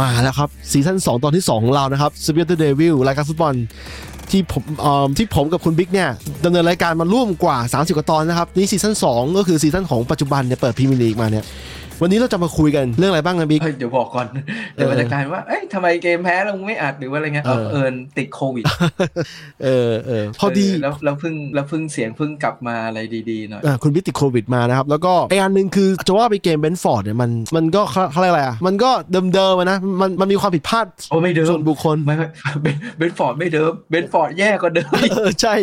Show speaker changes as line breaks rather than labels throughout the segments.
มาแล้วครับซีซั่น2 ตอนที่ 2 ของเรานะครับ s p i r i t e d Devil รายการฟุตบอลที่ผมเอ่อที่ผมกับคุณบิ๊กเนี่ยดำเนินรายการมาร่วมกว่า 30 กว่าตอนนะครับ นี่ซีซั่น2 ก็คือซีซั่นของปัจจุบันเนี่ยเปิดพรีเมียร์ลีกมาเนี่ย วันนี้เราจะมาคุยกันเรื่องอะไรบ้างนะบิ๊ก
เฮ้ยเดี๋ยวบอกก่อน เดี๋ยวมันจะกลายเป็นว่า เอ้ยทำไมเกมแพ้แล้วมึงไม่อัดหรือว่าอะไรเงี้ย
เอ
เอา
อ
เอิญติดโควิด
เออเออพอดี
เแล้วแล้วเพิ่งแล้วเพิ่งเสียงเพิ่งกลับมาอะไรดีๆหน่อย
อ่าคุณพิกติดโควิดมานะครับ แล้วก็ไออันหนึ่งคือจะว่าไปเกมเบนฟอร์ดเนี่ยมันมันก็เขาเขาเรียกอะไรอ่ะ มันก็เดิมเดิมๆอะนะมันมันมีความผิดพลาด
โอ้ไม่เดิ
ส่
ม
วนบุคคล
ไม่ไม่เบนเบนฟอร์ดไม่เดิมเบนฟอร์ดแย่กว่าเดิม
เออใช่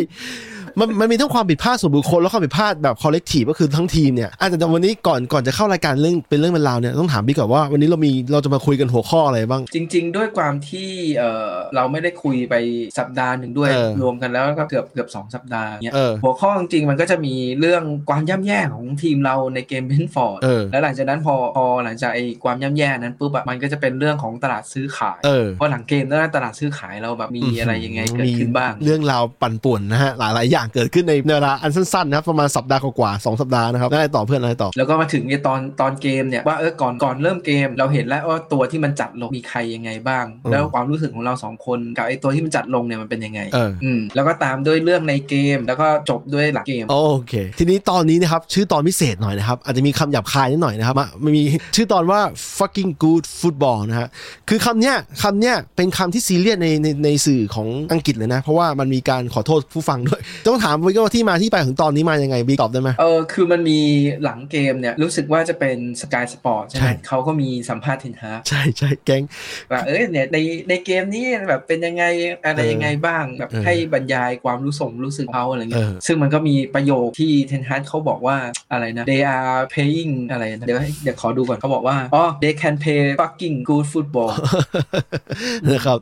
มันมันมีทั้งความผิดพลาดส่วนบุคคล แล้วความผิดพลาดแบบคอลเลกทีฟก็คือทั้งทีมเนี่ยอาจจะแต่วันนี้ก่อนก่อนจะเข้ารายการเรื่องเป็นเรื่องเป็นราวเนี่ยต้องถามพี่ก่อนว่าวันนี้เรามีเราจะมาคุยกันหัวข้ออะไรบ้าง
จริง ๆ ด้วยความที่เออเราไม่ได้คุยไปสัปดาห์หนึ่งด้วย
เออ
รวมกันแล้วก็เกือบเกือบสองสัปดาห์เนี้ย
เออ
หัวข้อจริงๆมันก็จะมีเรื่องความย่ำแย่ของทีมเราในเกมเบนฟอร์ด
เออ
แล้วหลังจากนั้นพอพอหลังจากไอ้ความย่ำแย่นั้นปุ๊บอะมันก็จะเป็นเรื่องของตลาดซื้อขาย
เออ
ว่าหลังเกมแล้วตลาดซื้อขายเราแบบมีอะไรยังไงเกิดขึ้นบ้าง
มีเรื่องราวปั่นป่วนนะฮะหลายหลายอย่างเกิดขึ้นในเวลาอันสั้นๆนะครับประมาณสัปดาห์กว่าๆสองสัปดาห์นะครับอะไรต่อเพื่อนอะไรต่อ
แล้วก็มาถึงในตอนตอนเกมเนี่ยว่าเออก่อนก่อนเริ่มเกม เราเห็นแล้วว่าตัวที่มันจัดลงมีใครยังไงบ้าง
อืม
แล้วความรู้สึกของเราสองคนกับไอ้ตัวที่มันจัดลงเนี่ยมันเป็นยังไง
เออ
อืมแล้วก็ตามด้วยเรื่องในเกมแล้วก็จบด้วยหลังเกม
โอเค ทีนี้ตอนนี้นะครับ ชื่อตอนพิเศษหน่อยนะครับ อาจจะมีคำหยาบคายนิดหน่อยนะครับมามีชื่อตอนว่า fucking good football นะฮะ คือคำเนี้ยคำเนี้ยเป็นคำที่ซีเรียสในในในสื่อของอังกฤษเลยนะ เพราะว่ามันมีการขอโทษผู้ฟังด้วย ต้องถามวิกว่าที่มาที่ไปของตอนนี้มายังไงบีตอบได้ไหม
เออคือมันมีหลังเกมเนี่ยรู้สึกว่าจะเป็นสกายสปอร์ตใช่ไห
ใช่
มเขาก็มีสัมภาษณ์เทนฮาร์ก
ใช่ใช่แกง
ว่าเอ้ยเนี่ยในในเกมนี้แบบเป็นยังไงอะไร
เออ
ยังไงบ้างแบบ
เออ
ให้บรรยายความรู้สงรู้สึกเขาอะไรเงี้ย
เออ
ซึ่งมันก็มีประโยคที่เทนฮาร์กเขาบอกว่าอะไรนะ they are playing อะไรนะเดี๋ยวให้เดี๋ยวขอดูก่อนเขาบอกว่าอ๋อ they can play fucking good football
นะครับ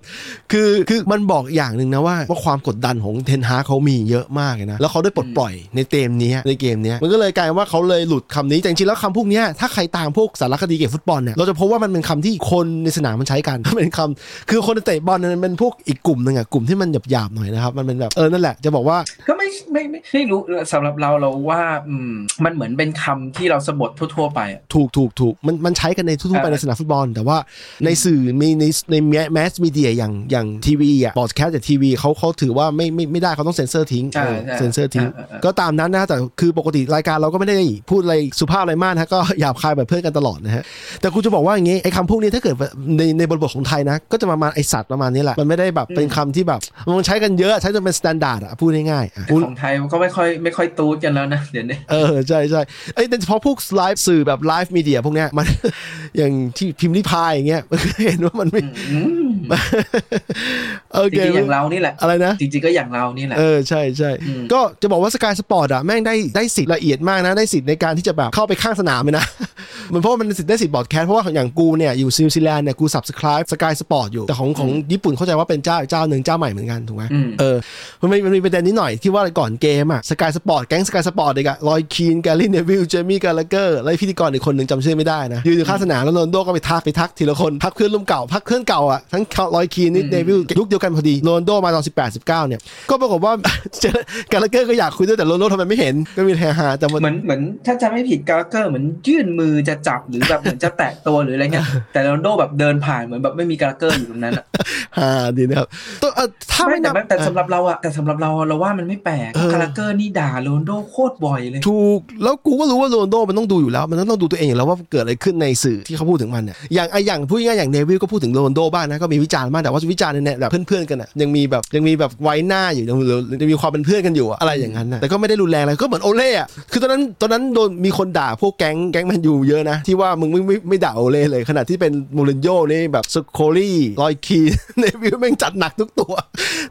คือ คือ มันบอกอย่างหนึ่งนะว่า ว่าความกดดันของเทนฮาร์กเขามีเยอะมากเลยนะ แล้วเขาได้ปลดปล่อยในเกมนี้ ในเกมนี้ มันก็เลยกลายว่าเขาเลยหลุดคำนี้ แต่จริงๆแล้วคำพวกเนี้ยถ้าใครตามพวกสารคดีเกี่ยวกับฟุตบอลเนี่ย เราจะพบว่ามันเป็นคำที่คนในสนามมันใช้กัน มันเป็นคำคือคนเตะบอลเนี่ยมันเป็นพวกอีกกลุ่มหนึ่งอะกลุ่มที่มันหยาบๆหน่อยนะครับ มันเป็นแบบ เออ นั่นแหละ จะบอกว่า
ก็ไม่ไม่ไม่ไม่รู้สำหรับเราเราว่าอืมมันเหมือนเป็นคำที่เราสะบดทั่วๆไปอะ
ถูกถูกถูกมันมันใช้กันในทั่วๆไป
อ่า
ในสนามฟุตบอล แต่ว่าในสื่อมีในในแมสมีเดียอย่างอย่างทีวีอ่ะบอดแคสต์จากทีวีเขาเขาถือว่าไม่ไม่ไม่ได้เขาต้องเซ็นเซอร์ทิ้ง
ใช่
เออ
ใช่
เซ็นเซอร์ทิ้ง
าา
ก็ตามนั้นนะแต่คือปกติรายการเราก็ไม่ได้พูดอะไรสุภาพอะไรมากนะก็ หยาบคายแบบเพื่อนกันตลอดนะฮะ แต่กูจะบอกว่าอย่างงี้ไอ้คำพวกนี้ถ้าเกิดในในบทบทของไทยนะ ก็จะประมาณไอสัตว์ประมาณนี้แหละมันไม่ได้แบบเป็นคำที่แบบมันใช้กันเยอะใช้จนเป็นสแตนดาร์ดอะพูดง่ายๆอ่ะ
ของไทยมันก็ไม่ค่อยไม่ค่อยตูดกันแล้วนะ เดี๋ยวนี้
เออ ใช่ใช่ไอ้ยแต่เฉพาะพวกไลฟ์สื่อแบบไลฟ์มีเดียพวกเนี้ยมัน อย่างที่พิมพ์ลิพายอย่างเงี้ย เห็นว่ามัน ไม่
อืม
เออ
จ
เกม
ริงๆอย่างเรานี่แหละ
อะไรนะ
จริงๆก็อย่างเรานี่แหละ
เออ ใช่ใช่
อืม
ก็จะบอกว่าสกายสปอร์ตอะแม่งได้ได้สิทธิ์ละเอียดมากนะ ได้สิทธิ์ในการที่จะแบบเข้าไปข้างสนามเลยนะ มันเพราะว่ามันสิทธิ์ได้สิทธิ์บอร์ดแคสต์เพราะว่าอย่างกูเนี่ย อยู่นิวซีแลนด์เนี่ย กูสับสครายสกายสปอร์ตอยู่ แต่ของของญี่ปุ่นเข้าใจว่าเป็นเจ้าเจ้าหนึ่งเจ้าใหม่เหมือนกันถูกไหม
อืม
เออ มันมีมันมีประเด็นนิดหน่อยที่ว่าก่อนเกมอะสกายสปอร์ต แก๊งสกายสปอร์ตเด็กอะลอยคีน แกลลี่เนวิล เจมี่กาลาเกอร์ และพิธีกรอีกคนหนึ่งจำชื่อไม่ได้นะ ยืนอยู่ข้างสนามแล้วโรนลโดก็ไปทักไปทักทีละคน พักเพื่อนร่วมเก่า พักเพื่อนเก่าอะทั้งลอยคีนนี่
อืม
เนวิลยุคเดียวกันพอดีโรนลโดมาตอน 18 19 เนี่ย ก็ปรากฏว่า เจอกาลาเกอร์ก็อยากคุยด้วยแต่โรนลโดทำไมไม่เห็นก็มีแฮฮาแต่มัน
เหมือนเหมือนถ้าจำไม่ผิดกาลาเกอร์เหมือนยื่นมือจะจับหรือแบบเหมือนจะแตะตัวหรืออะไรเงี้ย แต่โรนลโดแบบเดินผ่านเหมือนแบบไม่มีกาลาเกอร์อยู่ตรงนั้นอะ
ฮาดีนะครับตัวเอ่อถ้า
ไม่
ไม่
แต่
นับ
ไม่แต่สำหรับเราอะแต่สำหรับเราเราว่ามันไม่แปลก
เออ
กาลาเกอร์นี่ด่าโรนลโดโคตรบ่อยเลย
ถูกแล้วกูก็รู้ว่าโรนลโดมันต้องดูอยู่แล้ว มันต้องดูตัวเองอยู่แล้วว่าเกิดอะไรขึ้นในสื่อที่เขาพูดถึงมันเนี่ยอย่างไอะอย่างพูดง่ายๆอย่างเนวิลก็พูดถึงโรนลโดบ้างนะก็มีวิจารณ์บ้างแต่ว่าวิจารณ์ในแนวแบบเพื่อนๆกันอ่ะยังมีแบบยังมีแบบไว้หน้าอยู่ยังยังมีความเป็นเพื่อนกันอยู่อะอะไรอย่างนั้นนะแต่ก็ไม่ได้รุนแรงอะไรก็เหมือนโอเล่อะคือตอนนั้นตอนนั้นโดนมีคนด่าพวกแก๊งแก๊งแมนยูเยอะนะที่ว่ามึงไม่ไม่ไม่ด่าโอเล่เลยขณะที่เป็นมูรินโญ่นี่แบบสโคลี่ลอยคีน เนวิลแม่งจัดหนักทุกตัว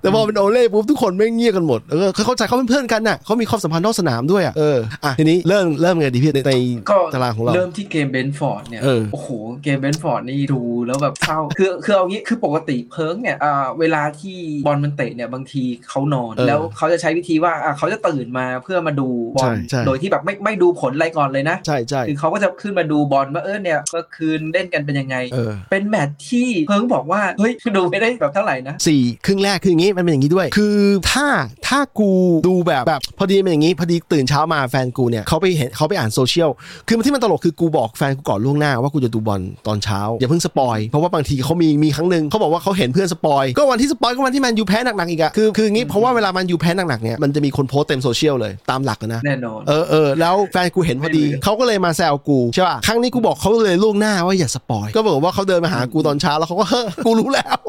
แต่พอเป็นโอเล่ปุ๊บทุกคนไม่งเงียบกันหมดเออเขาเข้าใจเขาเป็นเพื่อนกันน่ะเขามีความสัมพันธ์นอกสนามด้วยอ่ะเอออ่ะทีนี้เริ่มเริ่มไงดีพี่ในใน
ก็
ตารางของเรา
เริ่มที่เกมเบนฟอร์ดเนี่ย
เออ
โอ้โหเกมเบนฟอร์ดนี่ดูแล้วแบบเศร้า คือคือเอางี้คือปกติเพิร์กเนี่ยอ่าเวลาที่บอลมันเตะเนี่ยบางทีเขานอน
เออ
แล้วเขาจะใช้วิธีว่าอ่าเขาจะตื่นมาเพื่อมาดูบอล
ใช่ใช่
โดยที่แบบไม่ไม่ดูผลอะไรก่อนเลยนะ
ใช่ใช่
คือเขาก็จะขึ้นมา มาดูบอลว่าเออเนี่ยก็คืนเล่นกันเป็นยังไง
เออ
เป็นแมตช์ที่เพิงบอกว่าเฮ้ยดูไม่ได้แบบเท่าไหร่นะ
สี่ครึ่งแรกคืออย่างนี้มันเป็นอย่างนี้ด้วย คือถ้าถ้ากูดูแบบแบบพอดีเป็นอย่างนี้พอดีตื่นเช้ามาแฟนกูเนี่ยเขาไปเห็นเขาไปอ่านโซเชียลคือมันที่มันตลกคือกูบอกแฟนกูก่อนล่วงหน้าว่ากูจะดูบอลตอนเช้าอย่าเพิ่งสปอยเพราะว่าบางทีเขามีมีครั้งหนึ่งเขาบอกว่าเขาเห็นเพื่อนสปอยก็วันที่สปอยก็วันที่แมนยูแพ้หนักๆอีกอะคือคืออย่างนี้เพราะว่าเวลามันยูแพ้หนักๆเนี่ยมันจะมีคนโพสต์เต็มโซเชียลเลยตามหลักอะนะ
แน่นอน
เออเออแล้วแฟนกูเห็นพอดี
ไม่รู้เลย
เขาก็เลยมาแซวกูใช่ป่ะครั้งนี้กูบอกเขาเลยล่วงหน้าว่าอย่าสปอยก็บอกว่าเขาเดินมาหากูตอนเช้าแล้วเขาก็เฮ้อ กูรู้แล้ว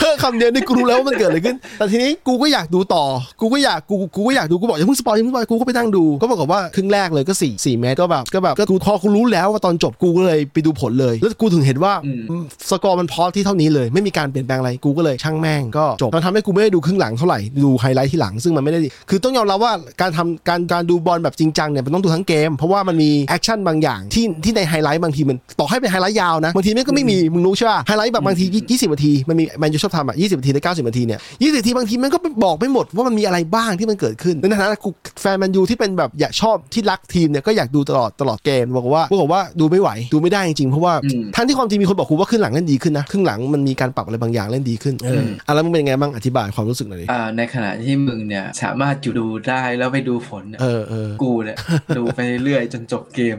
เฮ้อคำเดียวนี่กูรู้แล้วว่ามันเกิดอะไรขึ้น แต่ทีนี้กูก็อยากดูต่อ กูก็อยากกูกูก็อยากดูกูบอกอย่าเพิ่งสปอยอย่าเพิ่งสปอยกูก็ไปนั่งดูก็ปรากฏว่าครึ่งแรกเลยก็สี่สี่เมตรก็แบบก็แบบก็กูพอกูรู้แล้วว่าตอนจบกูก็เลยไปดูผลเลย แล้วกูถึงเห็นว่า
อืม
สกอร์มันพอที่เท่านี้เลย ไม่มีการเปลี่ยนแปลงอะไรกูก็เลยช่างแม่งก็จบมันทำให้กูไม่ได้ดูครึ่งหลังเท่าไหร่ดูไฮไลท์ที่หลังซึ่งมันไม่ได้ดีคือต้องยอมรับว่าการทำการการดูบอลแบบจริงจังเนี่ยมันต้องดูทั้งเกม เพราะว่ามันมีแอคชั่นบางอย่างที่ที่ในไฮไลท์บางทีมันต่อให้เป็นไฮไลท์ยาวนะบางทีมันก็ไม่มีมึงรู้ใช่ป่ะไฮไลท์แบบบางที20นาทีมันมีแมนยูชอบทำอ่ะ20นาทีหรือ90นาทีเนี่ย20นาทีบางทีมันก็บอกไม่หมดว่ามันมีอะไรบ้างที่มันเกิดขึ้นในฐานะกูแฟนแมนยูที่เป็นแบบอยากชอบที่รักทีมเนี่ยก็อยากดูตลอดตลอดเกมบอกว่าบอกว่าดูไม่ไหวดูไม่ได้จริงๆเพราะว่า
อืม
ทั้งที่ความจริงมีคนบอกครูว่าครึ่งหลังเล่นดีขึ้นนะครึ่งหลังมันมีการปรับอะไรบางอย่างเล่นดีขึ้นเออ
ม
อ่ะแล้วมึงเป็นไงบ้างอธิบายความรู้สึกหน่อยดิ
อ่าในขณะที่มึงเนี่ยสามารถอยู่ดูได้แล้วไปดูผลเนี่ย
เออเออ
กูเนี่ย ดูไปเรื่อยจนจบเกม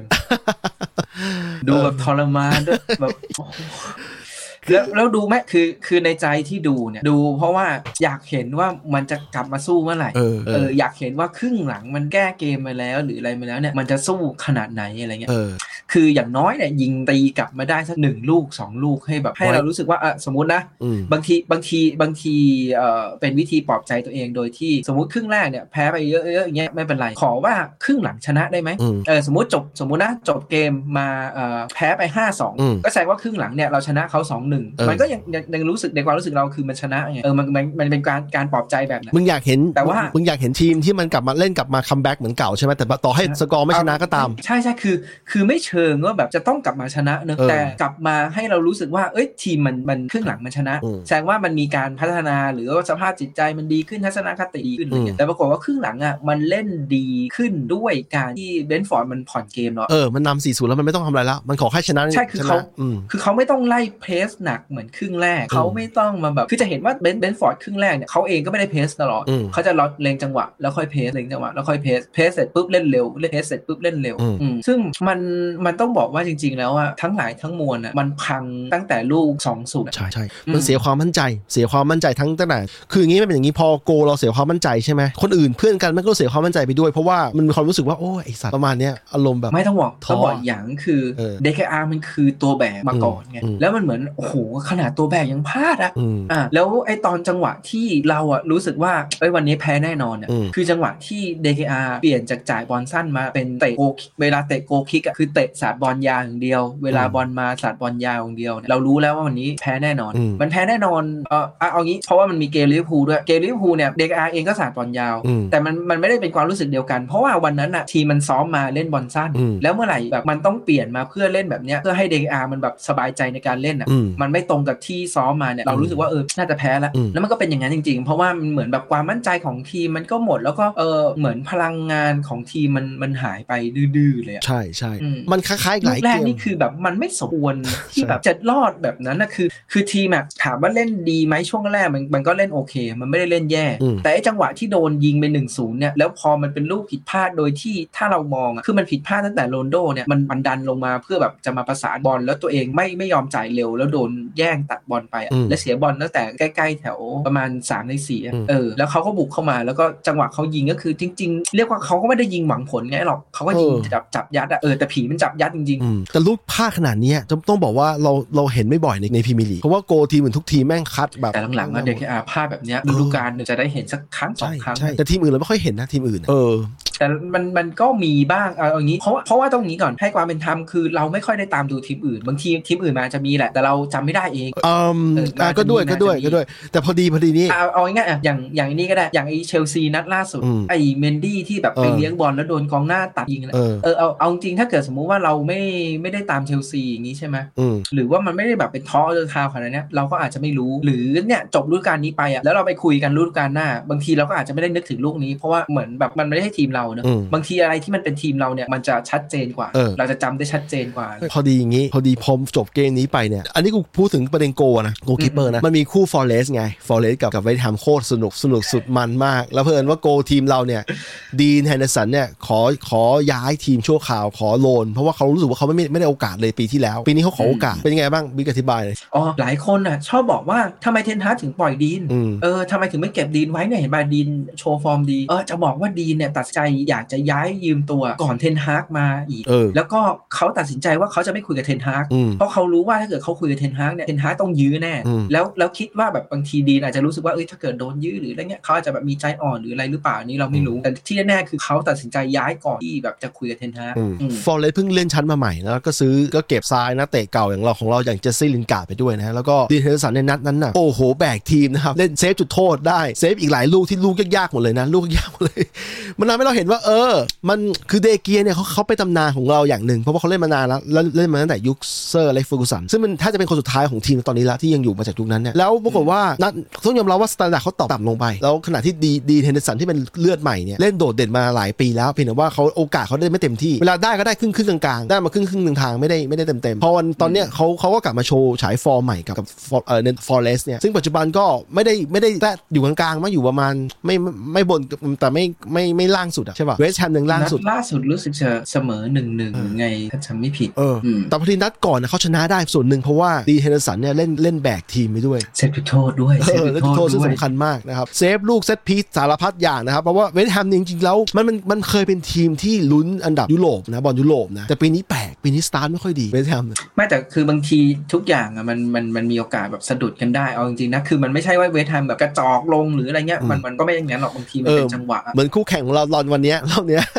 ดูแบบทรมานด้วยแบบโอ้โหแล้วแล้วดูไหมคือคือในใจที่ดูเนี่ยดูเพราะว่าอยากเห็นว่ามันจะกลับมาสู้เมื่อไหร่
เออเอ
เอ
อ
ออยากเห็นว่าครึ่งหลังมันแก้เกมมาแล้ว หรืออะไรมาแล้วเนี่ยมันจะสู้ขนาดไหนอะไรเงี้ย
เออ
คืออย่างน้อยเนี่ยยิงตีกลับมาได้สักหนึ่งลูกสองลูกให้แบบให้
ไว้
เรารู้สึกว่าอ่ะสมมตินะ
อืม
บางทีบางทีบางทีเอ่อเป็นวิธีปลอบใจตัวเองโดยที่สมมติครึ่งแรกเนี่ยแพ้ไปเยอะๆอย่างเงี้ยไม่เป็นไร ขอว่าครึ่งหลังชนะได้ไหม
อืม
เออสมมติจบสมมตินะจบเกมมาเอ่อแพ้ไป
อืม
5-2 ก็แสดงว่าครึ่งหลังเนี่ยเราชนะเขา
เออ
2-1 มันก็ยังยังยังรู้สึกในความรู้สึกเราคือมันชนะไงเออมันมันมันเป็นการการปลอบใจแบบนั้น
มึงอยากเห็น
แต่ว่ามึ
งอยากเห็นทีมที่มันกลับมาเล่นกลับมาคัมแบ็กเหมือนเก่าใช่ไหมแต่ต่อให้สกอร์ไม่ชนะก็ตาม
ใช่ใช่คือ คือไม่เชิงว่าแบบจะต้องกลับมาชนะเนอะ
เออ
แต่กลับมาให้เรารู้สึกว่าเอ้ยทีมมันมันครึ่งหลังมันชนะ
อืม
แสดงว่ามันมีการพัฒนาหรือว่าสภาพจิตใจมันดีขึ้นทัศนคติดีขึ้นอะไรเงี้
อืม
ยแต่ปรากฏว่าครึ่งหลังอ่ะมันเล่นดีขึ้นด้วยการที่เบรนท์ฟอร์ดมันผ่อนเกมเนาะ
เออมันนำสี่ศูนย์แล้วมันไม่ต้องทำอะไรแล้วมันขอแค่ชนะ
ใช่คือ
ชนะ
เขา
อืม
คือเขาไม่ต้องไล่เพรสหนักเหมือนครึ่งแรก เขาไม่ต้องมาแบบคือจะเห็นว่าเบนเบนฟอร์ดครึ่งแรกเนี่ยเขาเองก็ไม่ได้เพรสตลอด
อืม
เขาจะล็อตเลงจังหวะแล้วค่อยเพรสเลงจังหวะแล้วค่อยเพรสเพรสเสร็จปุ๊บเล่นเร็วเล่นเพรสเสร็จปุ๊บเล่นเร็ว
อืม
อืมซึ่งมันมันต้องบอกว่าจริง ๆ แล้วอะทั้งหลายทั้งมวลอะมันพังตั้งแต่ลูก2องสูตร
ใช่ใช่
อืม
มันเสียความมั่นใจ เสียความมั่นใจทั้งตั้งแต่คืออย่างนี้มันเป็นอย่างนี้พอโกเราเสียความมั่นใจใช่ไหมคนอื่นเพื่อนกันมันก็เสียความมั่นใจไปด้วยเพราะว่ามันมีความรู้สึกว่าโอ้ยไอสัตว์ประมาณเนี้ยอารมณ์แบบ
ไม่ต้องบอก
ท้อ
ต้องบอกอย่างคือ
เออ
เดคอาร์มันคือตัวแบกมาก่อนไง
อืม
แล้วมันเหมือนโอ้โหขนาดตัวแบกยังพลาดอะ
อืม
อ่ะแล้วไอตอนจังหวะที่เราอะรู้สึกว่าเอ้ยวันนี้แพ้แน่นอนเนี่ย
อืม
คือจังหวะที่ DKR เปลี่ยนจากจ่ายบอลสั้นมาเป็นเตะโกคิกเวลาเตะโกคิกอะคือเตะสาดบอลยาวอย่างเดียว เวลาบอลมาสาดบอลยาวอย่างเดียวเนี่ยเรารู้แล้วว่าวันนี้แพ้แน่นอน
อืม
มันแพ้แน่นอนเอออ่ะเอางี้เพราะว่ามันมีเกมลิเวอร์พูลด้วยเกมลิเวอร์พูลเนี่ย DKR เองก็สาดบอลยาว
อืม
แต่มันมันไม่ได้เป็นความรู้สึกเดียวกัน เพราะว่าวันนั้นอะทีมมันซ้อมมาเล่นบอลสั้น
อืม
แล้วเมื่อไหร่แบบมันต้องเปลี่ยนมาเพื่อเล่นแบบเนี้ยเพื่อให้ DKR มันแบบสบายใจในการเล่นอะ
อืม
มันไม่ตรงกับที่ซ้อมมาเนี่ยเรารู้สึกว่าเออน่าจะแพ้แล้ว
อืม
แล้วมันก็เป็นอย่างนั้นจริงๆ เพราะว่ามันเหมือนแบบความมั่นใจของทีมมันก็หมดแล้วก็เออเหมือนพลังงานของทีมมันมันหายไปดื้อๆเลยอะ
ใช่ใช่
อืม
มันคล้ายๆห
ลู
ลาย
กแร
เกม
กนี่คือแบบมันไม่สมควรที่
ใช่
แบบจะรอดแบบนั้นนะคือ คือทีมอะถามว่าเล่นดีไหมช่วงแรกมันมันก็เล่นโอเค มันไม่ได้เล่นแย่ แต่ไอ้จังหวะที่โดนยิงไป1นศูนย์เนี่ยแล้วพอมันเป็นลูกผิดพลาดโดยที่ถ้าเรามองอะคือมันผิดพลาดตั้งแต่โรนโดเนี่ยมันมันดันลงมาเพื่อแบบจะมาประสานบอลแล้วตัวเองไม่ไม่ยอมจ่ายเร็ว แล้วโดนแย่งตัดบอลไปอะ
อืม
และเสียบอลตั้งแต่ใกล้ๆแถวประมาณ3ในสี่อะ
อืม
เออแล้วเขาก็บุกเข้ามาแล้วก็จังหวะเขายิงก็คือจริง ๆ เรียกว่าเขาก็ไม่ได้ยิงหวังผลไงหรอกเขาก็ยิงจับจับยัดอะเออแต่ผีมันจับยัดจริงๆ
อืมแต่ลูกผ้าดขนาดเนี้ยจะต้องบอกว่าเราเราเห็นไม่บ่อยในในพรีเมียร์ลีกเพราะว่าโกทีมเหมือนทุกทีมแม่งคัดแบบ
แต่หลังๆอะเด็กอาพลาดแบบเนี้ยฤดูกาลหนึ่งจะได้เห็นสักครั้งสอ
ใช่
งครั้ง
ใช่แต่ทีมอื่นเราไม่ค่อยเห็นนะทีมอื่นอะเออ
แต่มันมันก็มีบ้างเอาอย่างนี้เพราะเพราะว่าตรงนี้ก่อนให้ความเป็นธรรมคือเราไม่ค่อยได้ตามดูทีมอื่น บางทีทีมอื่นมาจะมีแหละ แต่เราจำไม่ได้เอง
อืม
เออน่า
อ่ะ
จะ
ก็ด้วย
มี
ก็ด้วย
น่าจะมี
ก็ด้วย แต่พอดีพอดีนี่
เอาเอาง่ายๆอะอย่างอย่างอันนี้ก็ได้อย่างไอเชลซีนัดล่าสุด
อืม
ไอเมนดี้ที่แบบไป
เออ
เลี้ยงบอลแล้วโดนกองหน้าตัดยิงอะไร
เออ
เออเอาเอาจริงๆถ้าเกิดสมมุติว่าเราไม่ไม่ได้ตามเชลซีอย่างนี้ใช่ไหม
อืม
หรือว่ามันไม่ได้แบบเป็นท้อเรื่องข่าวขนาดเนี้ยเราก็อาจจะไม่รู้หรือเนี่ยจบฤดูกาลนี้ไปอ่ะแล้วเราไปคุยกันฤดูกาลหน้า บางทีเราก็อาจจะไม่ได้นึกถึงลูกนี้เพราะว่าเหมือนแบบมันไม่ได้ให้ทีมเรา เนอะ
อืม
บางทีอะไรที่มันเป็นทีมเราเนี่ยมันจะชัดเจนกว่า
เออ
เราจะจำได้ชัดเจนกว่า
พอดีอย่างนี้ พอดีพอจบเกมนี้ไปเนี่ย อันนี้กูพูดถึงประเด็นโกนะ โกคิปเปอร์นะ มันมีคู่ฟอร์เรสไงฟอร์เรสกับกับไวท์แฮมโคตรสนุกสนุกสุดมันมาก แล้วเพิ่นว่าโกทีมเราเนี่ย ดีนแฮนเดอร์สันเนี่ย ขอขอย้ายทีมชั่วคราวขอโลน เพราะว่าเขารู้สึกว่าเขาไม่ไม่ไม่ได้โอกาสเลยปีที่แล้ว ปีนี้เขาขอโอกาส เป็นยังไงบ้างบิ๊กอธิบายเลย
อ๋อ หลายคนอ่ะ ชอบบอกว่าทำไมเทนฮาร์กถึงปล่อยดีน
อืม
เออทำไมถึงไม่เก็บดีนไว้เนี่ยเห็นป่ะดีนโชว์ฟอร์มดี เออจะบอกว่าดีนเนี่ยตัดสินใจอยากจะย้ายยืมตัวก่อนเทนฮากมาอีก
เออ
แล้วก็เขาตัดสินใจว่าเขาจะไม่คุยกับเทนฮาก
อืม
เพราะเขารู้ว่าถ้าเกิดเขาคุยกับเทนฮากเนี่ยเทนฮากต้องยื้อแน่
อืม
แล้วแล้วคิดว่าแบบบางทีดีนอาจจะรู้สึกว่าเอ้ยถ้าเกิดโดนยื้อหรืออะไรเงี้ยเขาอาจจะแบบมีใจอ่อนหรืออะไรหรือเปล่าอันนี้เราไม่รู้แต่ที่แน่ๆคือเขาตัดสินใจย้ายก่อนที่แบบจะคุยกับเทนฮากอืม
ฟอร์เรสเพิ่งเลื่อนชั้นมาใหม่แล้วก็ซื้อก็เก็บทรายนะเตะเก่าอย่างเราของเราอย่างเจสซี่ลินการ์ดไปด้วยนะฮะแล้วก็ดีเทนสันในนัดนั้นน่ะโอ้โหแบกทีมนะครับ เล่นเซฟจุดโทษได้เซฟอีกหลายลูกที่ลูกยากๆหมดเลยนะ ลูกยากๆหมดเลย มันทำให้เราเห็นว่า เออ มันคือเดเกียเนี่ยเขาเขาไปนตำนานของเราอย่างหนึ่ง เพราะว่าเขาเล่นมานานแล้วแล้วเล่นมาตั้งแต่ยุคเซอร์เล็กเฟอร์กูสันซึ่งมันถ้าจะเป็นคนสุดท้ายของทีมตอนนี้ละที่ยังอยู่มาจากยุคนั้นเนี่ยแล้วปรากฏว่านัดต้องยอมรับว่าสแตนดาร์ดเขาตอบต่ำลงไป แล้วขณะที่ดีดีเทนเดสันที่เป็นเลือดใหม่เนี่ยเล่นโดดเด่นมาหลายปีแล้วเพียงแต่ว่าเขาโอกาสเขาได้ไม่เต็มที่ เวลาได้ก็ได้ครึ่งครึ่งกลางๆได้มาครึ่งครึ่งทางๆไม่ได้ไม่ได้เต็มเต็มๆพอวันตอนเนี้ยเขาเขาก็กลับมาโชว์ฉายฟอร์มใหม่กับกับ for- เอ่อฟอเรสเนี่ยซึ่งปัจจุบันก็ไม่ได้ไม่ได้แตะอยู่กลางๆมาอยู่ประมาณไม่ไม่ไม่บนแต่ไม่ไม่ไม่ล่างสุดอะใช่ป่ะเวสแฮมยังล่างสุด
นัดล่าสุดรู้สึกจะเสมอหนึ่งหนึ่งไงถ้าจำไม่ผิด
เออ
ม
แต่พอดีนัดก่อนนะเขาชนะได้ส่วนหนึ่งเพราะว่าดีเทนสันเนี่ยเล่นเล่นแบกทีมไปด้วย
เซฟจุดโทษด้วย
เออแล้วจุดโทษซึ่ง
ด้วย
สำคัญมากนะครับ เซฟลูกเซตพีซสารพัดอย่างนะครับ เพราะว่าเวสต์แฮมเนี่ยจริงๆแล้วมันมันมันเคยเป็นทีมที่ลุ้นอันดับยุโรปนะบอลยุโรปนะ แต่ปีนี้แปลก ปีนี้สตาร์ทไม่ค่อยดีเวสต์แฮมเนี่ย
ไม่แต่คือบางทีทุกอย่างอะมันมันมันมีโอกาสแบบสะดุดกันได้เอาจริงๆนะคือมันไม่ใช่ว่าเวทไทม์แบบกระจอกลงหรืออะไรเงี้ยมันมันก็ไม่อย่างนั้นหรอกบางทีมันเป็น
เออ
จังหวะอะ
เหมือนคู่แข่งของเราลอนวันเนี้ยรอบเนี้ย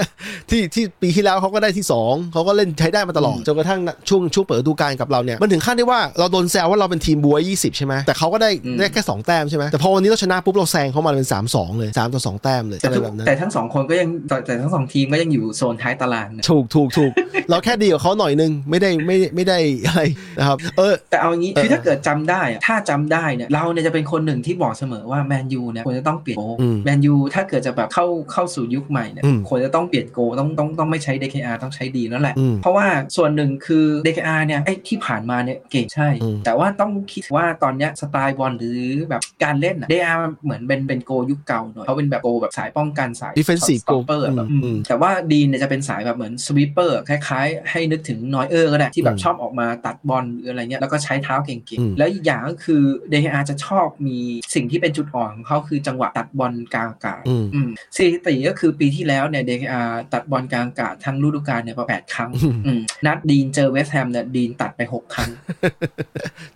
ที่ที่ปีที่แล้วเขาก็ได้ที่สองเขาก็เล่นใช้ได้มาตลอดจนกระทั่งช่วงช่วงเปิดฤดูกาลกับเราเนี่ยมันถึงขั้นที่ว่าเราโดนแซวว่าเราเป็นทีมบัว20 ใช่ไหมแต่เขาก็ได้ได้แค่สองแต้มใช่ไหมแต่พอวันนี้เราชนะปุ๊บเราแซงเขามาเป็น3 2เลย3ต่อ2แต้มเลย
แต่
อะไร
ทุก
แบบนั้น
แต่ทั้งสองคนก็ยังแต่แต่ทั้งสองทีมก็ยังอยู่โซนท้ายตารางนะ
ถูกถูกถูก เราแค่ดีกว่าเขาหน่อยนึง ไม่ได้ไม่ไม่ได้อะไรนะครับ เออ
แต่เอางี้
เออ
คือถ้าเกิดจำได้อะถ้าจำได้เนี่ยเราเนี่ยจะเป็นคนหนึ่งที่บอกเสมอว่าแมนยูเนี่ยควรจะต้องเปลี่ยนโก
อืม
แมนยูถ้าเกิดจะแบบเข้าเข้าสู่ยุคใหม่เนี่ย
อืม
ควรจะต้องเปลี่ยนโกต้องต้องต้องไม่ใช้ DKR ต้องใช้ดีนั่นแหละ
อืม
เพราะว่าส่วนหนึ่งคือ DKR เนี่ยไอ้ที่ผ่านมาเนี่ยเก่งใช่
อืม
แต่ว่าต้องคิดว่าตอนเนี้ยสไตล์บอลหรือแบบการเล่นอะ DKR เหมือนเป็นเป็นโกยุคเก่าหน่อยเขาเป็นแบบโกแบบสายป้องกันสาย
Defensive
shot stopper
goal
อะแบบ
อืม
อืมแต่ว่าดีนเนี่ยจะเป็นสายแบบเหมือนสวีปเปอร์คล้ายๆ ให้นึกถึงนอยเออร์ก็ได้ที่แบ
อื
บ
ม
ชอบออกมาตัดบอลหรืออะไรเงี้ยแล้วก็ใช้เท้าเก่ง
อืม
ๆ แล้วอีกอย่างก็คือ DKR จะชอบมีสิ่งที่เป็นจุดอ่อนของเขาคือจังหวะตัดบอลกลางอากาศ
อืม
อืมสถิติก็คือปีที่แล้วเนี่ยเดคอาตัดบอลกลางอากาศทั้งฤดูกาลเนี่ยประมาณแปดครั้ง
อืม
อืมนัดดีนเจอเวสต์แฮมเนี่ยดีนตัดไปหกครั้ง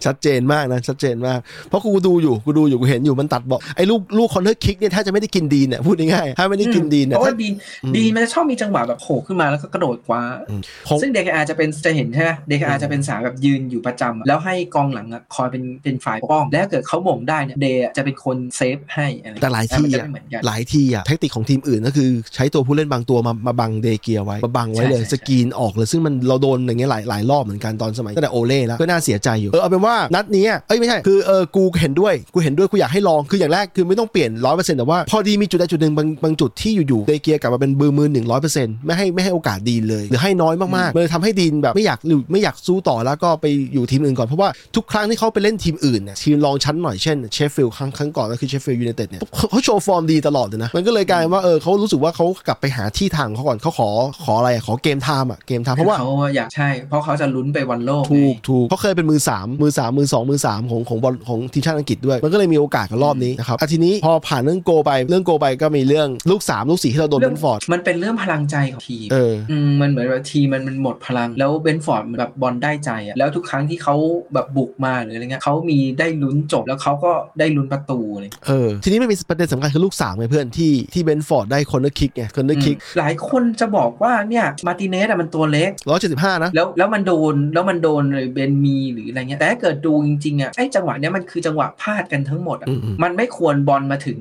ชัดเจนมากนะชัดเจนมาก เพราะกูดูอยู่กูดูอยู่กูเห็นอยู่มันตัดบอกไอ้ลูกลูกคอนเทอร์คิกเนี่ยถ้าจะไม่ได้กินดีนเนี่ยพูดง่ายๆถ้าไม่ได้กินดีนเนี่ย
เพราะ
ถ้า
ว่าดีน
อืม
ดีนมันจะชอบมีจังหวะแบบโผล่ขึ้นมาแล้วก็กระโดดคว้า
อืมของ
ซึ่งเดคอาจะเป็นจะเห็นใช่ไหมเดคอาจะเป็นสายแบบยืนอยู่ประจำอะแล้วให้กองหลังอะคอยเป็นเป็นฝ่ายปกป้อง และถ้าเกิดเขาหม่งได้เนี่ยเดจะเป็นคนเซฟให้อะไร
แต่หลายที่
มันจะ
อะ
ไม่เหมือนกัน
หลายทีอ่ะแทคติกของทีมอื่นก็คือใช้ตัวผู้เล่นบางตัวมามาบังเดเกียไว้มาบังไว้เลย
ใช่ใช่
สกรีนออกเลยซึ่งมันเราโดนอย่างเงี้ยหลายหลายรอบเหมือนกันตอนสมัยตั้งแต่โอเล่แล้วก็น่าเสียใจอยู่เออเอาเป็นว่านัดนี้อะเอ้ยไม่ใช่คือเออกูเห็นด้วยกูเห็นด้วยกูอยากให้ลองคืออย่างแรกคือไม่ต้องเปลี่ยนร้อยเปอร์เซ็นต์แต่ว่าพอดีมีจุดใดจุดหนึ่งบางบางจุดที่อยู่ๆเดเกียกลับมาเป็นมือมือหนึ่งร้อยเปอร์เซ็นต์ไม่ให้ไม่ให้โอกาสดีนเลย หรือให้น้อยมากๆมันเลยทำให้ดีนแบบไม่อยากอยู่ไม่อยากสู้ต่อแล้วก็ไปอยู่ทีมอื่นก่อนเพราะว่าทุกครั้งที่เขาไปเล่นทีมอื่นเนี่ยทีมรองชั้นหน่อยเช่นเชฟฟิลด์ครั้งครั้งก่อนก็คือเชฟฟิลด์ยูไนเต็ดเนี่ยเขาเขาโชว์ฟอร์มดีตลอดเลยนะมันก็เลยกลายเป็นว่าเออเขารู้สึกว่าเขากลับไปหาที่ทางของเขาก่อนเขาขอขออะไรอะขอเกมไทม์อะเกมไทม์เพ
เพราะ
ราะ
ว่า
ว่า
เขาอยากใช่ เพราะเขาจะลุ้นไปวันโลก
ถูก
ไง
ถูกเขาเคยเป็นมือ 3 มือ 3 มือ 2 มือ 3 ของของบอลของทีมชาติอังกฤษด้วย มันก็เลยมีโอกาสกับรอบนี้นะครับอ่ะทีนี้พอผ่านเรื่องโกไปเรื่องโกไปก็มีเรื่องลูก 3 ลูก 4 ที่เราโดน
เรื่
เบ
อง
นฟอร์ด
มันเป็นเรื่องพลังใจของทีม
เออ
อืมมันเหมือนแบบทีมมันมันหมดพลัง แล้วเบนฟอร์ดเหมือนแบบบอลได้ใจอะแล้วทุกครั้งที่เขาแบบบุกมาหรืออะไรเงี้ยเขามีได้ลุ้นจบแล้วเขาก็ได้ลุ้นประตูอะไรเลย
เออ ทีนี้มันมีประเด็นสำคัญคือลูก3ไงเพื่อนที่ที่เบนฟอร์ดได้คอนเนอร์คิกไงคอนเนอร์คิก
หลายคนจะบอกว่าเนี่ยมาร์ติเนสอะมันตัวเล็ก
175 นะ
แล้วแล้วมันโดนแล้วมันโดนเลยเบนมีหรืออะไรเงี้ยแต่ถ้าเกิดดูจริงๆอะไอ้จังหวะเนี้ยมันคือจังหวะพลาดกันทั้งหมดอะ
อืมอืม
มันไม่ควรบอลมาถึง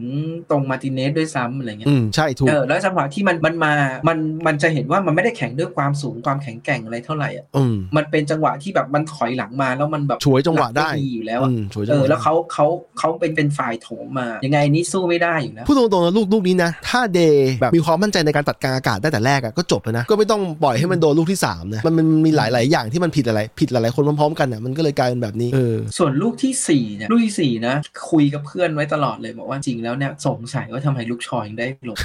ตรงมาร์ติเนสด้วยซ้ำอะไรเงี้ย
อืมใช่ถูก
เออแล้วจังหวะที่มันมันมา มันมันจะเห็นว่ามันไม่ได้แข่งด้วยความสูงความแข็งแกร่ง อะไรเท่าไหร่อ่ะ
อืม
มันเป็นจังหวะที่แบบมันถอยหลังมาแล้วมันแบบ
ฉวยจังหวะได้
ม่ดีอยู่แล้วอะ
อืมฉวยจัง
เอ
ห
อ
วะ
แล้วเขาเขาเขาเป็นเป็นฝ่ายโถมมา ยังไงนี่สู้ไม่ได้อยู่แล้ว
พูดตรงๆนะลูกลูกนี้นะ ถ้าเดย์แบบมีความมั่นใจในการตัดกลางอากาศได้แต่แรกอะก็จบแล้วนะ ก็ไม่ต้องปล่อยให้มันโดนลูกที่สามนะมันมันมีหลายๆ อย่างที่มันผิดหลายๆผิดหลายๆคนพร้อมๆกันอะมันก็เลยกลายเป็นแบบนี้เออ
ส่วนลูกที่สี่เนี่ยลูกที่สี่นะ คุยกับเพื่อนไว้ตลอดเลยบอกว่าจริงแล้วเนี่ยสงสัยว่าทำไมลูกชอยยังได้หลบ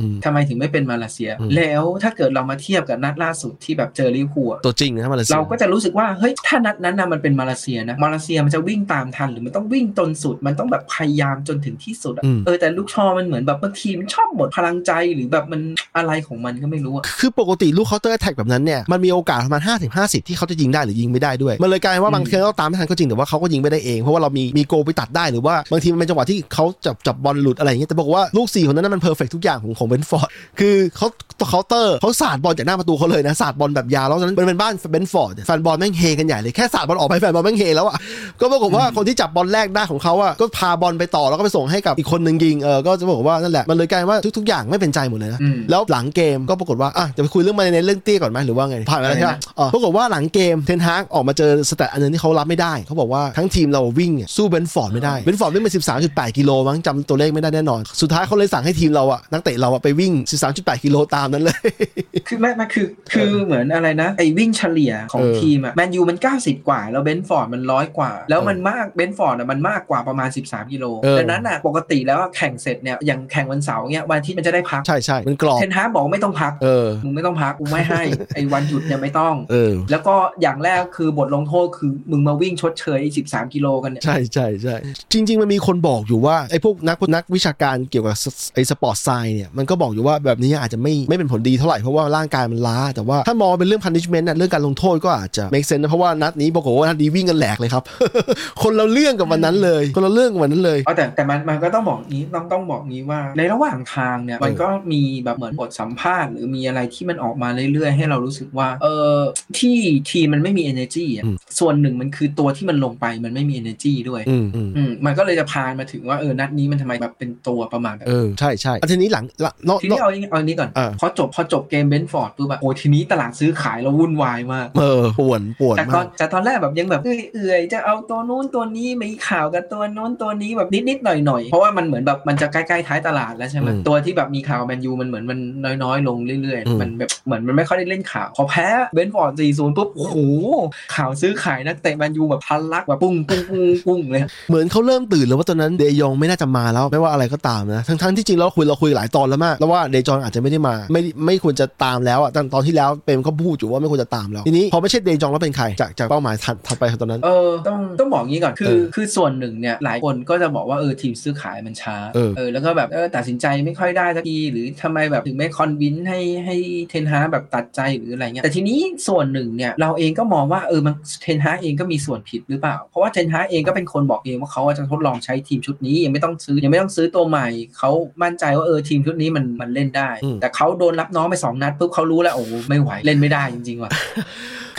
อืม
ทำไมถึงไม่เป็นมาเลเซีย
อืม
แล้วถ้าเกิดเรามาเทียบกับนัดล่าสุดที่แบบเจอลิเวอร์พูลอะ
ตัวจริงนะมาเลเซีย
เราก็จะรู้สึกว่าเฮ้ยถ้านัดนั้นนะมันเป็นมาเลเซียนะมาเลเซียมันจะวิ่งตามทันหรือมันต้องวิ่งจนสุด มันต้องแบบพยายามจนถึงที่สุดอะ
อืม
เออแต่ลูกชอมันเหมือนแบบบางทีมันชอบหมดพลังใจหรือแบบมันอะไรของมันก็ไม่รู้อะ
คือปกติลูกเคาน์เตอร์แท็กแบบนั้นเนี่ยมันมีโอกาสประมาณ5้าถึงห้ที่เขาจะยิงได้หรือยิงไม่ได้ด้วย มันเลยกลายเป็นว่าบางครั้งเราตามไม่ทันก็จริงแต่ว่าเขาก็ยิงไม่ได้เอง เพราะว่าเรามีมีโกลไปตัดได้หรือว่าบางทีมันเป็นจังหวะที่เขาจับจับบอลหลุดอะไรอย่างเงี้ยแต่บอกว่าลูกสี่คนนั้นนะมันเพอร์เฟกทุกอย่างของของเบนฟอร์ดคือเขาตัวเคาน์เตอร์เขาสาดบอลจากหน้าประตูเขาเลยนะสาดบอลแบบยาวแล้วตอนนั้นมันเป็นบ้านเบนฟอร์ดแฟนบอลแม่งเฮกันใหญ่เลยแค่สาดบอลออกไปแฟนบอลแม่งเฮแล้วอ่ะก็ปรากฏว่าคนที่จับบอลแรกได้ของเขาอ่ะก็พาบอลไปต่อแล้วก็ไปส่งให้กับอีกคนหนึ่งยิงเออก็จะบอกว่านั่นแหละมันเลยกลายเป็นว่าทุกๆอย่างไม่เป็นใจหมดเลยนะ
อืม
แล้วหลังเกมก็ปรากฏว่า อ่ะจะไปคุยเรื่องมาในเรื่องเตี้ยก่อนไหมหรือว่าไง ผ่านไปแล้วใช่ไหม
อะไรนะ
อ๋อปรากฏว่าหลังเกมเทนฮากออกมาเจอสแตทอันหนึงที่เขารับไม่ได้ เขาบอกว่าทั้งทีมเราวิ่งเนี่ยสู้เบนฟอร์ดไม่ได้เบนฟอร์ดวิ่งไป 13.8 กิโลมั้งจำตัวเลขไม่ได้แน่นอน สุดท้ายเขาเลยสั่งให้ทีมเราอะนักเตะเราอะไปวิ่ง 13.8 กิโลตามนั้นเลย
คือไม่ไม่คือคือเหมือนอะไรนะไอ้วิ่งเฉลี่ยของ
เออ
ทีมอะแมนยูมัน 90 กว่า แล้วเบนฟอร์ดมันร้อยกว่า แล้วมันมากเบนฟอร์ดอะมันมากกว่าประมาณ 13กิโล
เออ
ดังนั้นอะปกติแล้วอะแข่งเสร็จเนี่ยอย่างแข่งวันเสาร์เนี่ยวันอาที่มันจะได้พัก
ใช่ใช่มันกรอบ
เทนฮาร์กบอกว่าไม่ต้องพัก
เออ
มึงไม่ต้องพักกูไม่ให้ ไอ้วันหยุดเนี่ยไม่ต้อง
เออ
แล้วก็อย่างแรกคือบทลงโทษคือมึงมาวิ่งชดเชยไอ้13กิโลกันเนี่ย
ใช่ใช่ใช่จริง ๆ มันมีคนบอกอยู่ว่าไอ้พวกนักนักวิชาการเกี่ยวกับสไอ้สปอร์ตไซน์เนี่ยมันก็บอกอยู่ว่าแบบนี้อาจจะไม่ไม่เป็นผลดีเท่าไหร่ เพราะว่าร่างกายมันล้า แต่ว่าถ้ามองเป็นเรื่อง punishment น่ะเรื่องการลงโทษก็อาจจะ make sense นะเพราะว่านัดนี้ปรากฏว่านัดนี้วิ่งกันแหลกเลยครับ คนเราเรื่องกับวันนั้นเลย คนเราเรื่องกับวันนั้นเลย
เอาแต่แต่มันมันก็ต้องบอกนี้ต้องต้องบอกนี้ว่า ในระหว่างทางเนี่ยมันก็มีแบบเหมือนบทสัมภาษณ์หรือมีอะไรที่มันออกมาเรื่อยๆ ให้เรารู้สึกว่าเออที่ทีมมันไม่มี energy อะ
อืม
ส่วนหนึ่งมันคือตัวที่มันลงไปมันไม่มี energy ด้วย
อืมอืม
อืมมันก็เลยจะพานมาถึงว่าเออนัดนี้มันทำไมแบบเป็นตัวประมาณแบบ
เออ ใช่ใช่อันทีนี้หลังหลังนอก
ที
นอ
นี้
ก
เอาอย่างเอาอันนี้ก่อน
อ่า
พอจบพอจบเกมเบนฟอร์ดปุ๊บแบบโอ้ทีนี้ตลาดซื้อขายเราวุ่นวายมาก
เออปวดปวด
แต่ต
มา
อน
ก
แต่ตอนแรกแบบยังแบบเอื่อยๆจะเอาตัวนู้นตัวนี้มีข่าวกับตัวนู้นตัวนี้แบบนิดๆหน่อยๆ เพราะว่ามันเหมือนแบบมันจะใกล้ๆท้ายตลาดแล้วใช่ไหม
อืม
ตัวที่แบบมีข่าวแมนยูมันเหมือนมันน้อยๆ ลงเรื่อย
อืม
ๆ มันแบบเหมือนมันไม่ค่อยได้เล่นข่าว พอแพ้เบนฟอร์ด40ปุ๊บโอ้โหข่าวซื้อขายนักเตะแมนยูแบบพันลักแบบปุ้งปุ้งปุ้งปุ้งเลย
เหมือนเขาเริ่มตื่นแล้วว่าตอนนั้นเดยองไม่น่าจะมาแล้วไม่ว่าอะไรก็ตามนะ ทั้งๆที่จริงเราคุยเราคุยหลายตอนแล้วมากแล้วว่าเดยองอาจจะไม่ได้มา ไม่ไม่ควรจะตามแล้วอ่ะตอนตอนที่แล้วเปรมก็พูดอยู่ว่าไม่ควรจะตามแล้วทีนี้พอไม่ใช่เดยองแล้วเป็นใครจากจากเป้าหมายถัดถัดไปของตอนนั้น
เออต้องต้องบอกงี้ก่อนคื
เอ
อ
อ
คือส่วนหนึ่งเนี่ยหลายคนก็จะบอกว่าเออทีมซื้อขายมันช้า
เออ
แล้วก็แบบเออตัดสินใจไม่ค่อยได้สักทีหรือทำไมแบบถึงไม่คอนวินให้ให้เทนฮาแบบตัดใจหรืออะไรเงี้ยแต่ทีนี้ส่วนหนึ่งเนี่ยเราเองก็มองว่าเออมันเทนฮาเองก็มีส่วนผิดหรือเปล่า เพราะว่าเทนฮาเองก็เป็นคนบอกเองว่าเขาจะทดลองใช้ทีมชุดนี้ยังไม่ต้องซื้อยังไม่ต้องซื้อตัวใหม่เขามั่นใจว่าเออทีมชุดนี้มันมันเล่นได้
อืม
แต่เขาโดนรับน้องไปสองนัดปุ๊บเขารู้แล้วโอ้โหไม่ไหวเล่นไม่ได้จริงๆว่ะ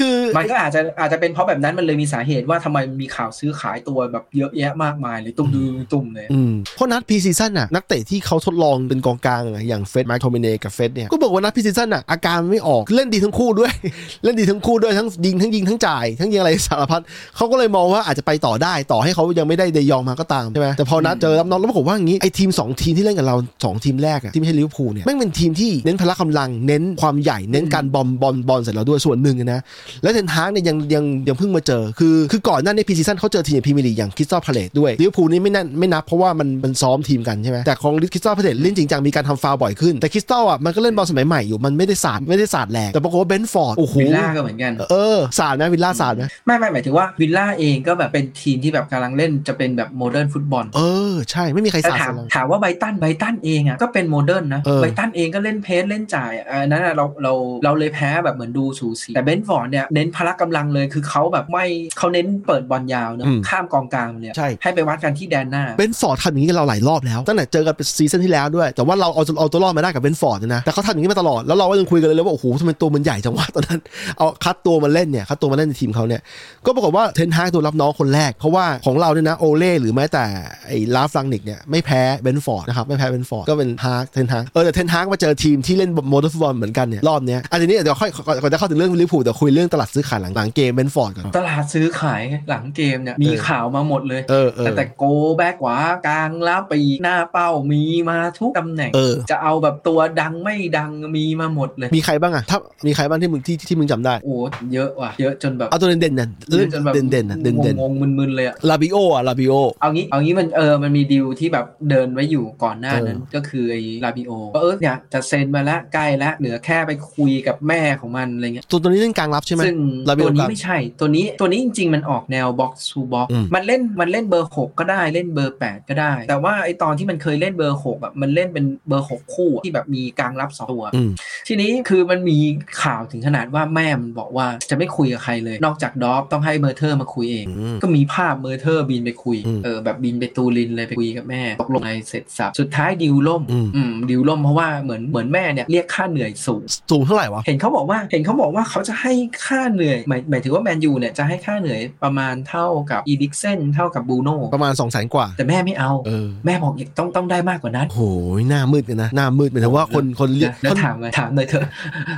คือ
มันก็อาจจะอาจจะเป็นเพราะแบบนั้นมันเลยมีสาเหตุว่าทำไมมีข่าวซื้อขายตัวแบบเยอะแยะมากมายเลยตุ้มดูตุ้มเลย
อืมเพราะนัดพีซีซั่นน่ะนักเตะที่เขาทดลองเป็นกองกลางอะอย่างเฟสไมค์โทมิเนกับเฟสเนี่ยก็บอกว่านัดพีซีซั่นน่ะอาการไม่ออกเล่นดีทั้งคู่ด้วย เล่นดีทั้งคู่ด้วยทั้งยิงทั้งยิงทั้งจ่ายทั้งยิงอะไร สารพัดเขาก็เลยมองว่าอาจจะไปต่อได้ต่อให้เขายังไม่ได้เดยองมาก็ตามใช่ไหมแต่พอนัดเจอรับน้องแล้วปรากฏว่าอย่างนี้ไอ้ทีม 2 ทีมที่เล่นกับเรา 2 ทีมแรกอะที่ไม่ใช่ลิเวอร์พูลเนี่ยแม่งเป็นทีมที่เน้นพละกำลังเน้นความใหญ่เน้นการบอมบอลบอลใส่เราด้วยส่วนหนึ่งนะ และเทนฮากเนี่ยยังยังยังเพิ่งมาเจอ คือคือก่อนหน้าในพีซีซั่นเขาเจอทีมพรีเมียร์ลีกอย่างคริสตัลพาเลตด้วยลิเวอร์พูลนี่ไม่นันไม่นับเพราะว่ามันมันซ้อมทีมกันใช่ไหมแต่ของคริสตัลพาเลตเล่นจริงจังมีการทำฟาวล์บ่อยขึ้น แต่คริสตัลอ่ะมันก็เล่นบอลสมัยใหม่อยู่มันไม่ได้สาดไม่ได้สาดแรงแต่ปรากฏว่าเบนฟอร์ดโอ้โห
วิลล่าก็เหมือนกัน
เออสาดไหมวิลล่าสาดไหม
ไม่ไม่หมายถึงว่าวิลล่าเองก็แบบเป็นทีมที่แบบกำลังเล่นจะเป็นแบบโมเดิร์นฟุตบอล
เออ ใช่ไม่มีใคร
แต่
สาด
ถาม
สาดแรง
ถามว่าไบรตันไบรตันเองอ่ะก็เป็นโมเดิร์นนะ
เออ
ไบรตันเองก็เล่นเพสเล่นจ่ายอะอันนั้นอะเราเราเราเลยแพ้แบบเหมือนดูสูสีแต่เบนฟอร์ดเนี่ยเน้นพละกำลังเลยคือเขาแบบไม่เขาเน้นเปิดบอลยาวเนอะ
อืม
ข้ามกองกลางเลยอะ
ใช่
ให้ไปวัดกันที่แดนหน้า
เบนฟอร์ดทำอย่างนี้กับเราหลายรอบแล้วตั้งแต่เจอกันเป็นซีซั่นที่แล้วด้วย แต่ว่าเราเอาเอาตัวรอดมาได้กับเบนฟอร์ดเนยนะแต่เขาทำอย่างนี้มาตลอดแล้วเราก็ยังคุยกันเลยเลยว่าโอ้โหทำไมตัวมันใหญ่จังวะ ตอนนั้น เอาคัดตัวมาเล่นเนี่ยคัดตัวมาเล่นในทีมเขาเนี่ยก็ปรากฏว่าเทนฮากตัวรับน้องคนแรก เพราะว่าของเราเนี่ยนะโอเล่หรือแม้แต่ไอ้ลาฟลังนิกเนี่ยไม่แพ้เบนฟอร์ดนะครับไม่แพ้เบนฟอร์ดก็เป็นฮากเทนฮากเออแต่เทนฮากมาเจอทีมที่เล่นโมเดิร์นฟุตบอลเหมือนกันเนี่ยรอบเนี้ยอันนี้เดี๋ยวค่อย อนก่อนจะเข้าถึงเรื่องลิเวอร์พูลแต่คุยเรื่องตลาดซื้อขายหลังหลังเกมเบนฟอร์ดก่อน
ตลาดซื้อขายหลังเกมเนี่ยมี
เออ
ข่าวมาหมดเลย
เออเออ
แต่แต่โกแบกขวากลางลับปีกหน้าเป้ามีมาทุกตำแหน่ง
เออ
จะเอาแบบตัวดังไม่ดังมีมาหมดเลย
มีใครบ้างอะถ้ามีใครบ้างที่มึงที่ที่มึงจำได้
โอ้เยอะว่ะ เยอะจนแบบ
เอาตัวเด่นเด่นๆน่ะเรื่อง
ยะจนแบบ
เด่นเด่นๆน่ะเด่นเด่น
งงๆมึนๆเลยอะ
ลาบิโออะลาบิโอ
เอางี้เอางี้มันเออมันมีดีลที่แบบเดินไว้อยู่ก่อนหน้านั้นก็คือไอ้ลาบิโอว่าเออเนี่ยจะเซ็นมาละใกล้ละเหลือแค่ไปคุยกับแม่ของมันอะไรเงี้ย
ตัวตัวนี้เล่นกลางรับใช่ไหม
ซึ่ง
ลาบิโอ
ตัว
ครั
นี้
บ
ไม่ใช่ตัวนี้ตัวนี้จริง ๆ มันออกแนวบ็อกซ์ทูบ็อก
อืม
มันเล่นมันเล่นเบอร์ 6 ก็ได้เล่นเบอร์ 8 ก็ได้ แต่ว่าไอ้ตอนที่มันเคยเล่นเบอร์6แบบมันเล่นเป็นเบอร์ 6 คู่อะที่แบบมีกลางรับสองตัว
อืม
ทีนี้คือมันมีข่าวถึงขนาดว่าแม่มันบอกว่าจะไม่คุยกับใครเลย นอกจากดอฟต้องให้เมอร์เทอร์มาคุยเอง
อืม
ก็มีภาพเมอร์เทอร์บินไปคุย
อืม
เออแบบบินไปตูรินเลยไปคุยกับแม่ ตกลงในเสร็จสับ สุดท้ายดิวล่ม
อืม
อืมดิวล่มเพราะว่าเหมือนเหมือนแม่เนี่ยเรียกค่าเหนื่อยสูง
สูงเท่าไหร่วะ
เห็นเขาบอกว่าเห็นเขาบอกว่าเขาจะให้ค่าเหนื่อยหมายหมายถึงว่าแมนยูเนี่ยจะให้ค่าเหนื่อยประมาณเท่ากับอีดิกเซนเท่ากับบรูโน่
ประมาณสองแสนกว่า
แต่แม่ไม่เอา
เออ
แม่บอกต้องต้องได้มากกว่านั้น
โหยหน้ามืดกันนะ หน้ามืดเหมือนว่าคนคนเรียก
แล้ว
คน
ถามมาถามหน่อยเถอะ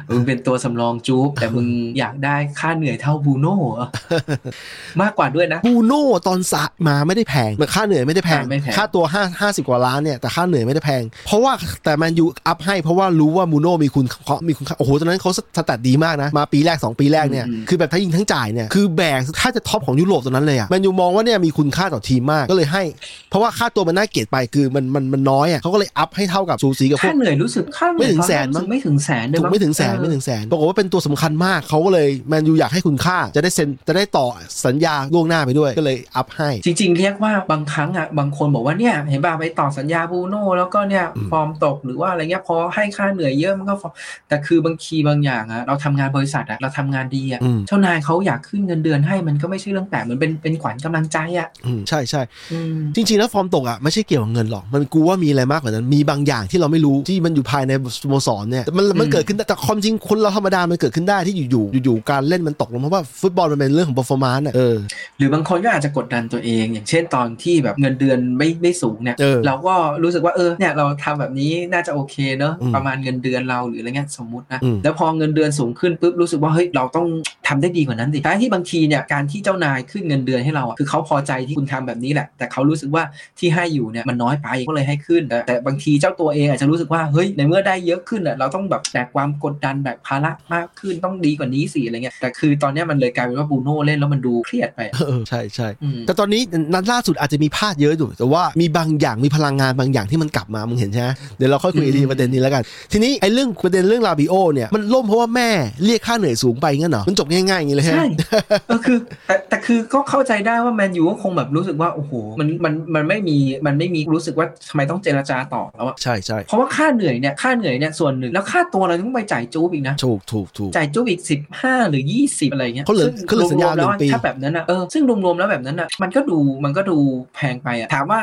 มึงเป็นตัวสำรองจู๊บ แต่มึงอยากได้ค่าเหนื่อยเท่าบรูโน่เหรอ มากกว่าด้วยนะ
บูโน่ตอนสะมาไม่ได้แพงเหมือนค่าเหนื่อยไม่ได้แพง
อ่าไม่แพง
ค่าตัว5 50 กว่าล้านเนี่ยแต่ค่าเหนื่อยไม่ได้แพง เพราะว่าแต่แมนยูอัพให้เพราะว่ารู้ว่ามูโน่มีคุณเขามีคุณค่าโอ้โหตอนนั้นเขาสแตทดีมากนะ มาปีแรก 2 ปีแรกเนี่ยคือแบบทั้งยิงทั้งจ่ายเนี่ยคือแบ่งถ้าจะท็อปของยุโรปตอนนั้นเลยอะแมนยูมองว่าเนี่ยมีคุณค่าต่อทีมมากก็เลยให้ เพราะว่าค่าตัวมันน่าเกลียดไปคือมันมันมันน้อยอะเขาก็เลยอัพให้เท่ากับสูสีกับพว
ค่าก เหนื่อยรู้สึกค่าเห
ไม่
นื่อย
ถึงแสนมั้ง
ไม่ถึงแสนด้วย
ถูก
มั้ง
ไม่ถึงแสน
เออ
ไม่ถึงแสนปรากฏว่าเป็นตัวสำคัญมากเขาก็เลยแมนยูอยากให้คุณค่าจะได้เซ็นจะได้ต่อสัญญาล่วงหน้าไปด้วยก็เลยอัพให้
จริง ๆ เรียกว่าบางครั้งอ่ะบางคนบอกว่าเนี่ยเห็นป่ะไปต่อสัญญาบรูโน่แล้วก็เนี่ย
อืม
ฟอร์มตกหรือว่าอะไรเงี้ยพอให้ค่าเหนื่อยเยอะมันก็ฟอร์มแต่คือบางทีบางอย่างอ่ะเราทำงานบริษัทอ่ะเราทำงานดีอ่ะ
อืม
เจ้านายเขาอยากขึ้นเงินเดือนให้มันก็ไม่ใช่เรื่องแปลกเหมือนเป็นเป็นขวัญกำลังใจอ่ะ
อืมใช่ใช่
อืม
จริงๆแล้วฟอร์มตกอ่ะไม่ใช่เกี่ยวกับเงินหรอก มันกูว่ามีอะไรมากกว่านั้น มีบางอย่างที่เราไม่รู้ที่มันอยู่ภายในสโมสรเนี่ยมันมัน
อืม
เกิดขึ้นได้แต่ความจริงคนเราธรรมดา มันเกิดขึ้นได้ที่อยู่ๆอยู่ๆการเล่นมันตกลงเพราะว่าฟุตบอลมันเป็นเรื่องของ performance น่ะเออ
หรือบางคนก็อาจจะกดดันตัวเอง อย่างเช่นตอนที่แบบเงินเดือนไม่ไม่สูงเนี่ย
เออ
เราก็รู้สึกว่าเออเนี่ยเราทำแบบนี้น่าจะโอเคเนอะ
อืม
ประมาณเงินเดือนเราหรืออะไรเงี้ยสมมตินะ
อืม
แล้วพอเงินเดือนสูงขึ้นปุ๊บรู้สึกว่าเฮ้ยเราต้องทำได้ดีกว่านั้นสิท้ายที่บางทีเนี่ยการที่เจ้านายขึ้นเงินเดือนให้เราอะคือเขาพอใจที่คุณทำแบบนี้แหละ แต่เขารู้สึกว่าที่ให้อยู่เนี่ยมันน้อยไปก็เลยให้ขึ้นแต่แต่บางทีเจ้าตัวเองอาจจะรู้สึกว่าเฮ้ยในเมื่อได้เยอะขึ้นอะเราต้องแบบแบกความกดดันแบกภาระมากขึ้นต้องดีกว่านี้สิอะไรเงี้ยแต่คือตอนเนี้ยมันเลยกลายเป็นว่าบรูโน่เล่นแล้วมันดูเครียดไปอะ
เออใช่ใช่
อืม
แต่ตอนนี้นัดล่าสุดอาจจะมีพลาดเยอะอยู่แต่ว่ามีบางอย่างมีพลังงานบางอย่างที่มันกลับมามึงเห็นใช่ไหมเดี๋ยวเราค่อยคุยทีประเด็นนี้แล้วกัน ทีนี้ไอ้เรื่องประเด็นเรื่องลาบิโอเนี่ยมันล่มเพราะว่าแม่เรียกค่าเหนื่อยสูงไปงั้นเหรอมันจบง่ายๆอย่างนี้เลยฮะ
ใช่เออคือแต่แต่คือก็เข้าใจได้ว่าแมนยูก็คงแบบรู้สึกว่า โอ้โห มันมันมันไม่มีมันไม่มีรู้สึกว่าทำไมต้องเจรจาต่อแล้วอะ
ใช่ใช่
เพราะว่าค่าเหนื่อยเนี่ยค่าเหนื่อยเนี่ยส่วนหนึ่งแล้วค่าตัวเราต้องไปจ่ายจูบอีกนะ
ถูกถูกถูก
จ่ายจูบอีก 15 หรือ 20 อะไรเงี้ย
เขาเหลือ
ซึ่ง
เขาเหลือสัญญาร
วม
ห
ๆแล้ว
นึ่งปี
ถ้าแบบนั้นนะเออซึ่งรวมๆแล้วแบบนั้นอ่ะมันก็ดูมันก็ดูแพงไปอ่ะถามว่า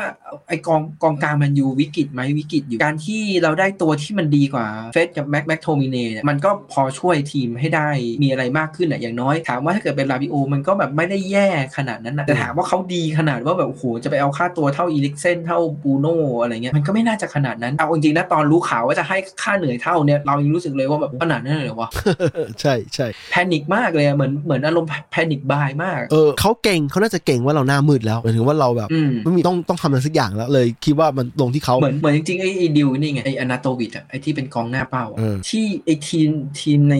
ไอกองกองกลางแมนยูวิกฤตไหมวิกฤตอยู่การที่เราได้ตัวที่มันดีกว่าเฟสกับแม็กแม็กโทมิเน่ยมันก็พอช่วยทีมให้ได้มีอะไรมากขึ้นอ่ะอย่างน้อย ถามว่าถ้าเกิดเป็นลาบิโอมันก็แบบไม่ได้แย่ขนาดนั้นนะแต่ถามว่าเขาดีขนาดว่าแบบโอ้โหจะไปเอาค่าตัวเท่าอีลิกเซนเท่าบูโน่อะไรเงี้ยมันก็ไม่น่าจะขนาดนั้นเอาจริงๆนะตอนรู้ข่าวว่าจะให้ค่าเหนื่อยเท่าเนี่ยเรายังรู้สึกเลยว่าแบบขนาดนั้นเลยเหรอวะ
ใช่ใช่
แพนิคมากเลยอะเหมือนเหมือนอารมณ์แพนิคบายมาก
เออเขาเก่งเขาน่าจะเก่งว่าเราหน้ามืดแล้วหมายถึงว่าเราแบบ
อืม
ไม่มีต้องต้องทำอะไรสักอย่างแล้วเลยคิดว่ามันลงที่เขา
เหมือนเหมือนจริงๆไอ้ไอ้ดิวนี่ไงไอ้อนาโตวิดอะไอ้ที่เป็นกองหน้าเป้าอะ
เออ
ที่ไอ้ทีมทีมใน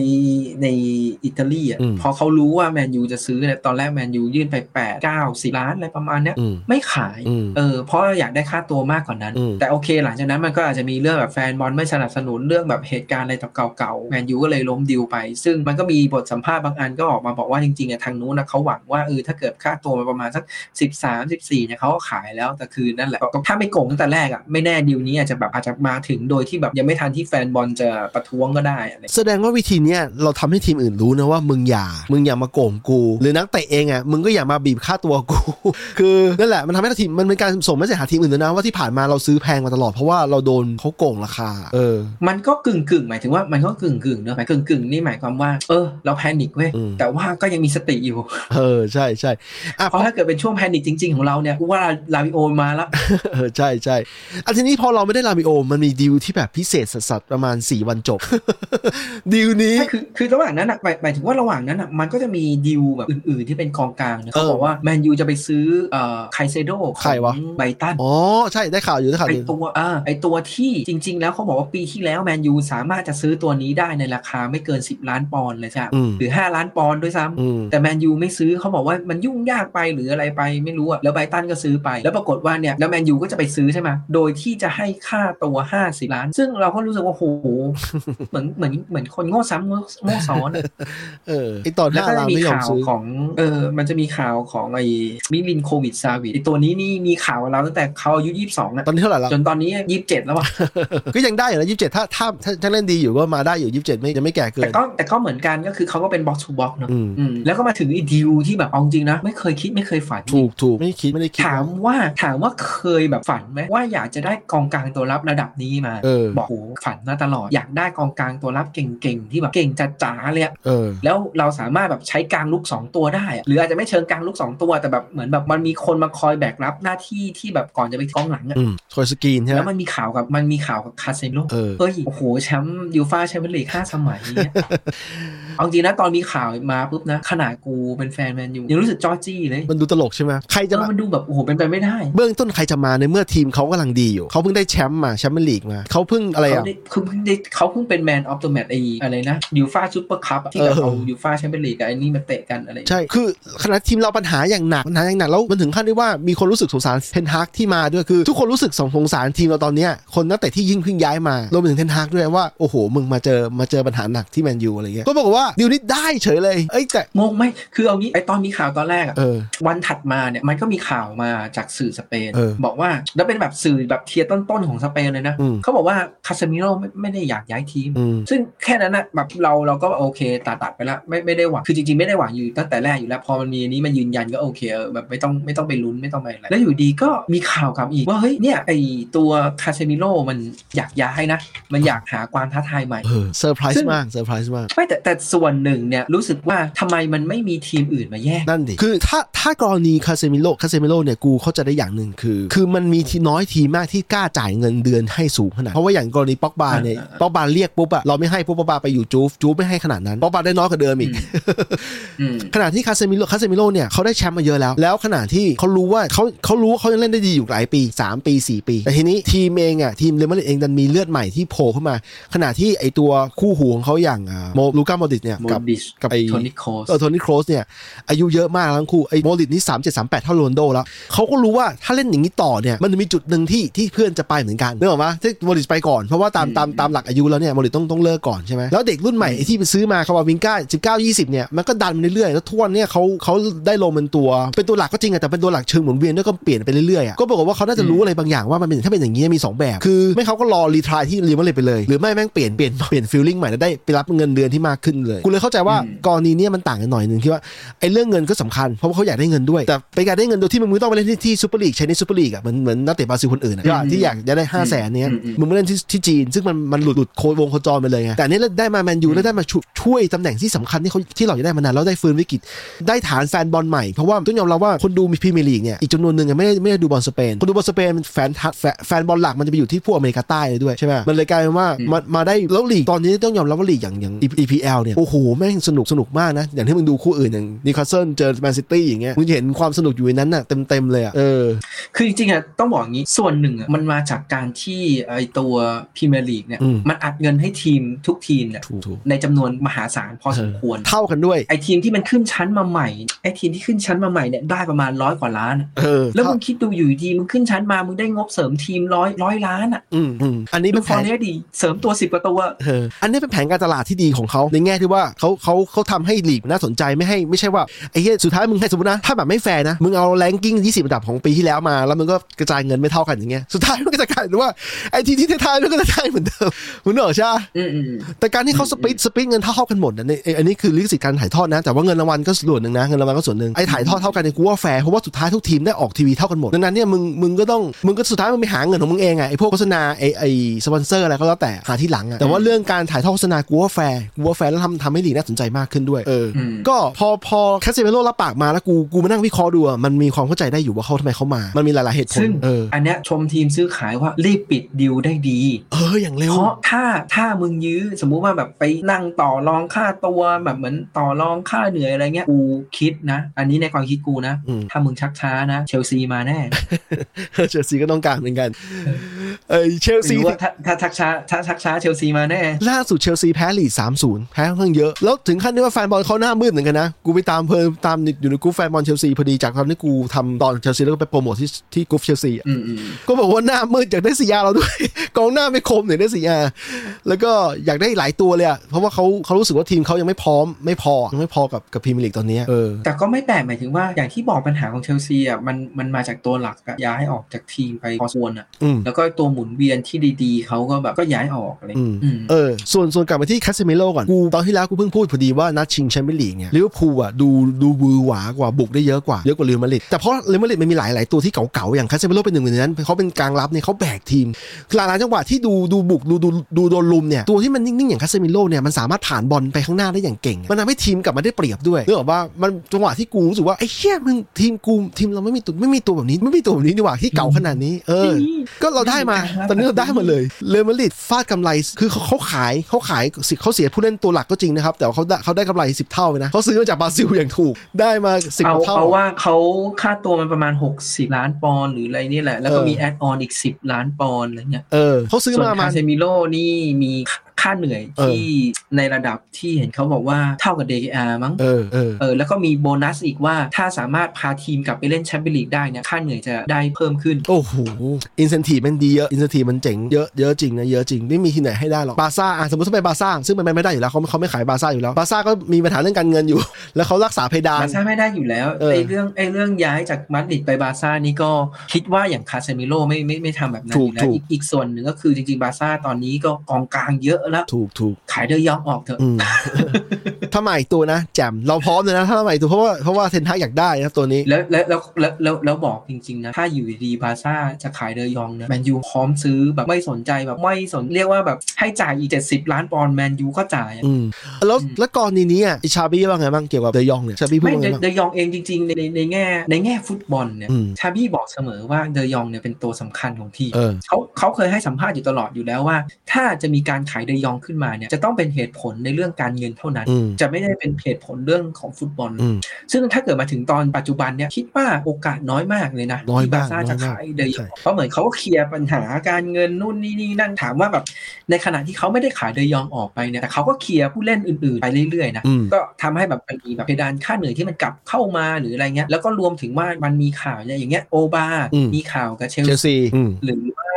ในอิตาลีอะ
อืม
พอเขารู้ว่าแมนยูจะซื้อเนี่ยตอนแรกแมนยูยื่นไป 8 9 10 ล้านอะไรประมาณเนี้ย
อืม
ไม่ขาย
อืม
เออเพราะอยากได้ค่าตัวมากกว่านั้น
อืม
แต่โอเคหลังจากนั้นมันก็อาจจะมีเรื่องแบบแฟนบอลไม่สนับสนุนเรื่องแบบเหตุการณ์อะไรต่อเก่าๆแมนยูก็เลยล้มดิวไป ซึ่งมันก็มีบทสัมภาษณ์บางอันก็ออกมาบอกว่าจริงๆอะทางนู้นนะเขาหวังว่าเออถ้าเกิดค่าตัวมันประมาณสัก 13 14เนี่ยเขาก็ขายแล้วแต่คือนั่นแหละก็ถ้าไม่โกงตั้งแต่แรกอ่ะไม่แน่ดิวนี้อาจจะแบบอาจจะมาถึงโดยที่แบบยังไม่ทันที่แฟนบอลจะประท้วงก็ได้อะไร
แสดงว่าวิธีเนี้ยเราทำให้ทีมอื่นรู้นะว่ามึงอย่า า มึงอย่ามาโกงกู หรือนักเตะเองอ่ะมึงก็อย่ามาบีบค่าตัวกู คือนั่นแหละมันทำให้ทีมมันเป็นการสมไม่ใช่หาทีมอื่นด้วยนะว่าที่ผ่านมาเราซื้อแพงมาตลอดเพราะว่าเราโดนเขาโกงราคา เออ
มันก็กึ่งกึ่งๆหมายถึงว่ามันก็กึ่งกึ่งๆเนอะหมายกึ่งกึ่งๆนี่หมายความว่า เออ เราแพนิคเว้ย
อืม
แต่ว่าก็ยังมีสติอยู่
เออใช่ใช่ อ่ะ
เพราะถ้าเกิดเป็นช่วงแพนิคจริง ๆ ของเราเนี่ยกูว่าลาวิโอมาละ
เออใช่ใช่อันทีนี้พอเราไม่ได้ลาบิโอ มันมีดีลที่แบบพิเศษสัสๆประมาณ 4 วันจบ ดีลนี้
คือคือระหว่างนั้นอ่ะหมายหมายถึงว่าระหว่างนั้นอ่ะมันก็จะมีดีลแบบอื่นๆที่เป็นกองกลางนะ
เออ
เขาบอกว่าแมนยูจะไปซื้อเอ่อไคเซโดข
ใคร
อ
วะ
งไบรตัน
อ๋อ ใช่ได้ข่าวอยู่ได้ข่าว
ไอ
อยู่
ตัวอ่าไอตัวที่จริง ๆ แล้วเขาบอกว่าปีที่แล้วแมนยูสามารถจะซื้อตัวนี้ได้ในราคาไม่เกิน 10 ล้านปอนด์เลยจ้ะ
อืม
หรือ 5 ล้านปอนด์ด้วยซ้ำ
อืม
แต่แมนยูไม่ซื้อเขาบอกว่ามันยุ่งยากไปหรืออะไรไปไม่รู้อะแล้วไบรตันก็ซื้อไป แล้วปรากฏว่าเนี่ยแล้วแมนยูก็จะไปซื้อใช่ไหมโดยที่จะให้ค่าตัว50ล้าน ซึ่งเราก็รู้สึกว่าโห เหมือนเหมือนเหมือนคนโง่ซ้ำโง่ซ้อนอะ
เออไอตอนห
แล้ว
น้า
ก็จะ
ร้าน
มี
ไม่ยอม
ข่าว
ซื้อ
ของเออมันจะมีข่าวของไอ้มิลินโควิดซาวิดไอ้ตัวนี้นี่มีข่าวกับเราตั้งแต่เขาอายุยี่สิบสองอะ
ตอนนี้เท่าไหร่ละ
จนตอนนี้ยี่สิบเจ็ดแล้วอะ
ก็ยังได้อยู่นะยี่สิบเจ็ดถ้าถ้าถ้าถ้าเล่นดีอยู่ก็มาได้อยู่ยี่สิบเจ็ดไม่ยังไม่แก่เกิ
แต่
น
ก็แต่ก็เหมือนกันก็คือเขาก็เป็นบ็อกซ์ทูบ็อกเนาะ
อืม
อืมแล้วก็มาถึงไอ้ดิวที่แบบเอาจริงนะ ไม่เคยคิดไม่เคยฝัน
ถูกถูกไม่ได้คิดไม่ได้คิด
ถามว่าถามว่าเคยแบบฝันไหมว่าอยากจะได้กองกลางตัวรับระดับนี้มา
เออ
บอกโหฝันมาตลอดอยากได้กองกลางตัวรับเก่งๆที่แบบเก่งจ๋าๆเลยอะ
เออ
แล้วเราสามารถแบบใช้กลางลูก 2 ตัวได้อะหรืออาจจะไม่เชิงกลางลูก 2 ตัว แต่แบบเหมือนแบบมันมีคนมาคอยแบกรับหน้าที่ที่แบบก่อนจะไปกองหลังอะ
อืมคอยสกรีนใช่ไหม
แล้วมันมีข่าวกับมันมีข่าวกับคาเซโล
เออ
เอ้ยโอ้โหแชมป์ยูฟ่าแชมเปี้ยนลีกห้าสมัย เนี่ยเอาจริงนะตอนมีข่าวมาปุ๊บนะ ขนาดกูเป็นแฟนแมนยูยังรู้สึกจอจี้เลย
มันดูตลกใช่ไหมใครจะ
เออ
มา
มันดูแบบโอ้โหเป็นไปไม่ได้
เบื้องต้นใครจะมาในเมื่อทีมเขากำลังดีอยู่เขาเพิ่งได้แชมป์มาแชมเปี้ยนลีกมาเขาเพิ่งอะไร
เขา
อ่ะ
ได้คือเพิ่งได้เขาเพิ่งเป็นแมนออฟเดอะแมตไออะไรนะยูฟ่าซูเปอร์คัพที่แบบเอา
เออ
ยูฟ่าแชมเปี้ยนลีกกับไอ้นี่มาเตะกันอะไรอย่างเงี้ย
ใช่ คือขณะทีมเราปัญหาอย่างหนักปัญหาอย่างหนัก แล้วมันถึงขั้นที่ว่ามีคนรู้สึกสงสารเทนฮากที่มาด้วย คือ ทุกคนรู้สึกสงสงสารทีมเราตอนเนี้ย คนนักเตะที่ยิ่งเพิ่งย้ายมารวมไปถึงเทนฮากด้วยว่า โอ้โห มึงมาเจอ มาเจอปัญหาหนักที่แมนยูอะไรเงี้ย ก็บอกว่าดิวนี้ได้เฉยเลย เอ้ยแต่
งงไหมคือเอางี้ไอตอนมีข่าวตอนแรกอะ
เออ
วันถัดมาเนี่ยมันก็มีข่าวมาจากสื่อสเปน
เออ
บอกว่าแล้วเป็นแบบสื่อแบบเทียร์ต้นๆของสเปนเลยนะ
อืม
เขาบอกว่าคาเซมิโร่ไม่ไม่ได้อยากย้ายทีม
อืม
ซึ่งแค่นั้นนะแบบเราเราก็โอเคตัดตัดไปละไม่ไม่ได้หวังคือจริงๆไม่ได้หวังอยู่ตั้งแต่แรกอยู่แล้วพอมันมีอันนี้มายืนยันก็โอเคเออแบบไม่ต้องไม่ต้องไปลุ้นไม่ต้องไปอะไรแล้วอยู่ดีก็มีข่าวกลับอีกว่าเฮ้ยเนี่ยไอตัวคาเซมิโร่มันอยากย้ายนะ มันอยากหาความท้าทายใหม่
เออ เซอร์ไพร
ซึ่
ส์
ง
มาก เซอร์ไพรส์มาก
ไม่แต่แต่ส่วนหนึ่งเนี่ยรู้สึกว่าทำไมมันไม่มีทีมอื่นมาแย่ง
นั่นดิ คือถ้าถ้ากรณีคาเซมิโลคาเซมิโลเนี่ย กูเข้าใจได้อย่างหนึ่งคือ คือมันมีทีน้อยทีมมากที่กล้าจ่ายเงินเดือนให้สูงขนาด เพราะว่าอย่างกรณีป็อกบาเนี่ย
อ่าอ่า
ป็อกบาเรียกปุ๊บอะเราไม่ให้ปุ๊บป๊อกบาไปอยู่จูฟจูฟไม่ให้ขนาดนั้นป๊อกบาได้น้อยกว่าเดิมอีก
อืม
ขณะที่คาเซมิโลคาเซมิโลเนี่ยเขาได้แชมป์มาเยอะแล้ว แล้วขณะที่เขารู้ว่าเขาเขารู้ว่าเขายังเล่นได้ดีอยู่หลายปี 3 ปี 4 ปี แต่ทีนี้ทีมเองอ่ะทีมเรอัลมาดริดเองดันมีเลือดใหม่ที่โผล่ขึ้นมา ขณะที่ไอตัวคู่หูของเขาอย่างอ่าโมลูก้าโมดริตเนี่ย
โม
กับ
ดิช
กับไอ้
โทนิโคส
เออโทนี่โครสเนี่ยอายุเยอะมากแล้วทั้งคู่ไอโมดริตนี่3 7 3 8 เท่าโรนลโดแล้วเขาก็รู้ว่าถ้าเล่นอย่างนี้ต่อเนี่ยมันจะมีจุดหนึ่งที่ที่เพื่อนจะไปเหมือนกันนึกออกปะที่โมดริตไปก่อนเพราะว่าตามตามตามหลักอายุแล้วเนี่ยโมดริตต้องต้องเลิกก่อนใช่ไหมแล้วเด็กรุ่นใหม่ไอ้ที่ไปซื้อมาคาวาวิงก้า19 20เนี่ยมันก็ดันเรื่อยๆแล้วทวนเนี่ยเขาเขาได้ลงเป็นตัว เป็นตัวหลักก็จริงอะแต่เป็นตัวหลักเชิงหมุนเวียนด้วยก็เปลี่ยนไปเรื่อยๆอะก็บอกฏว่าเขาน่าจะรู้อะไรบางอย่างว่ามันเป็นถ้าเป็นอย่างนี้มีสองแบบคือไม่เขาก็รอรีทรายที่เรียนมาเลยไปเลยหรือไม่แม่งเปลี่ยนเปลี่ยนเปลี่ยน feeling ใหม่แล้วได้ไปรับเงินเดือนที่มากขึ้นเลยกูเลยเข้าใจว่ากรณีเนี้ยมันต่างกันหน่อยหนึงที่ว่า ไอ้เรื่องเงินก็สำคัญเพราะว่าเขาอยากได้เงินด้วย แต่เป็นการได้เงินโดยที่มึงไม่ต้องไปเล่นที่ที่ซูเปอร์ลีกใช้ในซูเปอร์ลีกอ่ะเหมือนเหมือนนักเตะบราซิลคนอื่นอะที่ว่าที่อยากจะได้ห้าแสนเนี้ยมึงไม่เล่นที่ที่จีน ซึ่งมันมันหลุดหลุดโควงโคจรไปเลยไงแต่อันนี้ได้มาแมนยูแล้วได้มาช่วยช่วยตำแหน่งที่สำคัญที่เขาที่เราอยากได้มานานแล้วได้ฟื้นวิกฤต ได้ฐานแฟนบอลใหม่ เพราะว่าต้องยอมรับว่าคนดูมีพรีเมียร์ลีกเนี่ยอีกจำนวนหนึ่งอะไม่ได้ไม่ได้ดูบอลสเปนคนดูบอลสเปนแฟนทัแฟนแฟนบอลหลักมันจะไปอยู่ที่พวกอเมริกาใต้เลยด้วยใช่ไหมมันเลยกลายเป็นว่ามามาได้แล้วลีกตอนนี้ต้องยอมรับว่าลีกอย่างอย่าง EPL เนี่ยโอ้โหแม่งสนุกสนุกมากนะ อย่างที่มึงดูคู่อื่นอย่างนิคาสเซิลเจอแมนซิตี้อย่างเงี้ยมึงจะเห็นความสนุกอยู่ในนั้นน่ะเต็มเต็มๆเลยอ่ะเออ
คือจริงๆอ่ะต้องบอกอย่างนี้ส่วนหนึ่งอ่ะมันมาจากการที่ไอตัวพรีเมียร์ลีกเนี่ย
อืม
มันอัดเงินให้ทีมทุกทีมเนี่ย
ถูกถูก
ในจำนวนมหาศาลพอสมควร
เท่ากันด้วย
ไอทีมที่มันขึ้นชั้นมาใหม่ไอทีมที่ขึ้นชั้นมาใหม่เนี่ยได้ประมาณร้อยกว่าล้านอะ
เออ
แล้ว
เท่า
มึงคิดดูอยู่ดีมึงขึ้นชั้นมามึงได้งบเสริมทีมร้อยร้อยล้านอ่ะ
อืมอืมอันนี้
ดู
เป็น
ฟ
แผ
อน เรสดีเสริมตัวสิบกว่าตัว
เอออันนี้เป็นแผนการตลาดที่ดีของเขาในแง่ที่ว่าเขาเขาเขาทำให้ลีกน่าสนใจไม่ให้ไม่ใช่ว่าไอ้เหี้ยสุดท้ายมึงให้สมมตินะ ถ้าแบบไม่แฟร์นะ มึงเอาแรงกิ้ง 20 อันดับของปีที่แล้วมา แล้วมึงก็กระจายเงินไม่เท่ากันอย่างเงี้ยสุดท้ายมันก็จะกลายเป็นว่าไอ้ทีมที่ท้ายๆมันก็จะได้เหมือนเดิมเหมือนเดิมใช่ปะ
อืมอืม
แต่การที่เขาสปิตสปิตเงินเท่าๆกันหมดนะเนี่ยไอ้อันนี้คือ ลิขสิทธิ์การถ่ายทอดนะ แต่ว่าเงินรางวัลก็ส่วนหนึ่งนะเงินรางวัลก็ส่วนหนึ่งไอ้ถ่ายทอดเท่ากันเนี่ยกูว่าแฟร์เพราะว่าสุดท้ายทุกทีมได้ออกทีวีเท่ากันหมดดังนั้นเนี่ยมึงมึงก็ต้องมึงก็สุดท้ายมึงไปหาเงินของมึงเองไงไอ้พวกโฆษณาไอ้ไอ้สปอนเซอร์อะไรก็แล้วแต่หาที่หลังอะแต่ว่าเรื่องการถ่ายทอดโฆษณากูว่าแฟร์กูว่าแฟร์แล้วทำทำให้ลีกน่าสนใจมากขึ้นด้วยเอออ
ม
ก็พอพอแคสเซเมโรรับปากมาแล้วกูกูมานั่งวิเคราะห์ดูอะมันมีความเข้าใจได้อยู่ว่าเขาทำไมเขามา มันมีหลายๆเหตุผล
ซึ่ง
เออ
อันเนี้ยชมทีมซื้อขายว่ารีบปิดดีลได้ดี
เอออย่างเร็ว
เพราะถ้าถ้ามึงยื้อสมมุติว่าแบบไปนั่งต่อรองค่าตัวแบบเหมือนต่อรองค่าเหนื่อยอะไรเงี้ยกูคิดนะ อันนี้ในความคิดกูนะ
อืม
ถ้ามึงชักช้านะ เชลซีมาแน่
เชลซีก็ต้องการเหมือนกันเออเชล
ห
ซี
รือว่าถ้าถ้าชักช้าถ้าชักช้าเชลซีมาแน่
ล่าสุดเชลซีแพ้ลีด3-0 แพ้ค่อนข้างเยอะ แล้วถึงขั้นที่ว่าแฟนบอลเขาหน้ามืดเหมือนกันนะ กูไปตามเพลินตามอยู่ในกรุ๊ปแฟนบอลเชลซีพอดีจากตอนที่กูทำตอนเชลซีแล้วก็ไปโปรโมทที่ที่กรุ๊ปเชลซีอะ
อืมอืม
ก็บอกว่าหน้ามืดอยากได้สียาเราด้วย กองหน้าไม่คมเนี่ยได้สียาแล้วก็อยากได้หลายตัวเลยอะเพราะว่าเขาเขารู้สึกว่าทีมเขายังไม่พร้อมไม่พอยังไม่พอกับกับพรีเมียร์ลีกตอนเนี้ยเออ
แต่ก็ไม่แปลกหมายถึงว่าอย่างที่บอกปัญหาของเชลซีอ่ะมันมันมาจากตัวหลักอะย้ายออกจากทีมไปพอสมควรอ่ะ
อืม
แล้วก็ตัวหมุนเวียนที่ดีๆเขาก็แบบก็ย้ายออกอะไร
อืม
อืม
เออ ส่วนส่วนกลับมาที่คาเซมิโลก่อน กูตอนที่แล้วกูเพิ่งพูดพอดีว่านัดชิงแชมเปี้ยนลีกเนี่ยลิเวอร์พูลอ่ะดูดูวือหวากว่าบุกได้เยอะกว่าเยอะกว่าเรอัลมาดริดแต่เพราะเรอัลมาดริดมันมีหลายหลายตัวที่เก่าๆ อย่างคาเซมิโลเป็นหนึ่งในนั้นเขาเป็นกลางรับเนี่ยเขาแบกทีมหลายๆจังหวะที่ดูดูบุกดูดูดูโดนลุมเนี่ยตัวที่มันนิ่งๆอย่างคาเซมิโลเนี่ยมันสามารถผ่านบอลไปข้างหน้าได้อย่างเก่ง มันทำให้ทีมกลับมาได้เปรียบด้วยเนื่องจากว่ามันจังหวะที่กูรู้สึกว่าไอ้เหี้ยมึงทีมกูทีมเราไม่มีตัวไม่มีตัวแบบนี้ไม่มีตัวแบบนี้ดีกว่าที่เก่าขนาดนี้เออ ก็เราได้มา ตอนนี้เราได้มาเลย เรอัลมาดริดฟาดกำไร คือเขาเขาขายเขาขายสิเขาเสียผู้เล่นตัวหลักก็จริงนะครับ แต่ว่าเขาได้เขาได้กำไร 10 เท่าเลยนะเขาซื้อมาจากบราซิลอย่างถูก ได้มา 10
เอา
กว่าเท่า
เอาว่าเขาค่าตัวมันประมาณ 60 ล้านปอนด์หรืออะไรนี่แหละ แล้วก็
เออ
มีแอดออนอีก 10 ล้านปอนด์อะไรเงี้ย
เออเขาซื้อ
ส่วน
มาประมา
คา
ณ
เซมิโลนี่มีค่าเหนื่อย
เออ
ที่ในระดับที่เห็นเขาบอกว่าเท่ากับ DKR มั้ง
เออเออ
เออแล้วก็มีโบนัสอีกว่าถ้าสามารถพาทีมกลับไปเล่นแชมเปี้ยนลีกได้เนี่ยค่าเหนื่อยจะได้เพิ่มขึ้น
โอ้โห อินเซนティมันดีเยอะ อินเซนティมันเจ๋งเยอะเยอะจริงนะ เยอะจริง ไม่มีที่ไหนให้ได้หรอก บาซ่าอ่ะสมมติถ้าไปบาซ่า ซึ่งมันไปไม่ได้อยู่แล้วเขาเขาไม่ขายบาซ่าอยู่แล้ว บาซ่าก็มีปัญหาเรื่องการเงินอยู่ แล้วเขารักษาเพดาน
บาซ่าไม่ได้อยู่แล้ว
เออ
ไอ้เรื่องไอ้เรื่องย้ายจากมาดริดไปบาซ่านี่ก็คิดว่าอย่างคาเซมิโลไม่ไม่ไม่ทำแบบนั้นอยู่แล้วอีกอีกส่วนหนึ่งก็คือจริงๆบาซ่าตอนนี้ก็กองกลางเยอะแล้ว
ถูกถูก
ขายเดอร์ยองออกเถอะ
อืม ถ้ามาอีกตัวนะแจมเราพร้อมเลยนะถ้ามาอีกตัวเพราะว่าเพราะว่าเทนทักอยากได้นะตัวนี้
แล้วแล้วแล้วแล้วแล้วแล้วบอกจริง ๆ นะ ถ้าอยู่ดีๆบาซ่าจะขายเดอร์ยองนะแมนยูพร้อมซื้อแบบไม่สนใจแบบไม่สนเรียกว่าแบบให้จ่ายอีก 70 ล้านปอนด์แมนยูก็จ่ายอะ
อืมแล้วแล้วกรณีนี้อ่ะไอ้ชาบี้ว่าไงบ้างเกี่ยวกับเดยองเนี่ยชาบี้พูด
ไม่
ว่า
เด
ไง
อ
บ้าง
เดอร์ยองเองจริง ๆ ในในในแง่ในแง่ฟุตบอลเนี่ย
อืม
ชาบี้บอกเสมอว่าเดอร์ยองเนี่ยเป็นตัวสำคัญของทีม
เออ
เขาเขาเคยให้สัมภาษณ์อยู่ตลอดอยู่แล้วว่า ถ้าจะมีการขายเดยองขึ้นมาเนี่ยจะต้องเป็นเหตุผลในเรื่องการเงินเท่านั้น
อืม
จะไม่ได้เป็นเหตุผลเรื่องของฟุตบอล
อืม
ซึ่งถ้าเกิดมาถึงตอนปัจจุบันเนี่ยคิดว่าโอกาสน้อยมากเลยนะ
น้อย
ที่บา
า
ม
ก
ซ่าจะขายเดย
ใช่
องเพราะเหมือนเขาก็เคลียร์ปัญหาการเงินนู่นนี่นี่นั่นถามว่าแบบในขณะที่เขาไม่ได้ขายเดยองออกไปเนี่ยแต่เขาก็เคลียร์ผู้เล่นอื่นๆไปเรื่อยๆนะ
อืม
ก็ทำให้แบบมันมีแบบเพดานค่าเหนื่อยที่มันกลับเข้ามาหรืออะไรเงี้ยแล้วก็รวมถึงว่ามันมีข่าวเนี่ยอย่างเงี้ยโอบา
อืม
มีข่าวกับเชล
เช
ซี
ลซีอืม
หรือว่า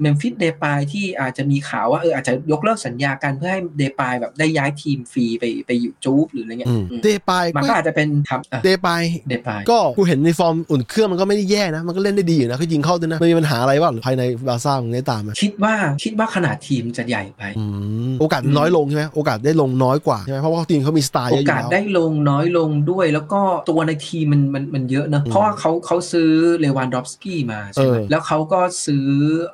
เมมฟิสเดปายที่อาจจะมีข่าวว่าเอออาจจะยกเลิกสัญญากันเพื่อให้เดปายแบบได้ย้ายทีมฟรีไปไปอยู่จู๊บหรืออะไรเงี้ย
อืม
อืม
เดปาย
มัน
ก็
ก็อาจจะเป็นครับ
เดปาย
เดปาย
ก็กูเห็นในฟอร์มอุ่นเครื่องมันก็ไม่ได้แย่นะ มันก็เล่นได้ดีอยู่นะคือยิงเข้าด้วยนะไม่มีปัญหาอะไรว่าหรือภายในบาร์ซ่ามึงได้ตามไหม
คิดว่าคิดว่าขนาดทีมจะใหญ่ไป
อืมโอกาสน้อยลงใช่ไหมโอกาสได้ลงน้อยกว่าใช่ไหมเพราะว่าทีมเขามีสไตล์เย
โอ
อะอยู่
กาส
แล้ว
ได้ลงน้อยลงด้วย แล้วก็ตัวในทีมมันมันมันเยอะเนอะ
อืม
เพราะว่าเขาเขาซื้อเลวานดอฟสกี้มาใช่ไหม
เออ
แล้วเขาก็ซื้อ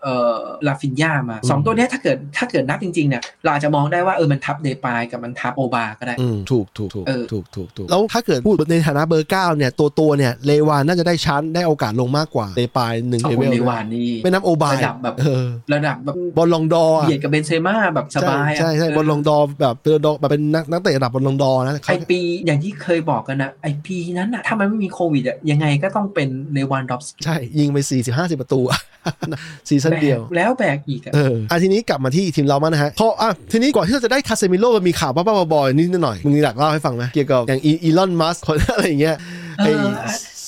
เอ่อลาฟินยามาสอง
อืม
ตัวเนี้ยถ้าเกิดถ้าเกิดนับจริงๆเนี่ยเราอาจจะมองได้ว่าเออมันทับเดปายกับมันทับโอบาก็ได้
อืมถูกถูกถูก
เออ
ถูกถูกถูกแล้วถ้าเกิดพูดในฐานะเบอร์เก้าเนี่ยตัวตัวเนี่ยเลวานน่าจะได้ชั้นได้โอกาสลงมากกว่าเดปายหนึ่ง
เอา
เล
ค
เวนล
เลวานนี่
ไม่นับโอบาย
ระดับแบบ
เออ
ระดับแบบ
บอลลองดอร์อะ
เหยียดกับเบนเซม่าแบบสบายอะ
ใช่ใช่ใช่บอลลองดอร์แบบเป็นดอร์แบบเป็นนักนักเตะระดับบอลลองดอร์นะ
ไอ
เขา
ปีอย่างที่เคยบอกกันนะไอปีนั้นอะถ้ามันไม่มีโควิดอะยังไงก็ต้องเป็นเลวันดอฟสกี้
ใช่ ยิงไป 4 0 50 ประตูอะ ซีซั่นเดียว
แบกแล้วแบกอีกอะ
เอออ่ะทีนี้กลับมาที่ทีมเรามางนะฮะพออ่ะทีนี้ก่อนที่เราจะได้คาเซมิโร่มันมีข่าวบ้ าๆบอๆนิดหน่อยมึงอยากเล่าให้ฟังไหมเกี่ยวกับอย่างอีลอนมัสคน อะไรอย่างเงี้ย
เอ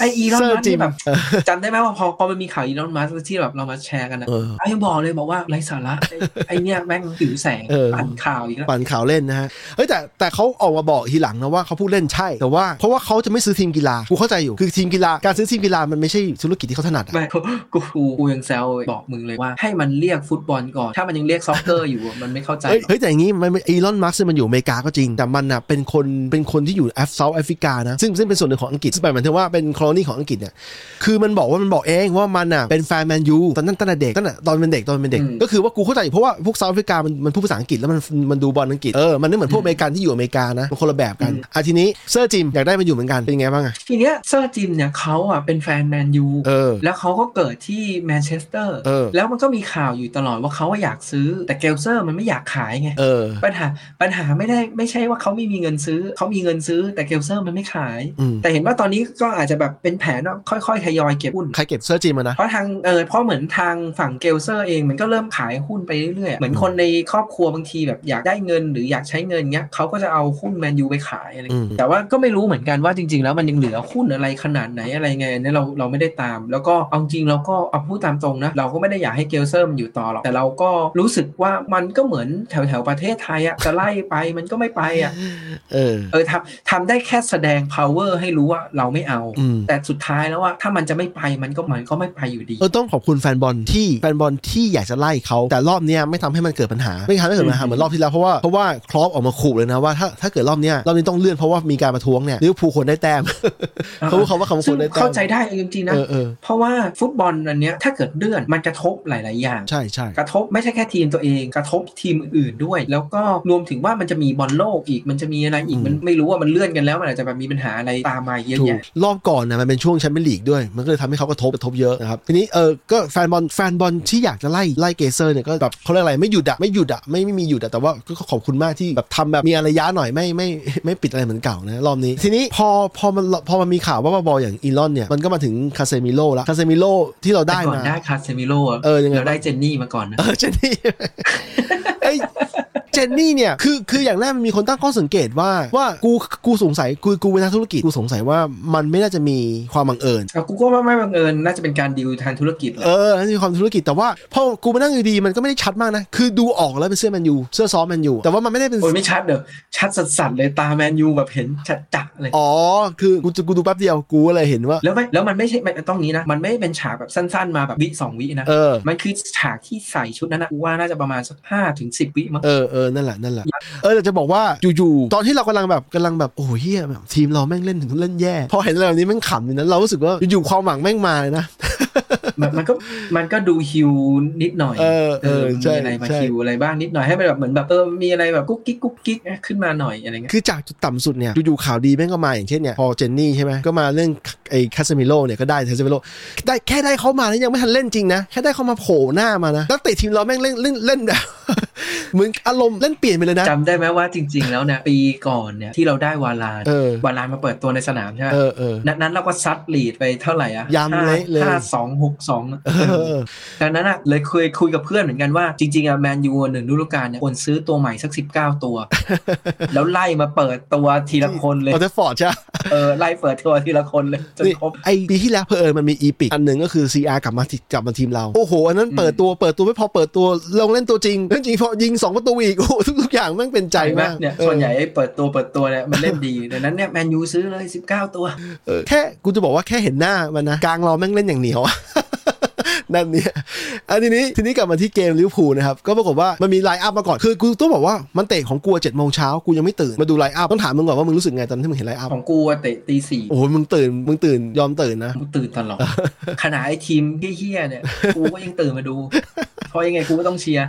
ไอ้
อ ไออีลอน
เซอ
มั
ร์
ส
จิ
ที่
ม
แบบ
เออ
จำได้ไหมว่าพอพอมันมีข่าวอีลอนมัสที่แบบเรามาแชร์กันนะ
เออ
ไอ้ยังบอกเลยบอกว่าไร้สาระไอ้ไอเนี่ยแม่งหิวแสง
เออ
ปั่นข่าวอีกแล้ว
ปั่นข่าวเล่นนะฮะ เฮ้ยแต่แต่เขาออกมาบอกทีหลังนะว่าเขาผู้เล่นใช่ แต่ว่าเพราะว่าเขาจะไม่ซื้อทีมกีฬา กูเข้าใจอยู่ คือทีมกีฬา การซื้อทีมกีฬามันไม่ใช่ธุรกิจที่เขาถนัดอะ
ไม่กูกูกูกูยังแซวบอกมึงเลยว่าให้มันเรียกฟุตบอลก่อน ถ้ามันยังเรียกซ็อกเกอร์อยู่อะมันไม่เข้าใจ
เฮ้ยเฮ้ยแต่อย่างนี้มันอีลอนมัสมันอยู่อเมริกาก็จริง แต่มันอ่ะเป็นคนเป็นคนที่อยู่แอฟเซาท์แอฟริกานะ ซึ่งซึ่งเป็นส่วนหนึ่งของอังกฤษซึ่งหมายถึงว่าเป็นคลอนีของอังกฤษเนี่ย คือมันบอกว่ามันบอกเองว่ามันอ่ะเป็นแฟนแมนยูตอนนั้นตั้งแต่เด็กตั้งแต่ตอนเป็นเด็กตอนเป็นเด็ก ก็คือว่ากูเข้าใจอยู่เพราะว่าพวกเซาท์แอฟริกามันมันพูดภาษาอังกฤษแล้วมันมันดูบอลอังกฤษ เออ มันไม่เหมือนพวกอเมริกันที่อยู่อเมริกานะมันคนละแบบกันอ่ะทีนี้เซอร์จิมอยากได้มันอยู่เหมือนกันเป็นไงบ้างอะ
ทีเนี้ยเซอร์จิมเนี่ยเขาอ่ะเป็นแฟนแมนยู
เออ
แล้วเขาก็เกิดที่แมนเชสเตอร์
เออ
แล้วมันก็มีข่าวอยู่ตลอดว่าเขาอะอยากซื้อ แต่เกลเซอร์มันไม่อยากขายไง
เออ
ปัญหาปัญหาไม่ได้ไม่ใช่ว่าเขาไม่มีเงินซื้อ เขามีเงินซื้อแต่เกลเซอร์มันไม่ขาย
อืม
แต่เห็นว่าตอนนี้ก็อาจจะแบบเป็นแผนว่าค่อยๆทยอยเก็บหุ้น
ใครเก็บเสื้อจีนมานะ
เพราะทางเออเพราะเหมือนทางฝั่งเกลเซอร์เองมันก็เริ่มขายหุ้นไปเรื่อยๆ เหมือนคนในครอบครัวบางทีแบบอยากได้เงินหรืออยากใช้เงินเงี้ยเขาก็จะเอาหุ้นแมนยูไปขายอะไร
อืม
แต่ว่าก็ไม่รู้เหมือนกันว่าจริง ๆ แล้วมันยังเหลือหุ้นอะไรขนาดไหนอะไรไงเนี่ยเราเราไม่ได้ตาม แล้วก็เอาจริงเราก็เอาพูดตามตรงนะเราก็ไม่ได้อยากให้เกลเซอร์มันอยู่ต่อหรอกแต่เราก็รู้สึกว่ามันก็เหมือนแถวแถวๆประเทศไทยอะจะไล่ไปมันก็ไม่ไปอะ
เออ
เออทำทำได้แค่แสดง power ให้รู้ว่าเราไม่เอา
อืม
แต่สุดท้ายแล้วว่าถ้ามันจะไม่ไปมันก็มันก็ไม่ไปอยู่ดี
เออต้องขอบคุณแฟนบอลที่แฟนบอลที่อยากจะไล่เขาแต่รอบเนี้ยไม่ทำให้มันเกิดปัญหา ไม่ทำให้เกิดปัญหาเหมือนรอบที่แล้วเพราะว่าเพราะว่าคลอปออกมาขู่เลยนะว่าถ้าถ้าเกิดรอบเนี้ยรอบนี้ต้องเลื่อนเพราะว่ามีการประท้วงเนี่ยลิเวอร์พูลควรได้แต้ม เขาพูดคำว่าคำว่าค
ซึ่
ว
ง
รได้แต้ม
เข้าใจได้จริงๆนะ
เออเออ
เพราะว่าฟุตบอลอันเนี้ยถ้าเกิดเลื่อนมันกระทบหลายๆอย่าง
ใช่ใช่
กระทบไม่ใช่แค่ทีมตัวเอง กระทบทีมอื่นด้วย แล้วก็รวมถึงว่ามันจะมีบอลโลกอีกมันจะมีอะไรอีกมันไม่รู้ว่ามันเลื่อนกันแล้วมันอาจจะแบบมีปัญหาอะไรตามมาเยอะ
ถูก
แยะ
รอบก่อนนะมันเป็นช่วงแชมเปี้ยนลีกด้วย มันก็เลยทำให้เขากระทบกระทบเยอะนะครับทีนี้เออก็แฟนบอลแฟนบอลที่อยากจะไล่ไล่เกเซอร์เนี่ยก็แบบเขาเรียกอะไรไม่หยุดอะไม่หยุดอะไม่ไม่มีหยุดอะแต่ว่าก็ขอบคุณมากที่แบบทำแบบมีอารยะหน่อยไม่ไม่ไม่ปิดอะไรเหมือนเก่านะรอบนี้ ทีนี้พอพอมันพอมันมีข่าวว่าบอลอย่างอีลอนเนี่ยมันก็มาถึงคาเซมิโลละคาเซมิโลที่เราได้
แต่ก่อน
มา
ได้คาเซมิโละ
เออยังไง
เราได้เจนนี่มาก่อนนะ
เออเจนนี่ ไอ้ยเจนนี่เนี่ยคือคืออย่างแรกมันมีคนตั้งข้อสังเกตว่าว่ากูกูสงสัยกูกูเป็นนักธุรกิจกูสงสัยว่ามันไม่น่าจะมีความบังเอิญ
แต่กูก็ว่าไม่บังเอิญน่าจะเป็นการดีลทางธุรกิจแหละ
เออนั่นคือความธุรกิจแต่ว่าพอกูมานั่งอยู่ดีมันก็ไม่ได้ชัดมากนะ คือดูออกแล้วเป็นเสื้อแมนยูเสื้อซ้อมแมนยูแต่ว่ามันไม่ได้เป็น
โอ้ยไม่ชัดเด้อชัดสัสๆเลยตาแมนยูแบบเห็นชัดจักเลย
อ๋อ คือกูจะกูดูแป๊บเดียวกูอะไรเห็นว่า
แล้วไม่แล้วมันไม่ใช่มันต้องนี้นะ มันไม่ได้เป็นฉากแบบสั้น ๆ มาแบบวิสองวินะ
เออ
มันคือฉากที่ใส่ชุดนั้นนะกูว่าน่าจะประมาณสักห้าถึงสิบวิมั้ง
เออเออนั่นแหละนั่นแหละเออแต่จะบอกว่าอยู่ๆตอนที่เรากำลังแบบกำลังแบบโอ้โหเฮียแบบทีมเราแม่งเล่นถึงเล่นแย่พอเห็นอะไรแบบนี้แม่งขำเลยนะเรารู้สึกว่าอยู่ๆความหวังแม่งมาเลยนะ
มันมันก็มันก็ดูฮิวนิดหน่อย
เออเออใช่
มีอะไรมา
ใช่
ฮิวอะไรบ้างนิดหน่อยให้มันแบบเหมือนแบบเออมีอะไรแบบกุ๊กกิ๊กกุ๊กกิ๊กขึ้นมาหน่อยอะไรเงี้ย
คือจากจุดต่ำสุดเนี่ยอยู่ๆข่าวดีแม่งก็มาอย่างเช่นเนี่ยพอเจนนี่ใช่ไหมก็มาเรื่องไอ้คาสมิโลเนี่ยก็ได้คาสมิโลได้แค่ได้เขามาแล้วยังไม่ทันเล่นจริงนะแค่ได้เขามาโผล่หน้ามานะนักเตะทีมเราแม่งเล่นเล่นเล่นแบบ เหมือนอารมณ์เล่นเปลี่ยนไปเลยนะ
จำได้ไหมว่าจริง ๆ แล้วเนี่ยปีก่อนเนี่ยที่เราได้วาลาน
เออ
วาลานมาเปิดตัวในสนามใช่ไหม
เออเออ
นัดนั้นเราก็ซัดลีดไปเท่าไหร่อะ
ยำเละเลย
ห้าสองหกสองอะ
เออเออ
ดังนั้นอะเลยเคยคุยกับเพื่อนเหมือนกันว่าจริงๆอะแมนยูหนึ่งฤดูกาลเนี่ยควรซื้อตัวใหม่สักสิบเก้าตัว แล้วไล่มาเปิดตัวทีละคนเลย
เอาแต่ฟอร์ดใช่ปะ
เออไล่เปิดตัวทีละคนเลยจน
นี่
ครบ
ไอปีที่แล้วเพอเอิญมันมีอีปิกอันหนึ่งก็คือ CR กลับมาที่กลับมาทีมเรา โอ้โห อันนั้นเปิดตัวเปิดตัวไม่พอเปิดตัวลงเล่นตัวจริงเล่นจริงพอยิงสองประตูอีกโอ้โหทุกๆอย่างแม่งเป็นใจ
ใช่ไหม
มาก
เนี่ย
เออ
ส่วนใหญ่ไอ้เปิดตัวเปิดตัวเนี่ยมันเล่นดี ดังนั้นเนี่ยแมนยูซื้อเลย 19 ตัว
เออแค่กูจะบอกว่าแค่เห็นหน้ามันนะ กลางเราแม่งเล่นอย่างเหนียว นั่นเนี่ยอันทีนี้ทีนี้กลับมาที่เกมลิเวอร์พูลนะครับ ก็ปรากฏว่ามันมีไลน์อัพมาก่อนคือกูต้องบอกว่ามันเตะของกูเจ็ดโมงเช้ากูยังไม่ตื่น มาดูไลน์อัพต้องถามมึงก่อนว่ามึงรู้สึกไงตอนที่มึงเห็นไลน์อัพ
ของกูอะเตะตีสี่
โอ้โหมึงตื่นมึงตื่นยอมตื่นนะ
กูตื่นตล อด ขนาดไอ้ทีมเฮี้ยๆเนี่ย กูก็ยังตื่นมาดู เพราะยังไงกูก็ต้องเชียร์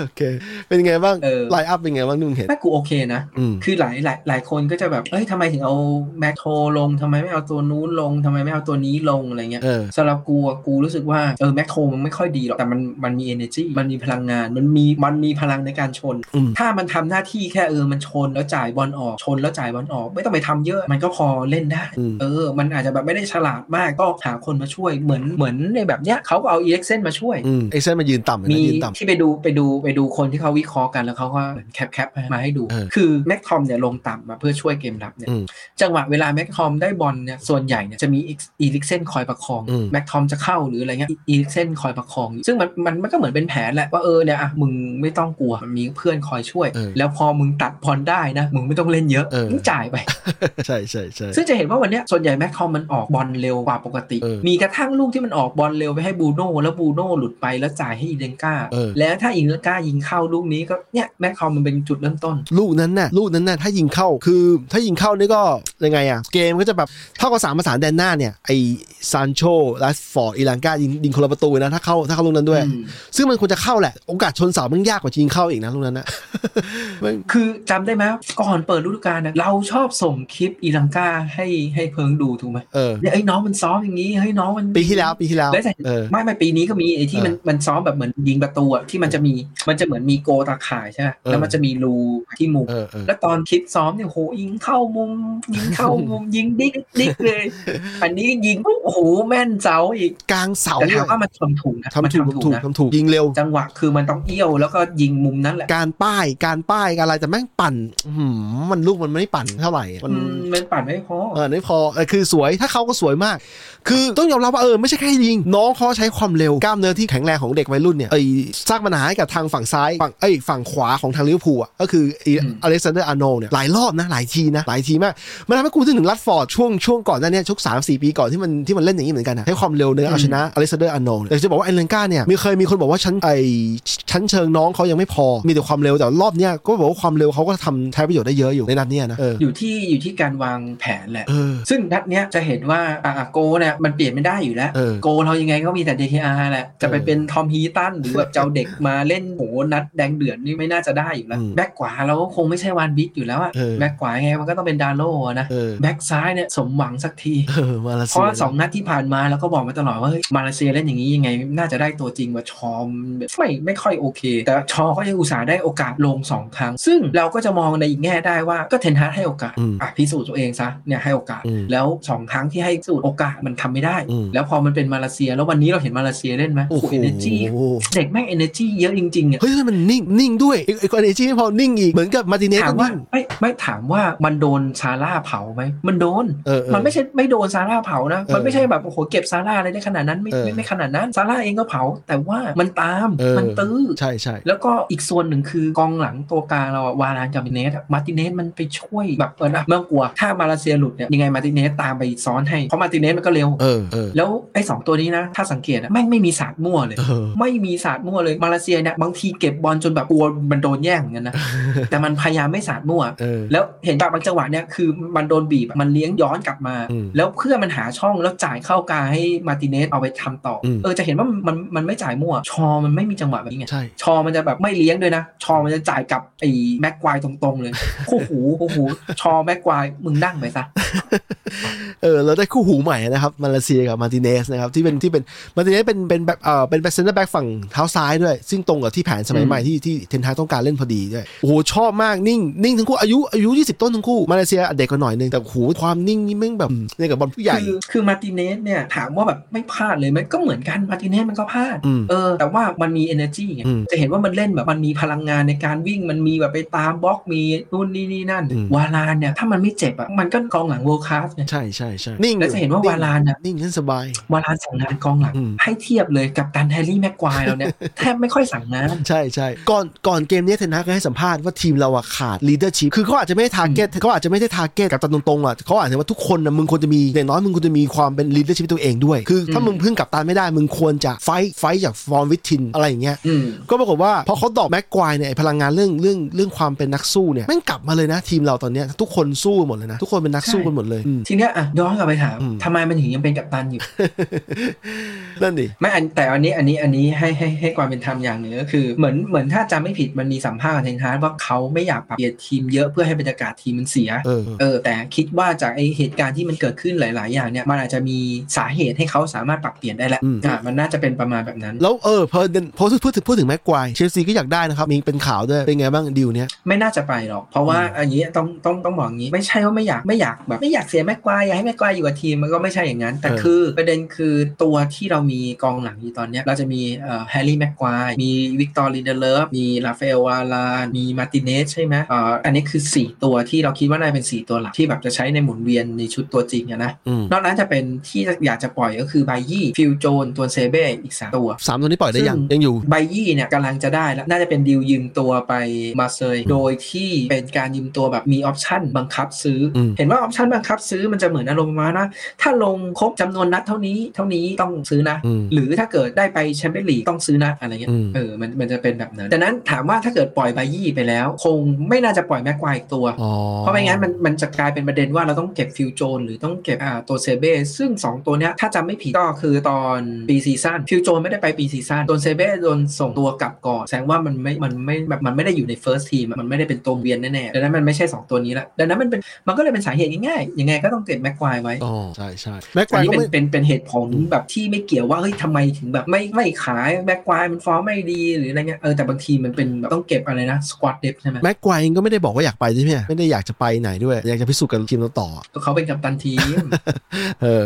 โอเค เป็นไงบ้าง
เออ
ไลน์อัพเป็นไงบ้างที่มึงเห็น
แม่กูโอเคนะ
อืม
คือหลายหลายหลายคนก็จะแบบ เอ้ยทำไมถึงเอาแมคโทรลงทำไมไม่เอาตัวนู้นลงทำไมไม่เอาตัวนี้ลงอะไรเงี้ย
เออ
สำหรับกูอะกูรู้สึกว่าเออแมคโทรมันไม่ค่อยดีหรอก แต่มันมันมี energy มันมีพลังงาน มันมีมันมีพลังในการชน
อืม
ถ้ามันทำหน้าที่แค่เออมันชนแล้วจ่ายบอลออกชนแล้วจ่ายบอลออก ไม่ต้องไปทำเยอะ มันก็พอเล่นได้
อืม
เออ มันอาจจะแบบไม่ได้ฉลาดมากก็หาคนมาช่วยเหมือนเหมือนในแบบเนี้ยเขาก็เอาอีเล็กเซนมาช่วย
อืมไอเซนมายืนต่ำ เลยนะยืนต่ำ
ที่ไปดูไปดูไปดูคนที่เขาวิเคราะห์กันแล้วเขาก็แคปแคปมาให้ดู
เออ
คือแม็กทอมเนี่ยลงต่ำมาเพื่อช่วยเกมรับเนี่ย
อืม
จังหวะเวลาแม็กทอมได้บอลเนี่ยส่วนใหญ่เนี่ยจะมีอีลิกเซนคอยประคอง
อืม
แม็กทอมจะเข้าหรืออะไรเงี้ยอีลิกเซนคอยประคอง ซึ่งมันมันมันก็เหมือนเป็นแผนแหละว่าเออเนี่ยอ่ะมึงไม่ต้องกลัวมันมีเพื่อนคอยช่วย
เออ
แล้วพอมึงตัดบอลได้นะมึงไม่ต้องเล่นเยอะ
เออ
มึงจ่ายไป
ใช่ใช่ใช่
ซึ่งจะเห็นว่าวันเนี้ยส่วนใหญ่แม็กทอมมันออกบอลเร็วกว่าปกติ
เออ
มีกระทั่งลูกที่มันออกบอลเร็วไปให้บรูโน่แล้วบรูโน่หลุดไปแล้วจ่ายให้อีเดนกา
เออ
แล้วถ้าอีเดนกายิงเข้าลูกนี้ก็เนี่ยแม็กทอมมันเป็นจุดเริ่มต้น
ลูกนั้นน่ะลูกนั้นน่ะถ้ายิงเข้าคือถ้ายิงเข้านี่ก็ยังไงอ่ะเกมก็จะแบบเท่ากับสามประสานแดนหน้าเนี่ยไอซานโชลัสฟอร์ดอีลังกายิงยิงคนละประตูนะถ้าเข้าถ้าเข้าลูกนั้นด้วย
อืม
ซึ่งมันควรจะเข้าแหละโอกาสชนเสามันยากกว่าจะยิงเข้าอีกนะลูกนั้นนะ มัน
คือจำได้ไหมก่อนเปิดฤดูกาลนะเราชอบส่งคลิปอีลังกาให้ให้เพิงดูถูกไหม
เออ
เนี่ยไอ้น้องมันซ้อมอย่างนี้เฮ้ยน้องมัน
ปีที่แล้วปีที่แล้ว
แล้วแต่
เออ
ไม่ไม่ปีนี้ก็มีไอ้ที่
เออ
มันมันซ้อมแบบเหมือนยิงประตูอะที่มันจะมีมันจะเหมือนมีโกตาข่ายใช่ไหม
เออ
แล้วมันจะมีรูที่มุม
เออเออ
แล้วตอนคลิปซ้อมเนี่ยโหยิงเข้ามุม ยิงเข้ามุม ยิงดิ๊กดิ๊กเลย อันนี้ยิงปุ๊บโอ้โหแม่นเจ้าอีก
กลางเสา
แต่ถาม
อะ
ว่ามันทำถูกนะมัน
ทำถูกทำถูก
ทำถูกนะ
ทำถูกยิงเร็ว
จังหวะคือมันต้องเอี้ยวแล้วก็ยิงมุมนั้นแหละ
การป้ายการป้ายการอะไรแต่แม่งปั่นอื้อหือมันลูกมันไม่ปั่นเท่าไหร่มัน
อืมมันปั่นไม่พอ
เออไม่พอเออคือสวยถ้าเขาก็สวยมาก คือต้องยอมรับว่าเออไม่ใช่แค่ยิง น้องเขาใช้ความเร็วกล้ามเนื้อที่แข็งแรงของเด็กวัยรุ่นเนี่ยไอ้ยสร้างปัญหาให้กับทางฝั่งซ้ายฝั่งเอ้ยฝั่งขวาของทางลิเวอร์พูลอ่ะก็คืออี
อืม
อเล็กซานเดอร์อาร์โนลด์เนี่ยหลายรอบนะ หลายทีนะ หลายทีมาก มันทำให้กูถึงรัดฟอร์ดช่วงช่วงก่อนหน้าเนี้ช่วงสามสี่ปีก่อนที่มันที่มันเล่นอย่างนี้เหมือนกันนะให้ความเร็วเนื้อเอาชนะอเล็กซานเดอร์อาร์โนลด์เนี่ยแต่จะบอกว่าไอเลนก้าเนี่ยมีเคยมีคนบอกว่าชั้นไอชั้นเชิงน้องเขายังไม่พอมีแต่ความเร็วแต่รอบเนี้ยก็บอกว่าความเร็วเขาก็ทำใช้ประโยชน์ได้เยอะอยู่ในนัดเนี้ยนะเออ
อยู่ที่อยู่ที่การวางแผนแหละ
เออ
ซึ่งนัดเนี้ยจะเห็นว่าอาอาโกเนี่ยมันเปลี่ยนไม่ได้อยู่แล้ว
เออ
โกเรายังไงก็มีแต่ DKR แหละ จะไป
เออ
เป็นทอมฮีตันหรือแบบเจ้าเด็กมาเล่นโหนัดแดงเดือดนี่ไม่น่าจะได้อยู่แล้ว
อืม
แบ็กขวาเราก็คงไม่ใช่วานบิกอยู่แล้วอะ
เออ
แบ็กขวายังไงมันก็ต้องเป็นดาโลอะนะ
เออ
แบ็กซ้ายเนี่ยสมหวังสัก ที
เออมาเล
เพ
เซีย
ราะว่าสองนัดที่ผ่านมาแล้วก็บอกมาตลอดว่าเฮ้ยมาเลเซียเล่นอย่างนี้ยังไง น่าจะได้ตัวจริงว่าชอมไม่ไม่ค่อยโอเค แต่ชอก็ยังอุตส่าห์ได้โอกาสลงสองครั้ง ซึ่งเราก็จะมองในอีกแง่ได้ว่าก็เทนฮาร์ให้โอกาส
อืม
อ่ะพิสูจน์ตัวเองซะเนี่ยให้โอกาส
อืม
แล้วสองครั้งที่ให้พิสูจน์โอกาสมันทำไม่ได้
อืม
แล้วพอมันเป็นมาเลเซีย แล้ววันนี้เราเห็นมาเลเซียเล่นไหม
โอ้โห
เอเนจีเด็กแม่งเอเนจีเยอะจริงๆอะ
เฮ้ยแล้วมันนิ่งนิ่งด้วยไอ้คนเอจีไม่พอนิ่งอีก เหมือนกับมาร์ติเนส
ถาม
ก็
ว่า
นิ่ง
ไม่ไม่ถามว่ามันโดนซาร่าเผาไหมมันโดน
เออเออ
มันไม่ใช่ไม่โดนซาร่าเผานะ
เออ
มันไม่ใช่แบบโอ้โหเก็บซาร่าอะไรได้ขนาดนั้นไม่
เออ
ไม่ไม่ขนาดนั้นซาร่าเองก็เผา แต่ว่ามันตาม
เออ
มันตื้อ
ใช่ใช่
แล้วก็อีกส่วนหนึ่งคือกองหลังตัวกลางเราอะวารานกับมาร์ติเนสอะมาร์ติเนสมันไปช่วยแบบเออนะเมื่อกลัว ถ้ามาเลเซียหลุดเนี่ยยังไงมาร์ติเนสตามไปซ้อนให้ เพราะมาร์ติเนสมันก็เร็ว
เออเออ
แล้วไอ้สองตัวนี้นะ ถ้าสังเกตอะแม่งไม่มีศาสตร์มั่วเลย
เออ
ไม่มีศาสตร์มั่วเลยมาเลเซียเนี่ยบางทีเก็บบอลจนแบบกลัวมันโดนแย่งเหมือนกันนะ แต่มันพยายามไม่ศาสตร์มั่ว
เออ
แล้วเห็นแบบบางจังหวะเนี่ยคือมันโดนบีบอะมันเลี้ยงย้อนกลับมา
อืม
แล้วเพื่อนมันหาช่องแล้วจ่ายเข้ากลางให้มาร์ติเนสเอาไปทำต่ออ
ม
เออจะเห็นว่ามันมันมันไม่จ่ายมั่ว ชอมันไม่มีจังหวะแบบนี้ไง
ใช่
ชอมันจะแบบไม่เลี้ยงด้วยนะ ชอมันจะจ่ายกลับไอ้แม็กควายตรงๆเลย คู่หูคู่หูชอแม็กควายมึงนั่งไปซะ
เออเราได้คู่หูใหม่นะครับมาเลเซียกับมาร์ติเนสนะครับที่เป็นที่เป็นมาร์ติเนสเป็นเป็นแบบเอ่อเป็นแบ็คเซนเตอร์แบ็กฝั่งเท้าซ้ายด้วย ซึ่งตรงกับที่แผนสมัย
อืม
ใหม่ที่ที่เทนทากต้องการเล่นพอดีด้วยโอ้โหชอบมากนิ่งนิ่งทั้งคู่อายุอายุ 20 ต้นทั้งคู่มาเลเซียเด็กกว่าหน่อยนึงแต่โอ้โหความนิ่งนี่แม่งแบบเนี่ยกับบอลผู้ใหญ่
คือคือมาร์ติเนสเนี่ยถามว่าแบบไม่พลาดเลยไหมก็เหมือนกันมาร์ติเนสมันก็พลาด
อืม
เออแต่ว่ามันมี energy ไง
อืม
จะเห็นว่ามันเล่นแบบมันมีพลังงานในการวิ่งมันมีแบบไปตามบล็อกมีนู่นนี่นี่นั่น
อืม
วาลานเนี่ยถ้ามันไม่เจ็บอ่ะมันก็กองหลัง world class ไง
ใช่ใช่ใช่นิ่ง
แล้วจะเห็นว่าวาลานน่ะ
นิ่งนั่นสบาย
วาลานสั่งงานกองหลัง
อืม
ให้เทียบเลยกับตันแฮร์รี่แม็กควายเราเนี่ย แทบไม่ค่อยสั่งงาน
ใช่ใช่ก่อนก่อนเกมเนี้ยเทนฮากก็ให้สัมภาษณ์ว่าทีมเราอะขาด leadership คือเขาอาจจะไม่ได้ target เขาอาจจะไม่ได้ target กับตันตรงๆอะเขาอาจจะว่าทุกคนนะมึงควรจะมีอย่างน้อยมึงควรจะมีความเป็น leadership ตัวเองด้วย คือถ้า
อืม
มึงพึ่งกับตันไม่ได้ มึงควรจะ fight fight จาก form within อะไรอย่างเงี้ย
อืม
ก็ปรากฏว่าพอเขาดอกแม็กควายเนี่ยไอ้พลังงานเรื่องเรื่องเรื่องความเป็นนักสู้เนี่ยแม่งกลับมาเลยนะทีมเราตอนเนี้ยทุกคนสู้หมดเลยนะทุกคนเป็นนักสู้กันหมดเลยอืม
ทีเนี้ยอ่ะย้อนกลับไปถาม
อืม
ทำไมมันถึงยังเป็นกัปตันอยู่
นั่นดิ
ไม่อันแต่อันนี้อันนี้อันนี้ให้ให้ให้ความเป็นธรรมอย่างหนึ่งก็คือเหมือนเหมือนถ้าจำไม่ผิดมันมีสัมภาษณ์กับเทนฮาร์ดว่าเขาไม่อยากปรับเปลี่ยนทีมเยอะเพื่อให้บรรยากาศทีมมันเสีย
เออ
เออแต่คิดว่าจากไอเหตุการณ์ที่มันเกิดขึ้นหลาย ๆ อย่างเนี่ย มันอาจจะมีสาเหตุให้เขาสามารถปรับเปลี่ยนได้แล้ว
อืม
อ่ะมันน่าจะเป็นประมาณแบบนั้น
แล้วเออพอเดินพอพูดถึงพูดถึงแม็กควายเชลซีก็อยากได้นะครับมีเป็นข่าวด้วยเป็นไงบ้างดีลเนี้ย
ไม่น่าจะไปหรอก เพราะว่าอันนี้ต้องต้องต้องบอกงี้ ไม่ใช่ว่าไม่อยากไม่อยากแบบ ไม่อยากเสียแม็กควายอยาก ให้แม็กควายอยู่กับทีมมันก็ไม่ใช่อย่างนั้น แต่คือประเด็นคือตัวที่เรามีกองหลังอยู่ตอนเนี้ยเราจะมีเอ่อแฮร์รี่แม็กควายมีวิกตอร์ลินเดเลฟมีราฟาเอลวาลานมีมาร์ติเนสใช่ไหมเอ่ออันนี้คือ 4 ตัวที่เราคิดว่าน่าจะเป็น 4 ตัวหลักที่แบบจะใช้ในหมุนเวียนในชุดตัวจริงอะนะ
อืม
นอกนั้นจะเป็นที่อยากจะปล่อยก็คือไบยี่ฟิลโจนตัวเซเบ้อีกสามตัว
สามตัวนี้ปล่อยได้ยัง
ซึ่ง
ยังอยู่
ไบยี่เนี่ยกำลังจะได้แล้ว น่าจะเป็นดีลยืมตัวไปมาเซยโดยที่เป็นการยืมตัวแบบมีออปชันบังคับซื้ออ
ม
เห็นว่าออปชันบังคับซื้อมันจะเหมือนอารมณ์ประมาณว่าถ้าลงครบจำนวนนัดเท่านี้เท่านี้ต้องซื้อนะ
อืม
หรือถ้าเกิดได้ไปแชมเปี้ยนลีกต้องซื้อนะอะไรเงี้ย
อืม
เออมันมันจะเป็นแบบนั้นดังนั้นถามว่าถ้าเกิดปล่อยไบยี่ไปแล้ว คงไม่น่าจะปล่อยแม็กควายอีกตัว
อ๋อ
เพราะไม่งั้นมันมันจะกลายเป็นประเด็นว่าเราต้องเก็บฟิวโจนหรือต้องเก็บอ่าตัวเซเบ้ซึ่ง 2 ตัวเนี้ยถ้าจำไม่ผิดก็คือตอนปีซีซั่นฟิวโจนไม่ได้ไปปีซีซั่นตัวเซเบ้โดนส่งตัวกลับก่อนแสดงว่ามันไม่มันไม่แบบมันไม่ได้อยู่ในเฟิร์สทีมมันไม่ได้เป็นตัวเวียนแน่ๆดังนั้นมันไม่ใช่ 2 ตัวนี้ละดังนั้นมันเป็นมันก็เลยเป็นสาเหตุง่ายๆยังไงก็ต้องเก็บแม็กควายไว้
อ๋อใช่ใช่แม็กค
อั
วานย
นี้
ก็
เป็น
ไม่
เป็นเป็นเหตุผลแบบที่ไม่เกี่ยวว่าเฮ้ยทำไมถึงแบบไม่ไม่ขายแม็กควายมันฟอร์มไม่ดีหรืออะไรเงี้ยเออแต่บางทีมันเป็นแบบต้องเก็บอะไรนะสควอตเดฟใช่ไหม
แม็กควายเองก็ไม่ได้บอกว่าอยากไปใช่ไหมไม่ได้อยากจะไปไหนด้วย อยากจะพิสูจน์กับทีมต่อๆอะ
ก็เขาเป็นกัปตันทีม
เออ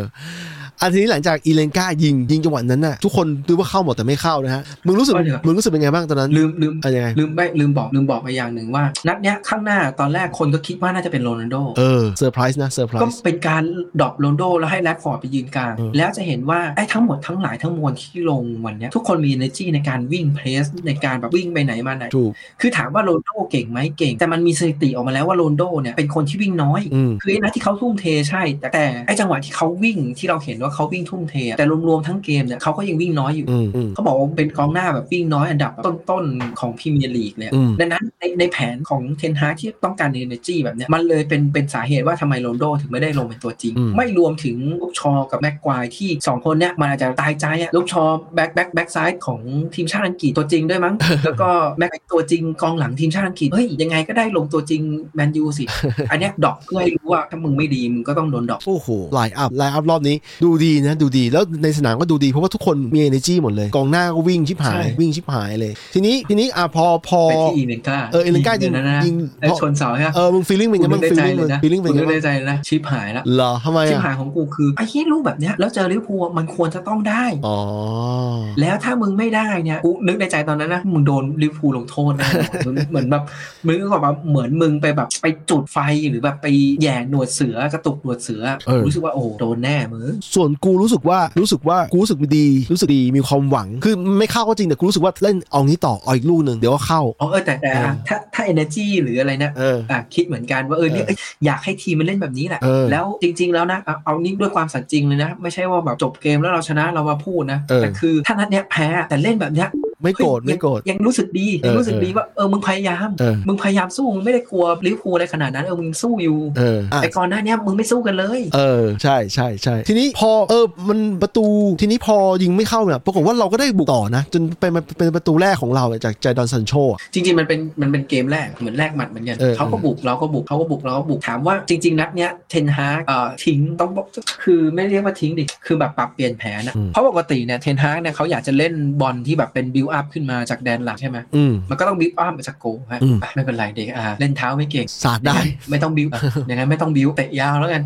อันทีนี้หลังจากอีเลนกายิงยิงจังหวะนั้นน่ะทุกคนดูว่าเข้าหมดแต่ไม่เข้านะฮะมึงรู้สึก
อ๋อเหรอ
มึงรู้สึกเป็นไงบ้างตอนนั้น
ลืมลืม
เอะยังไง
ลืมไปลืมบอกลืมบอกไปอย่างหนึ่งว่า นัดเนี้ยข้างหน้าตอนแรกคนก็คิดว่าน่าจะเป็นโรนัลโด
เออเซอร์ไพรส์นะเซอร์ไพร
ก็
ส์
เป็นการดรอปโรนัลโดแล้วให้แรดฟอร์ดไปยืนกลาง
เออ
แล้วจะเห็นว่าไอ้ทั้งหมดทั้งหลายทั้งมวลที่ลงวันเนี้ยทุกคนมี energy ในการวิ่งเพลสในการแบบวิ่งไปไหนมาไหน
ถูก
คือถามว่าโรนัลโดเก่งไหมเก่ง แต่มันมีสถิติออกมาแล้วว่าโรนัลโดเนี่ยเป็นคนที่วิ่งน้อย
อืม
คือไอ้นัดที่เขาทุ่มเทใช่ แต่แต่ไอ้จังหวะที่เขาวิ่งที่เราเห็นว่าเขาวิ่งทุ่มเทอะแต่รวมๆทั้งเกมเนี่ยเขาก็ยังวิ่งน้อยอยู่
อืมอืม
เขาบอกว่าเป็นกองหน้าแบบวิ่งน้อยอันดับต้นๆ ของพรีเมียร์ลีกเลยอะ
อืม
ดังนั้นในในแผนของเทนฮาที่ต้องการ energy แบบเนี้ยมันเลยเป็นเป็นสาเหตุว่าทำไมโรนลโดถึงไม่ได้ลงเป็นตัวจริง ไม่รวมถึงลูกชอกับแม็กควายที่ 2 คนเนี้ยมันอาจจะตายใจอะลูกชอแบ็คแบ็คแบ็คซ้ายของทีมชาติอังกฤษตัวจริงด้วยมั้ง แล้วก็แม็กตัวจริงกองหลังทีมชาติอังกฤษเฮ้ยยังไงก็ได้ลงตัวจริงแมนยูสิ อันเนี้ยดรอกเพื่อให้รู้ว่าถ้ามึงไม่ดีมึงก็ต้องโดนดรอก
โอ้โหไลน์อัพไลน์อัพรอบนี้ ดูดีนะ ดูดีแล้วในสนามก็ดูดีเพราะว่าทุกคนมี energy หมดเลย กองหน้าก็วิ่งชิบหาย
ใช่
วิ่งชิบหายเลย ทีนี้ทีนี้อ่ะพอพอ
ไปที่อีเมนกา
เอออีเมนก้ายิง
นะนะ
ยิง
ไอ้ชนเสาใช่ปะ
เออมึง feeling เป็นไง
กู
บ้าง
นึกในใจ
feeling
เลยนะ
เป็น feeling
กู
เป็นไง
นึกใน
บ้าง
ใจเลยนะชิปหายละ
เหรอทำไม
ชิป
อ่ะ
หายของกูคือไอ้เหี้ยรูปแบบเนี้ยแล้วเจอลิเวอร์พูลมันควรจะต้องได้
อ๋อ
แล้วถ้ามึงไม่ได้เนี่ยกูนึกในใจตอนนั้นนะมึงโดนลิเวอร์พูลลงโทษแน่นอน เหมือนแบบมึงก็แบบเหมือนมึงไปแบบไปจุดไฟหรือแบบไปแหย่หนวดเสือกระตุกหนวดเสือ
เออ
รู้สึกว่าโอ้โหโดนแน่มึง
ส่วนกูรู้สึกว่ารู้สึกว่ากูรู้สึกดี รู้สึกดีมีความหวัง คือไม่เข้าก็จริงแต่กูรู้สึกว่าเล่นเอางี้ต่อเอาอีกลูกหนึ่งเดี๋ยวก็เข้า
อ๋อเออแต่แต่
เออ
ถ้าถ้า energy หรืออะไรนะ
เออ
อ่ะคิดเหมือนกันว่าเออเนี่ยเอ้ยอยากให้ทีมมันเล่นแบบนี้แหละ
เออ
แล้วจริง ๆ แล้วนะเอาเอานี่ด้วยความสัตย์จริงเลยนะ ไม่ใช่ว่าแบบจบเกมแล้วเราชนะเรามาพูดนะ
เออ
แต่คือถ้านัดเนี้ยแพ้แต่เล่นแบบเนี้ย
ไม่โกรธ
เฮ้ย
ไม่โกรธ
ยังยังรู้สึกดี
เออ
ยังรู้สึก
เออ
ดีว่าเออมึงพยายาม
เออ
มึงพยายามสู้มึงไม่ได้กลัวลิเวอร์พูลอะไรขนาดนั้นเออมึงสู้อยู่
เอออ่ะ
แต่ก่อนหน้าเนี้ยมึงไม่สู้กันเลย
เออใช่ใช่ใช่ทีนี้พอเออมันประตูทีนี้พอยิงไม่เข้าเนี่ยปรากฏว่าเราก็ได้บุกต่อนะ จนเป็นเป็นเป็นประตูแรกของเราจากใจดอนซันโชอะ
จริง ๆ มันเป็นมันเป็นเกมแรกเหมือนแรกหมัดเหมือนกัน
เออ
เขาก็บุกเราก็บุกเขาก็บุกเราก็บุกถามว่าจริง ๆ นัดเนี้ยเทนฮาร์กเอ่อทิ้งต้องบอกคือไม่เรียกว่าทิ้งดิคือแบบปรับเปลี่ยนแผนนะ
อืม
เพราะปกติเนี่ยเทนฮาร์กเนี่ยเขาอยากจะเล่นบอลที่แบบเป็นบิวอัพขึ้นมาจากแดนหลังใช่ไหม
อืม
มันก็ต้องบิวอัพมาจากโกลฮะ
อืม
อ่ะไม่เป็นไรเด็กอาเล่นเท้าไม่เก่ง
สาดได้
ไม่ต้อง บิวอย่างนั้นไม่ต้องบิวเตะยาวแล้วกัน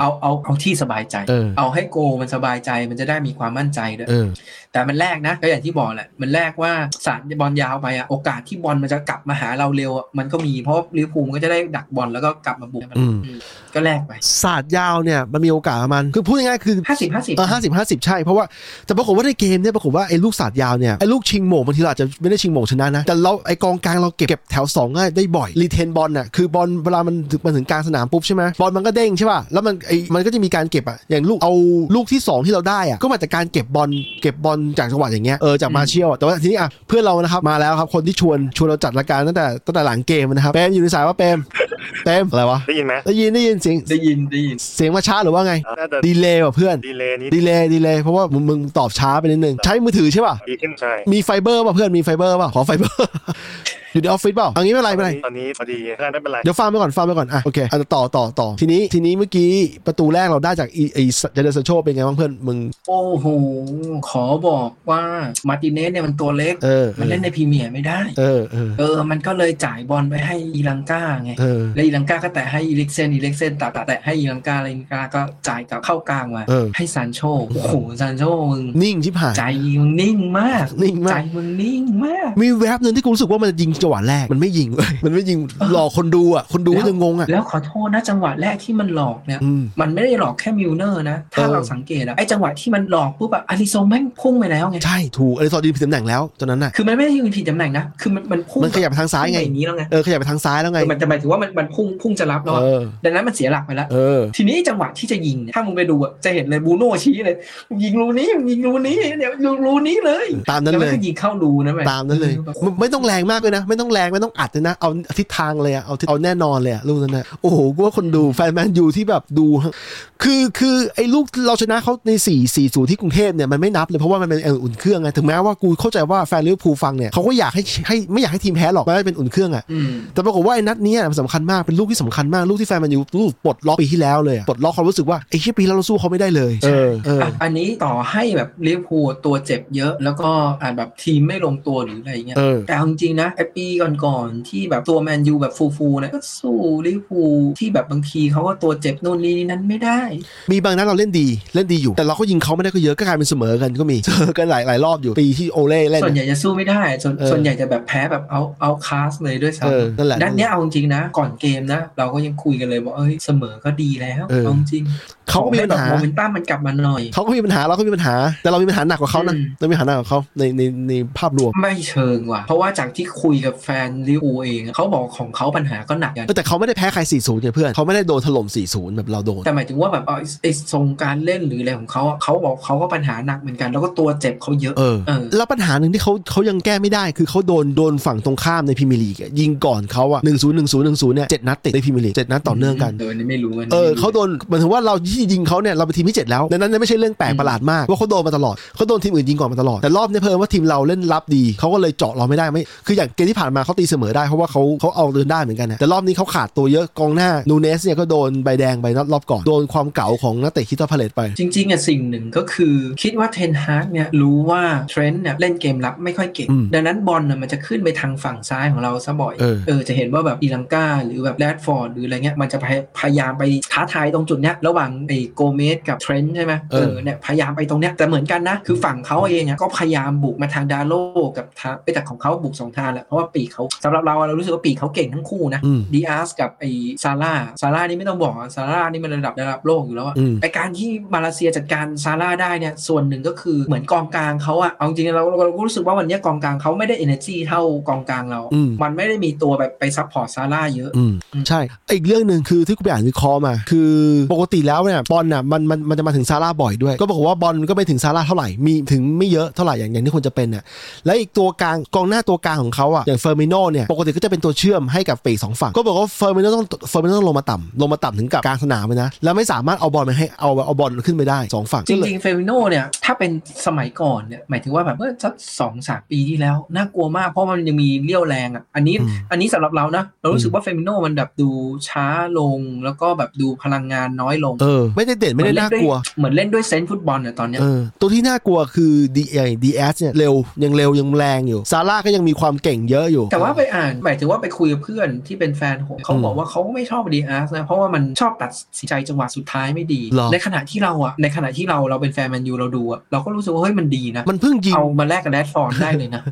เอาเอาเอาที่สบายใจ
เออ
เอาให้โกมันสบายใจมันจะได้มีความมั่นใจด้วย
เออ
แต่มันแรกนะก็อย่างที่บอกแหละมันแรกว่าสารบอลยาวไปอะโอกาสที่บอลมันจะกลับมาหาเราเร็วอะมันก็มีเพราะลิเวอร์พูลมันก็จะได้ดักบอลแล้วก็กลับมาบุก
อืม
อืมก็แลกไป
สาดยาวเนี่ยมันมีโอกาสประมาณคือพูดง่ายๆคือ
ห้าสิบห้าสิบ
เออห้าสิบห้าสิบใช่เพราะว่าแต่ปรากฏว่าในเกมเนี่ยปรากฏว่าไอ้ลูกสาดยาวเนี่ยไอ้ลูกชิงโหม่งบางทีเราอาจจะไม่ได้ชิงโหม่งชนะนะแต่เราไอ้กองกลางเราเก็บเก็บแถวสองง่ายได้บ่อยรีเทนบอลน่ะคือบอลเวลามันถึงมันถึงกลางสนามปุ๊บใช่ไหมบอลมันก็เด้งใช่ป่ะแล้วมันไอ้มันก็จะมีการเก็บอ่ะอย่างลูกเอาลูกที่สองที่เราได้อ่ะก็มาจากการเก็บบอลเก็บบอลจากจังหวะอย่างเงี้ยเออจากมาเชียลอะแต่ว่าทีนี้อ่ะเพื่อนเรานะครับมาแล้วครับคนที่ชวนชวนเราจัดรายการตั้งแต่ตั้งแต่หลังเกมนะครับเปมอยู่ในสายว่าเปมเปมอะไรวะ
ได้ยินไหม
ได้ยินได้ยินเสียง
ได้ยินได้ยิน
เสียงมาช้าหรือว่าไง
อ่าน่าจะ
ดีเลย์ว่ะเพื่อน
ดีเลย์นี้
ดีเลย์ดีเลย์เพราะว่ามึงมึงตอบช้าไปนิดนึง ใช้มือถือใช่ป่ะ
ดีขึ้นใช่
มีไฟเบอร์ป่ะเพื่อนมีไฟเบอร์ป่ะ ขอไฟเบอร์ อยู่ในออฟฟิศเปล่าเอันนี้ไม่เป็นไรไม่เป็นไร
ตอนนี้พอดีเพื่อนไม่เป็นไร
เดี๋ยวฟังไปก่อนฟังไปก่อน อ่ะ โอเคอ่ะต่อต่อต่อ ทีนี้ ทีนี้เมื่อกี้ประตูแรกเราได้จากอีไอเจเดนซาโชเป็นไงบ้างเพื่อน มึง
โอ้โห ขอบอกว่ามาร์ติเนสเนี่ยมันตัวเล็ก
เออ
มันเล่นในพรีเมียร์ไม่ได้
เออ เออ
เออ มันก็เลยจ่ายบอลไปให้อีลังกาไง
เออ
แล้วอีลังกาก็แตะให้อีเล็กเซนอีเล็กเซนตัดแตะให้อีลังกาอีลังกาก็จ่ายกลับเข้ากลางมา
เออ
ให้ซานโชโอ้โหซานโชมึง
นิ่งชิบหาย
ใจมึงนิ่งมาก
นิ่งมาก
ใจมึงนิ่งมาก
มีแวบหนึ่งที่กูรู้สึกว่ามันจะยิงจังหวะแรก มันไม่ยิงเว้ย มันไม่ยิง หลอกคนดูอ่ะ คนดูก็จะงงอ่ะ
แล้วขอโทษนะจังหวะแรกที่มันหลอกเนี่ย
อืม
มันไม่ได้หลอกแค่มิลเนอร์นะ ถ้า
เออ
เราสังเกตอะไอ้จังหวะที่มันหลอกปุ๊บอะอาริโซแม่งพุ่งไปแล้วไง
ใช่ ถูกอลิซอร์ดีผิดตำแหน่งแล้วตอนนั้นน่ะ
คือมันไม่ได้ยืนผิดตำแหน่งนะ คือมันมันพุ่ง
มันขยับไปทางซ้ายไง
พุ่ปอย่างนี้แล้วไง
เออ ขยับไปทางซ้ายแล้วไง
เออมันจะหมายถึงว่ามันมันพุ่งพุ่งจะรับแล้วอะ
เออ
ดังนั้นมันเสียหลักไปแล้ว
เออ
ทีนี้จังหวะที่จะยิงเนี่ยถ้ามึงไปดูอะจะเห็นเลยบูโน่ชี้เลยมึงยิงรูนี้มึงยิงรูนี้เนี่ยยิงรูนี้เลย
ตามนั้น
แล้
เล
ว
ย
มันก็ยิงเข้ารูนะแม่
ตามนั้นเลยไม่ไม่ต้องแรงมากเลยนะ ไม่ต้องแรงไม่ต้องอัดเลยนะ เอาทิศทางเลยอะเอาทิศเอาแน่นอนเลยอะลูกนั้นนะโอ้โหกูว่าคนดูแฟนแมนยูที่แบบดู คือคือไอ้ลูกเราชนะเขาใน4 4 0ที่กรุงเทพเนี่ยมันไม่นับเลยเพราะว่ามันเป็นอุ่นเครื่องไงถึงแม้ว่ากูเข้าใจว่าแฟนลิเวอร์พูลฟังเนี่ยเขาก็อยากให้ให้ไม่อยากให้ทีมแพ้หรอกแม้ว่าเป็นอุ่นเครื่องอะ
อืม
แต่ปรากฏว่าไอ้นัดเนี้ยมันสำคัญมาก เป็นลูกที่สำคัญมาก ลูกที่แฟนแมันยูลูกปลดล็อกปีที่แล้วเลยอะปลดล็อกความรู้สึกว่าไอ้เชี่ยปีแล้วเราสู้เขาไม่ได้เลย
ใช่
เออ
อ่ะอันนี้ต่อให้แบบลิเวอร์พูลตัวเจ็บเยอะ แล้วก็อาจแบบทีมไม่ลงตัวหรืออะไรอย่างเงี้ย
เออ
แต่เอาจริงๆนะไอปีก่อนๆที่แบบตัวแมนยูแบบฟูๆนะก็สู้ลิเวอร์พูลที่แบบบางทีเขาก็ตัวเจ็บนู่นนี่นั้นไม่ได้
มีบางนัดเราเล่นดีเล่นดีอยู่ แต่เราก็ยิงเขาไม่ได้ก็เยอะก็กลายเป็นเสมอกันก็มี เจอกันหลายหลายรอบอยู่ปีที่โอเล่เล่น
ส่วนใหญ่จะสู้ไม่ได้ส่วน
เออ
ส่วนใหญ่จะแบบแพ้แบบเอาเอาคลาสเลยด้วยซ้
เออนั่นแหละ
ำนัดเนี้ยเอาจริงๆนะ ก่อนเกมนะ เราก็ยังคุยกันเลยว่าเอ้ยเสมอก็ดีแล้ว
เออ
เอาจริง
เขาก็มีปัญหา
โมเมนตัมมันกลับมาหน่อย
เขาก็มีปัญหาเราก็มีปัญหา แต่เรามีปัญหาหนักกว่าเขานะ
อืม
เรามีปัญหาหนักกว่าเขาในในในภาพรวม
ไม่เชิงว่ะ เพราะว่าจากที่คุยกับแฟนลิเวอร์พูลเองอะเขาบอกของเขาปัญหาก็หนักกัน
เออแต่เขาไม่ได้แพ้ใคร 40เนี่ยเพื่อนเขาไม่ได้โดนถล่ม 40 แบบเราโดน
แต่หมายถึงว่าแบบเอาไอ้ไอ้ทรงการเล่นหรืออะไรของเขาอะเขาบอกเขาก็ปัญหาหนักเหมือนกัน แล้วก็ตัวเจ็บเขาเยอะ
เออ
เออ
แล้วปัญหาหนึ่งที่เขาเขายังแก้ไม่ได้คือเขาโดนโดนฝั่งตรงข้ามในพรีเมียร์ลีกอะยิงก่อนเขาอะหนึ่งศูนย์หนึ่งศูนย์หนึ่งศูนย์เนี่ยเจ็ดนัดติดในพรีเมียร์ลีกเจ็ดนัดต่อเนื่องกัน
เอออันนี้ไม่รู้อันนี้
เออ
ไม่รู้
เขาโดนหมายถึงว่าเราที่ยิงเขาเนี่ยเราเป็นทีมที่ 7 แล้วดังนั้นเนยไม่ใช่เรื่องแปลกประหลาดมากว่าเขาโดนมาตลอดเขาโดนทีมอื่นยิงก่อนมาตลอดแต่รอบเนี้ยเพิ่มว่าทีมเราเล่นรับดีเขาก็เลยเจาะเราไม่ได้ไม่คืออย่างเกมที่ผ่านมาเขาตีเสมอได้เพราะว่าเขาเขาเอาเดินได้เหมือนกันนะแต่รอบนี้เขาขาดตัวเยอะกองหน้านูเนสเนี่ยก็โดนใบแดงใบนัดรอบก่อนโดนความเก่าของนักเตะคิตาพาเลตไป
จริงๆอ่ะสิ่งหนึ่งก็คือคิดว่าเทนฮาร์กเนี่ยรู้ว่าเทรนต์เนี่ยเล่นเกมรับไม่ค่อยเก่ง
อืม
ดังนั้นบอลน่ะมันจะขึ้นไปทางฝั่งซ้ายของเราซะบ่อย
เออ
จะเห็นว่าแบบอีลังกาหรือแบบแรดฟอร์ดหรืออะไรเงี้ยมันจะพยพยายามไปท้าทายตรงจุดเนี้ยระหว่างไอ้โกเมสกับเทรนต์ใช่ไหมเออเนี่ยพยายามไปตรงเนี้ยแต่เหมือนกันนะ คือฝั่งเขาเองอ่ะก็พยายามบุกมาทางดาโลกับทางไอ้ยแต่ของเขาบุกสองทางแหละเพราะว่าปีกเขาสำหรับเราอะเรารู้สึกว่าปีกเขาเก่งทั้งคู่นะ
อืม
ดีอาร์สกับไอซาร่าซาร่านี่ไม่ต้องบอกอะซาร่านี่มันระดับระดับโลกอยู่แล้วอะ
อืม
ไอการที่มาเลเซียจัดการซาร่าได้เนี่ยส่วนหนึ่งก็คือเหมือนกองกลางเขาอะเอาจริงๆเราเราเราก็รู้สึกว่าวันเนี้ยกองกลางเขาไม่ได้ energy เท่ากองกลางเรา
อืม
มันไม่ได้มีตัวแบบไปซัพพอร์ตซาร่าเยอะ
อืมใช่อีกเรื่องหนึ่งคือที่กูไปอ่านวิเคราะห์มา คือปกติแล้วเนี่ยบอลน่ะมันมันมันจะมาถึงซาร่าบ่อยด้วย ก็บอกว่าบอลก็ไม่ถึงซาร่าเท่าไหร่มีถึงไม่เยอะเท่าไหร่อย่างอย่างที่ควรจะเป็นน่ะและอีกตัวกลางกองหน้าตัวกลางของเขาอ่ะอย่างเฟอร์มิโนเนี่ยปกติก็จะเป็นตัวเชื่อมให้กับปีกสองฝั่งก็บอกว่าเฟอร์มิโนต้องเฟอร์มิโนต้องลงมาต่ำลงมาต่ำถึงกับกลางสนามเลยนะแล้วไม่สามารถเอาบอลมาให้เอาเอาบอลขึ้นไปได้สองฝั่ง
จ
ก็เลย
ริงๆเฟมิโนเนี่ยถ้าเป็นสมัยก่อนเนี่ยหมายถึงว่าแบบเมื่อสักสองสามปีที่แล้วน่ากลัวมากเพราะมันยังมีเรี่ยวแรงอ่ะอันนี้
อืม
อันนี้สำหรับเรานะเรารู้สึกว่าเฟมิโนมันแบบดูช้าลงแล้วก็แบบดูพลังงานน้อยลง
เออไม่ได้เด่นไม่ได้น่ากลัว
เหมือนเล่นด้วยเซนส์ฟุตบอลเนี่ยตอนเนี้ย
เออตัวที่น่ากลัวคือดีเอดีเอสเนี่ยเร็วยังเร็วยังแรงอยู่ซาร่าก็ยังมีความเก่งเยอะอยู่
แต่ว่าไปอ่านหมายถึงว่าไปคุยกับเพื่อนที่เป็นแฟนผมเขาบอกว่าเขาไม่ชอบดีอาร์สนะ เพราะว่ามันชอบตัดสินใจจังหวะสุดท้ายไม่ดี
หรอ
ในขณะที่เราอะในขณะที่เราเราเป็นแฟนแมนยูเราดูอะเราก็รู้สึกว่าเฮ้ยมันดีนะ
มันเพิ่งยิง
เอามาแลกกับแรดฟอร์ดได้เลยนะ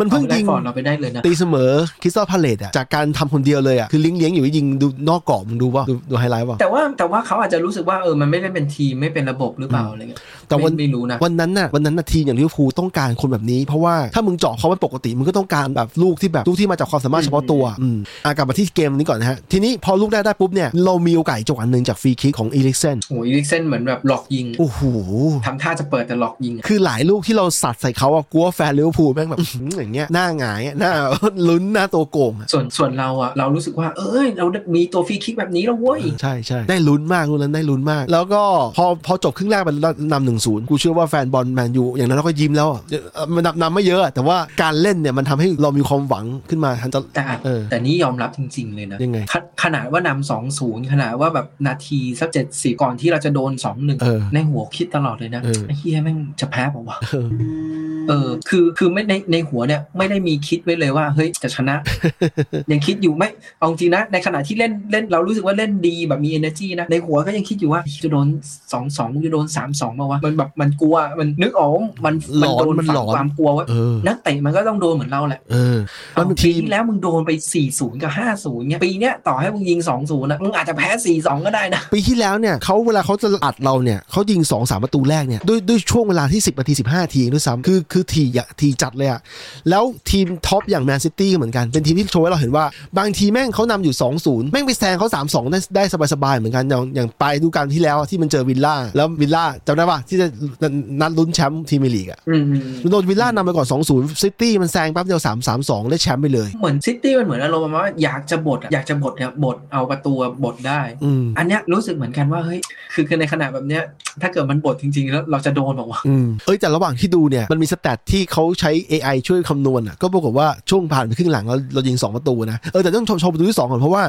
มันเพิ่ง
แร
ยิ
ด
ง
ฟอร์ดเราไปได้เลยนะ
ตีเสมอคริสตัลพาเลตอะจากการทำคนเดียวเลยอะคือเลี้ยงเลี้ยงๆอยู่ยิงดูนอกกรอบมึงดูว่าดูดูไฮไลท์ว่า
แต่ว่าแต่ว่าเขาอาจจะรู้สึกว่าเออมันไม่ได้เป็นทีมไม่เป็นระบบหรือเปล่าอะไรเงี้ย
แต่วัน
ไม่ไม่รู้นะ
วันนั้นน่ะวันนั้นน่ะทีมอย่างลิเวอร์พูลต้องการคนแบบนี้ เพราะว่าถ้ามึงเจาะเขาเป็นปกติมึงก็ต้องการแบบลูกที่แบบลูกที่มาจากความสามารถเฉพาะตัวอืมอากลับมาที่เกมนี้ก่อนนะฮะ ทีนี้พอลูกได้ได้ปุ๊บเนี่ยเรามีโอกาสอีกจังหวะหนึ่งจากฟรีคิกของอีลิกเซน
โอ้ยลิกเซนเหมือนแบบหลอกยิง
โอ้โห
ทำท่าจะเปิดแต่หลอกยิงอะ
คือหลายลูกที่เราสัตว์ใส่เขาอะกลัวแฟนลิเวอร์พูลแม่งแบบ อย่างเงี้ยหน้าหงายอะหน้า ลุ้นหน้าตัวโกงอะ
ส่วนส่วนเราอะเรารู้สึกว่า เอ้ยเรามีตัวฟรีคิกแบบนี้แล้วเว้ย
ใช่ใช่ได้ลุ้นมากลูกนั้นได้ลุ้นมาก แล้วก็พอพอจบครึ่งแรกมันนำหนึ่งศูนย์กูเชื่อว่าแฟนบอลแมนยูอย่างนั้นเราก็ยิ้มแล้วอะเอ่อมันนำนำไม่เยอะอะแต่ว่าการเล่นเนี่ยมันทำให้เรามีความ หวังขึ้นมาทันจะ
แต่
เออ
แต่นี้ยอมรับจริง ๆ เลยนะ
ยังไง
ขขนาดว่านำสองศูนย์ขนาดว่าแบบนาทีสักเจ็ดสี่ก่อนที่เราจะโดนสองหนึ่ง
เออ
ในหัวคิดตลอดเลยนะ
เออ
ไอ้เฮียแม่งจะแพ้เปล่าวะ
เออ
เออคือคือไม่ในในหัวเนี่ยไม่ได้มีคิดไว้เลยว่าเฮ้ยจะช นะ ยังคิดอยู่ไม่เอาจริงนะ ในขณะที่เล่นเล่นเรารู้สึกว่าเล่นดีแบบมี energy นะในหัวก็ยังคิดอยู่ว่าจะโดนสองสองจะโดนสามสองมาวะมันแบบมันกลัวมันนึกออกว่ามันมั
หลอน
โดน
มัน
ฝั
หล
ง
อน
ความกลัวไว้
เออ
นักเตะมันก็ต้องโดนเหมือนเราแหละ
เออมันเป็น
เอา
ที
ปี
ม
ที่แล้วมึงโดนไป4ี่ศูนย์กับห้าศูนย์เนี่ยปีเนี้ยต่อให้มึงยิงสองศูนย์นะมึงอาจจะแพ้สี่สองก็ได้นะ
ปีที่แล้วเนี่ยเขาเวลาเขาจะอัดเราเนี่ยเขายิง2อสาประตูแรกเนี่ยด้วยด้วยช่วงเวลาที่ 10นาที15นาทีด้วยซ้ำคือคือทีอะทีจัดเลยอะแล้วทีมท็อปอย่างแมนซิตี้เหมือนกัน เป็นทีมที่โชว์ให้เราเห็นว่า บางทีแม่งเขานำอยู่ 2 0 แม่งไปแซงเขา 3 2 ได้ได้สบาย ๆ เหมือนกัน อย่างอย่างปลายฤดูกาลที่แล้วอะที่มันเจอวิลล่า แล้ววิลล่าจำได้ปะที่จะนัดลุ้นแชมป์ทีมเมยร์ลีกอะ
อืม
โดนวิลล่านำไปก่อน2 0ซิตี้มันแซงแป๊บเดียว3 3 2ได้แชมป์ไปเลย
เหมือนซิตี้มันเหมือนอารมณ์ประมาณว่าอยากจะบดอะอยากจะบดเนี่ยบดเอาประตูบดได้
อืม
อันเนี้ยรู้สึกเหมือนกันว่าเฮ้ยคือคือในขณะแบบเนี้ยถ้าเกิดมันบดจริง ๆ แล้วเราจะโดนบอกว่าวะ
อืมเอ้ยแต่ระหว่างที่ดูเนี่ยมันมีสแตทที่เขาใช้ AI ช่วยคำนวณอ่ะก็ปรากฏว่าช่วงผ่านไปครึ่งหลังเราเรายิง 2 ประตูนะ เออแต่ต้องชมชมประตูที่ 2 ก่อน เพราะว่า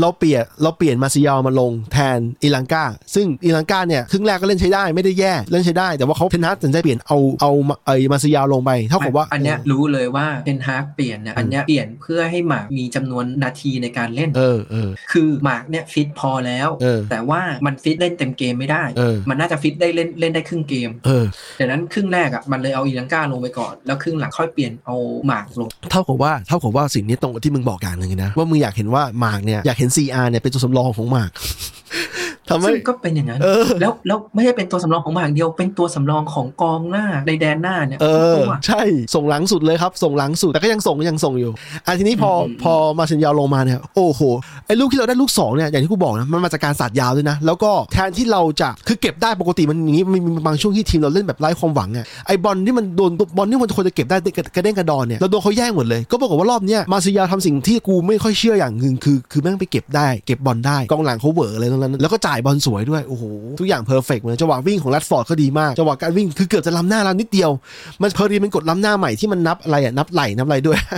เราเปลี่ยนเราเปลี่ยนมาซิยามาลงแทนอิลังกาซึ่งอิลังกาเนี่ยครึ่งแรกก็เล่นใช้ได้ไม่ได้แย่เล่นใช้ได้ แต่ว่าเขาเทนฮัสตัดสินใจเปลี่ยนเอาเอามาไอ้มาซิยาลงไปเท่ากับว่า
อันเนี้ยรู้เลยว่าเทนฮากเปลี่ยนเนี่ยอันเนี้ยเปลี่ยนเพื่อให้หมากมีจำนวนนาทีในการเล่น
เออเออ
คือหมากเนี่ยฟิตพอแล้ว
เออ
แต่ว่ามันฟิตเล่นเต็มเกมไม่ได้
เออ
มันน่าจะฟิตได้เล่นเล่นได้ครึ่งเกม
เออ
ดังนั้นครึ่งแรกอ่ะมันเลยเอาอีลังกาลงไปก่อน แล้วครึ่งหลังค่อยเปลี่ยนเอาหมากลง
เท่ากับว่าเท่ากับว่าสิ่งนี้ตรงกับที่มึงบอกอย่างหนึ่งนะ ว่ามึงอยากเห็นว่าหมากเนี่ยอยากเห็น CR เนี่ยเป็นตัวสำรองของหมาก ทำให้
ซึ่งก็เป็นอย่างนั้น
เออ
แล้วแล้วไม่ใช่เป็นตัวสำรองของหมากเดียว เป็นตัวสำรองของกองหน้าในแดนหน้าเนี่ย
เออ
ทุกตัว
ใช่ส่งหลังสุดเลยครับ ส่งหลังสุดแต่ก็ยังส่งยังส่งอยู่อันทีนี้พอ
อืม
พอมาเซนยาวลงมาเนี่ยโอ้โหไอ้ลูกที่เราได้ลูกสองเนี่ยอย่างที่กูบอกนะมันมาจากการสาดยาวด้วยนะ แล้วก็แทนที่เราจะคือเก็บได้ปกติมันอย่างนี้มันมีบางช่วงที่ทีมเราเล่นแบบไร้ความหวังอะไอ้บอลที่มันโดนบอลที่มันควรจะเก็บได้กระเด้งกระดอนเนี่ยเราโดนเขาแย่งหมดเลยก็ปรากฏว่ารอบเนี้ยมาเซนยาวทำสิ่งที่กูไม่ค่อยเชื่ออย่างหนึ่งคือ คือแม่งไปเก็บได้เก็บบอลได้กองหลังเขาเหวออะไรตรงนั้นแล้วก็จ่ายบอลสวยด้วยโอ้โหทุกอย่างเพอร์เฟกต์เลยจังหวะวิ่งของ Rashford ก็ดีมากจังหวะการวิ่งคือเกือบจะล้ำหน้าเรานิดเดียว มันเพอรีมันกดล้ำหน้าใหม่ที่มันนับอะไรอ่ะนับไหลนับอะไรด้วย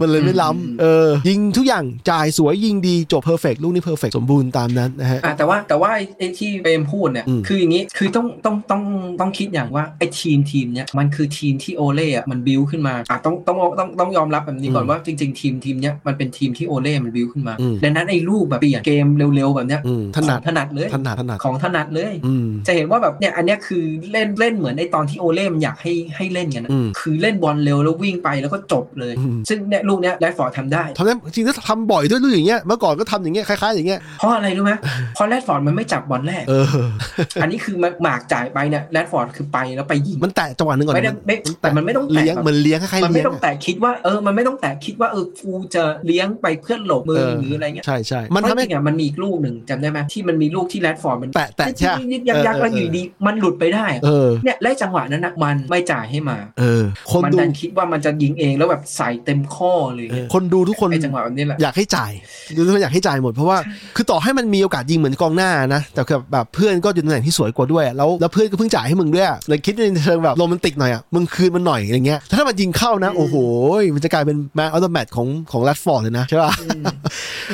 มันเลยไม่ล้
อืม
ำเออ ยิงทุกอย่างจ่ายสวยยิงดีจบเพอร์เฟกลูกนี้เพอร์เฟกสมบูรณ์ตามนั้นนะฮะ
อ่ะแต่ว่าแต่ว่าไอ้ไอ้ที่เปรมพูดเนี่ย
อืม
คืออย่างนี้คือต้องต้องต้องต้องคิดอย่างว่าไอ้ทีมทีมเนี่ยมันคือทีมที่โอเล่อะมันบิวขึ้นมาอ่ะต้องต้องต้องต้องยอมรับแบบนี้ก่อนว่าจริง ๆ ทีมทีมเนี้ยมันเป็นทีมที่โอเล่มันบิวขึ้นมา
อืม
ดังนั้นไอ้ลูกแบบเปลี่ยนเกมเร็วๆแบบเนี้ย
อืมถนัด
ถนัดเลย
ถนัดถนัด
ของถนัดเลย
อืม
จะเห็นว่าแบบเนี่ยอันเนี้ยคือเล่นเล่นเหมือนในตอนที่โอเล่มันอยากให้ให้เล่นกันนะ
อืม
คือเล่นบอลเร็วแล้ววิ่งไปแล้วก็จบเลย
อืม
ซึ่งเนี่ยลูกเนี้ยแรดฟอร์ดทำได้
ทำได้จริงๆถ้าทำบ่อยด้วยลูกอย่างเงี้ยเมื่อก่อนก็ทำอย่างเงี้ยคล้ายๆอย่างเงี้ย
เพราะอะไรรู้ไหมเพราะแรดฟอร์ดมันไม่จับบอลแรก
เอ อ
อันนี้คือหมากจ่ายไปเนี่ยแรดฟอร์ดคือไปแล้วไปยิง
มันแตะจังหวะหนึ่งก่อน
ไม่ได้ไม่
มัน
แต่
แตะ
มันไม่ต้องแตะ
เลี้ยง
แบบ
มันเลี้ยงคล้าย
มั
ๆ
น
เลี้
ไม่
ยง
ต้อง
อะ
แตะคิดว่าเออมันไม่ต้องแตะคิดว่าเออกูจะเลี้ยงไปเพื่อหลบมือหรืออะไรเงี้ย
ใช่ใช่มันทำ
เพราะจ
ให้
ริงๆอ่ะมันมีอีกลูกหนึ่งจำได้ไหมที่มันมีลูกที่แรดฟอร์ดมัน
แตะแตะใช่
ยิกๆยักยักๆแล้วอยู่ดีมันหลุดไปได้
เออ
เนี่ยและจังหวะนั้นนะมันไม่จ่ายให้มา
เออ คน
มัน
ดู
ดันคิดว่ามันจะยิงเองแล้วแบบใส่เต็มข้อเลย
เออคนดูทุกคน
ไอ้จังหวะแบบนี้แหละ
อยากให้จ่ายดูทุกคนอยากให้จ่ายหมดเพราะว่า คือต่อให้มันมีโอกาสยิงเหมือนกองหน้านะ แต่คือแบบเพื่อนก็อยู่ตำแหน่งที่สวยกว่าด้วย แล้วแล้วเพื่อนก็เพิ่งจ่ายให้มึงด้วยเลยคิดในเชิงแบบโรแมนติกหน่อยอ่ะ มึงคืนมันหน่อยอย่างเงี้ย ถ้ามันยิงเข้านะ
อืม
โอ้โห มันจะกลายเป็นแมตช์อัลแมตของของแรดฟอร์ดเลยนะใช่ป่ะ
อืม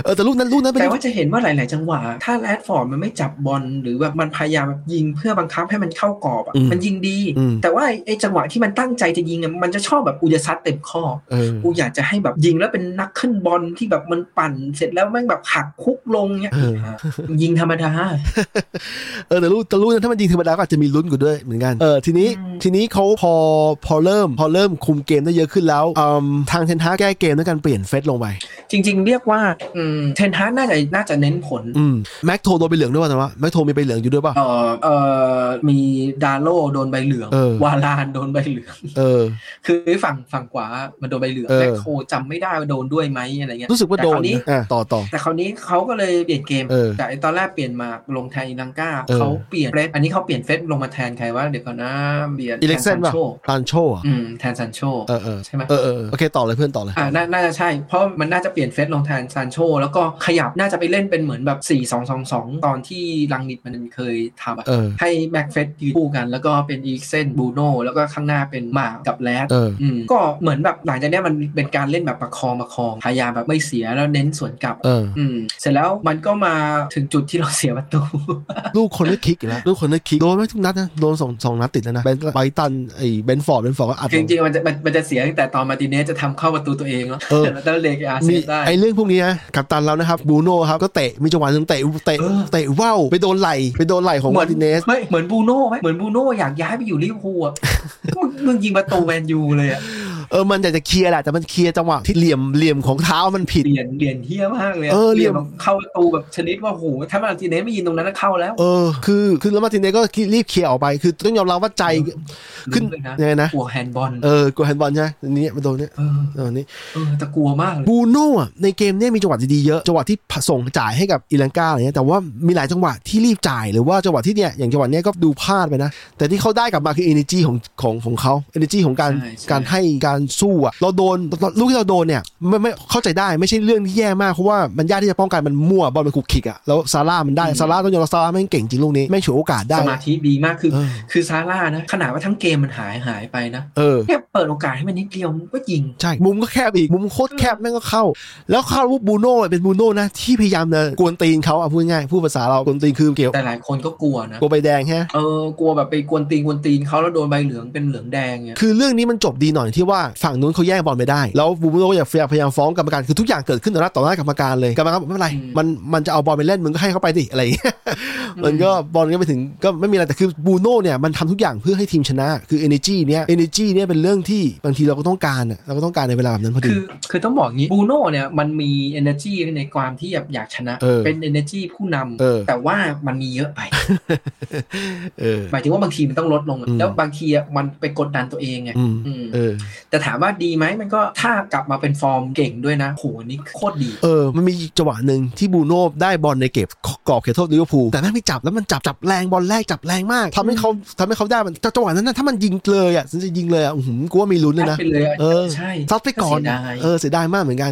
เออแต่ลูกนั้นลูกนั้นเป็น
แต่
ลูก
ว่าจะเห็นว่าหลาย ๆ จังหวะ ถ้าแรดฟอร์ดมันไม่จับบอลหรือแบบมันพยายามแบบยิงเพื่อบังคับให้มันเข้ากรอบอะมันยิงดี แต่ว่าไอ้ไอ้จังหวะที่มันตั้งใจจะยิงอะมันจะชอบแบบอุยซัดเต็มข้อ
เออ
กูอยากจะให้แบบยิงแล้วเป็นนักขึ้นบอลที่แบบมันปั่นเสร็จแล้วแม่งแบบหักคุกลงเนี้ย
เออ
ยิงธรรมดา
เออแต่ลูกแต่ลูกนั้นถ้ามันยิงธรรมดาก็อาจจะมีลุ้นกูด้วยเหมือนกันเออทีนี้
อืม
ทีนี้เขาพอพอเริ่ม พอเริ่มคุมเกมได้เยอะขึ้นแล้วอืมทางเทนฮากแก้เกมด้วยการเปลี่ยนเฟสลงไป
จริง ๆ เรียกว่าอืมเทนฮาร์กน่าจะน่าจะเน้นผล
อืมแม็กโทโดนไปเหลืองด้วยป่ะแต่ว่าแม็กโทมีไปเหลืองอยู่ด้วยป่ะ
เอ่อเอ่อมีดาโลโดนใบเหลือง
เออ
วาลานโดนใบเหลือง
เออ
คือฝั่งฝั่งขวามันโดนใบเหลือง
เออ
แม็กโคจำไม่ได้ว่าโดนด้วยไหมอะไรเงี้ย
รู้สึกว่าโดน
แต่คราวนี้
นะอ่ะต่อต่อ
แต่คราวนี้เขาก็เลยเปลี่ยนเกม
เออ
จากไอ้ตอนแรกเปลี่ยนมาลงแทนอิลังกา
เออ
เขาเปลี่ยนเฟสอันนี้เขาเปลี่ยนเฟสลงมาแทนใครว่าเดี๋ยวก่อนนะเปลี่ยน
อิเล็กเซนป่ะ
โช
ซานโชอ่ะ
อืมแทนซันโช
เออเออ
ใช่ไหม
เออเออโอเค ต่อเลยเพื่อนต่อเลย
อ่านาน่าจะใช่ เพราะมันน่าจะเปลี่ยนเฟสลงแทนซานโช แล้วก็ขยับน่าจะไปเล่นเป็นเหมือนแบบ 4 2 2 2 ตอน อนที่ลังนิดมันเคยทำอะ
เออ
ให้แม็กเฟสยืนคู่กัน แล้วก็เป็นอีเซนบูโน่แล้วก็ข้างหน้าเป็นมากับแรด
เออ
อืมก็เหมือนแบบหลังจากเนี้ยมันเป็นการเล่นแบบประคองประคองพยายามแบบไม่เสียแล้วเน้นสวนกลับ
เออ
อืมเสร็จแล้วมันก็มาถึงจุดที่เราเสีย ประตู
ลูกคนนี้คิกอีกแล้วลูกคนนี้คิกโดนไม่ทุกนัดนะโดนสองสองนัดติดแล้วนะเบนไบรตันไอ้เบนฟอร์ดเบนฟอร์ดก็อัด
จริงๆมันจะมันมันจะเสียตั้งแต่ตอนมาร์ติเนสจะทำเข้าประตูตัวเองแล้ว
เออ
แล้วเลกอาเซ
มี
นได้
ไอเรื่องพวกนี้นะกัปตันเรานะครับบูโน่ครับก็เตะมีจังหวะหนึงเตะเตะ
เออ
เตะว่าวไปโดนไหลไปโดนไหลของ
เหมื
มาน ร์ติเนส
ไม่เหมือนบูโน่ไหมเหมือนบูโน่อยากย้ายไปอยู่ลิเวอร์พูลอะ มึงมึงยิงประตูแมนยูเลยอะ
เออมันอยากจะเคลียร์แหละแต่มันเคลียร์จังหวะที่เหลี่ยมเหลี่ยมของเท้ามันผิด
เหรียญเหรียญเฮี้ยมากเลยอะ
เออเห
เห
รี
รี
ยญ
ยญแบบเข้าประตูแบบชนิดว่าโหถ้ามาร์ติเนสไม่ยิงตรงนั้นนะเข้าแล้ว
เออ คือคือแล้วมาร์ตินเนสก็รีบเคลียร์ออกไป คือต้องยอมรับว่าใจขึ้น
เลยนะ
ยังไงนะ
กลัวแฮนด์บอล
เออกลัวแฮนด์บอลใช่ไหมอันนี้มาโดนเนี่ย
เออ
เออนี่
เออแต่กลัวมากเลย
บูโน่อะในเกมเนี่ยมีจังหวะดีๆเยอะจังหวะที่ส่งจ่ายให้กับอิลังกาอะไรเงี้ยแต่ว่ามีหลายจังหวะที่รีบจ่ายหรือว่าจังหวะที่เนี่ยอย่างจังหวะเนี้ยก็ดูพลาดไปนะ แต่ที่เขาได้กลับมาคือ energy ของของของเขา energy ของการ
ใช่ใช่
การให้การสู้อะเราโดนลูกที่เราโดนเนี่ยไม่ไม่เข้าใจได้ไม่ใช่เรื่องที่แย่มากเพราะว่ามันยากที่จะป้องกันมันมั่วบอลมันคลุกคลิกอะแล้วซาร่ามันได้
อืม
ซาร่าต้องยอมรับซาร่าแม่งเก่งจริงลูกนี้แม่งฉวยโอกาสได้
สมาธิดีมากคือ
เออ
คือซาร่านะ ขนาดว่าทั้งเกมมันหายหายไปนะ
เออ
แค่เปิดโอกาสให้มันนิดเดียวมันก็ยิง
ใช่ มุมก็แคบอีก มุมโคตรแคบแม่งก็เข้า แล้วเข้าปุ๊บบูโน่เป็นบูโน่นะที่พยายามจะกวนตีนเขาเอาพูดง่ายพูดภาษาเรากวนตีนคือเกี่ยว
แต่หลายคนก็กลัวนะ
กลัวใบแดงฮะ
เออกลัวแบบไปกวนตีนกวนตีนเขาแล้วโดนใบเหลืองเป็นเหลืองแดงเนี่ย
คือเรื่องนี้มันจบดีหน่อยที่ว่าฝั่งนู้นเขาแย่งบอลไม่ได้ แล้วบูโน่ก็อยากพยายามฟ้องกรรมการคือทุกอย่างเกิดขึ้นต่อหน้าต่อหน้ากรรมการเลยกรรมการบอกไม่เป็นไรมันมันจะเอาบอลไปเล่นมึงก็ให้เขาไปดิอะไรอย่างเงี้ยมันก็บอลก็ไปถึงก็ไม่มีอะไรแต่คือบูโน่เนี่ยมันทำทุกอย่างเพื่อให้ทีมชนะ คือ energy เนี่ย energy เนี่ยเป็นเรื่องที่บางทีเราก็ต้องการอะเราก็ต้องการในเวลาแบบนั้นพอดี
คือคือต้องบอกงี้บูโน่เนี่ยมันมี energy ในความที่แบบอยากชนะ
เออ
เป็น energy ผู้นำ
เออ
แต่ว่ามันมีเยอะไป
เออ
หมายถึงว่าบางทีมันต้องลดลง
อืม
แล้วบางทีอะมันไปกดดันตัวเองไง
อืม
อืม
เออ
แต่ถามว่าดีไหมมันก็ถ้ากลับมาเป็นฟอร์มเก่งด้วยนะโหนี่โคตรดี
เออ มันมีจังหวะหนึ่งที่บรูโน่ได้บอลในเก็บกรอบเขตโทษลิเวอร์พูลแต่แม่งไม่จับแล้วมันจับจับแรงบอลแรกจับแรงมากทำให้เขาทำให้เขาได้มันจังหวะนั้นนะถ้ามันยิงเลยอ่ะฉันจะยิงเลยอ่ะอื้อหืมกูว่ามีลุ้นเลยนะ
ไปเลยอะ
เออ
ใช่
ซัดไปก่อน
เสียดาย
เออเสียดายมากเหมือนกัน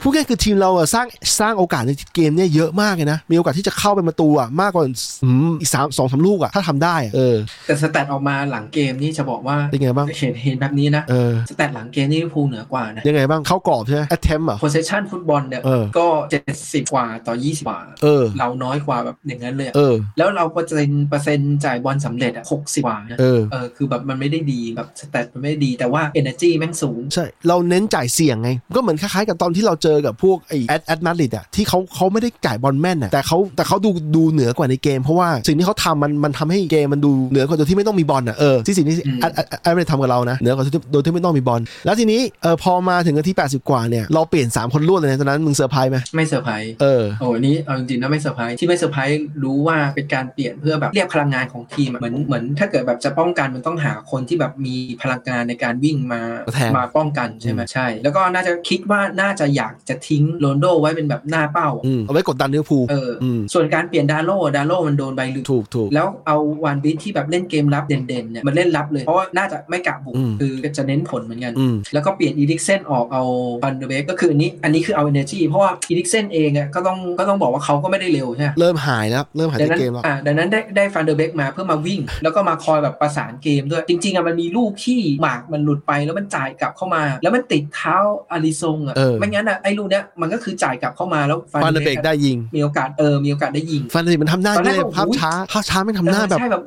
พูดง่ายๆคือทีมเราอะสร้างสร้างโอกาสในเกมเนี่ยเยอะมากเลยนะ มีโอกาสที่จะเข้าเป็นประตูอ่ะมากกว่าอืมอีกสามสองสามลูกอ่ะถ้าทำได้อะเออ
แต่สแตทออกมาหลังเกมนี่จะบอกว่า
เป็นไงบ้าง
เห็นเห็นแบบนี้นะ
เออ
สแตทหลังเกมนี่ลิเวอร์พูลเหนือกว่านะ
ยังไงบ้างเข้ากรอบใช่ไหมแอตเทมอ่ะ
โพเซชันฟุตบอลเนี่ย
เออ
ก็ 70 กว่าต่อ 20 กว่า
เออ
เราน้อยกว่าแบบอย่างนั้นเลยอะ
เออ
แล้วเราเปอร์เซ็นต์เปอร์เซ็นต์จ่ายบอลสำเร็จอ่ะ60 กว่านะ
เออ
เออคือแบบมันไม่ได้ดีแบบสแตทมันไม่ได้ดีแต่ว่า energy แม่งสูง
ใช่ เราเน้นจ่ายเสี่ยงไง ก็เหมือนคล้ายๆกับตอนที่เราเจอกับพวกไอแอดแอดมาดริดอะที่เขาเขาไม่ได้จ่ายบอลแม่นอะแต่เขาแต่เขาดูดูเหนือกว่าในเกม เพราะว่าสิ่งที่เขาทำมันมันทำให้เกมมันดูเหนือกว่าโดยที่ไม่ต้องมีบอลอะเออที่สิ่งที่
อืม
แอดแอดแอดมาดริดทำกับเรานะเหนือกว่าโดยที่ไม่ต้องมีบอลแล้วทีนี้เออพอมาถึงนาที80 กว่าเนี่ยเราเปลี่ยน 3 คนรวดเลยนะตอนนั้นมึงเซอร์ไพรส์ไหม
ไม่เซอร์ไพรส์
เออ
โอ้อันนี้เอาจริงๆนะไม่เซอร์ไพรส์ที่ไม่เซอร์ไพรส์รู้ว่าเป็นการเปลี่ยนเพื่อแบบเรียกพลังงานของทีมอะเหมือนเหมือนถ้าเกิดแบบจะป้องกันมันต้องหาคนที่แบบมีพลังงานในการวิ่งมา
มาแทน
มาป้องกันใช่ไหมใช่ แล้วก็น่าจะคิดว่าน่าจะอยากจะทิ้งโรนลโดไว้เป็นแบบหน้าเป้าอะ
อืมเอาไว้กดดันลิเวอร์พูล
เอออ
อืม
ส่วนการเปลี่ยนดาโลดาโลมันโดนใบเหลือง
ถูกถูก
แล้วเอาวันบิทที่แบบเล่นเกมรับเด่นๆเนี่ยมันเล่นรับเลย เพราะว่าน่าจะไม่กะบุก
อืม
คือจะเน้นผลเหมือนกัน
อืม
แล้วก็เปลี่ยนอีลิกเซนออกเอาบันเดอร์เบกก็คืออันนี้อันนี้คือเอา energy เพราะว่าอีลิกเซนเองอ่ะก็ต้องก็ต้องบอกว่าเขาก็ไม่ได้เร็วใช่ไหม
เริ่มหายแล้วเริ่มหาย
ดั
ใน
นั้น
เกมแล้ว
อ่าดังนั้นได้ได้ฟันเดอร์เบกมาเพื่อมาวิ่ง แล้วก็มาคอยแบบประสานเกมด้วย จริงๆอ่ะมันมีลูกที่หมากมันหลุดไปแล้วมันจ่ายกลับเข้ามา แล้วมันติดเท้าอาริซงอ่ะ
เออ
ไม่งั้นอ่ะไอ้ลูกเนี้ยมันก็คือจ่ายกลับเข้ามาแล้ว Van
ฟันเด
de
อร์เบ
Beek
ก
อะ
ได้ยิง
มีโอกาสเออ มีโอกาสได้ยิง
ฟันเดอร์เบกมันทำหน้า
ตอนแรก
เลย
ก็โอ้โห
ภาพช้าภาพช้าไม่งทำหน้าแบบ
ใช่แบบ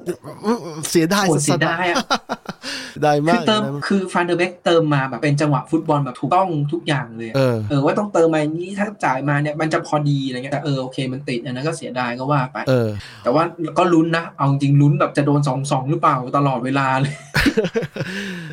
เสียดาย
โหด
สัสๆ
เสียดายอ่ะ
ได้มา
คือก เติม
ได้มาก
คือฟานเดอร์เบกเติมมาแบบเป็นจังหวะฟุตบอลแบบถูกต้องทุกอย่างเลย
เอ
อะ
อ
เออว่าต้องเติมมาอย่างนี้ถ้าจ่ายมาเนี่ยมันจะพอดีอะไรเงี้ยแต่เออโอเคมันติดอันนั้นก็เสียดายก็ว่าไป
เออ
แต่ว่าก็ลุ้นนะ เอาจริงลุ้นแบบจะโดนสองสองหรือเปล่าตลอดเวลาเลย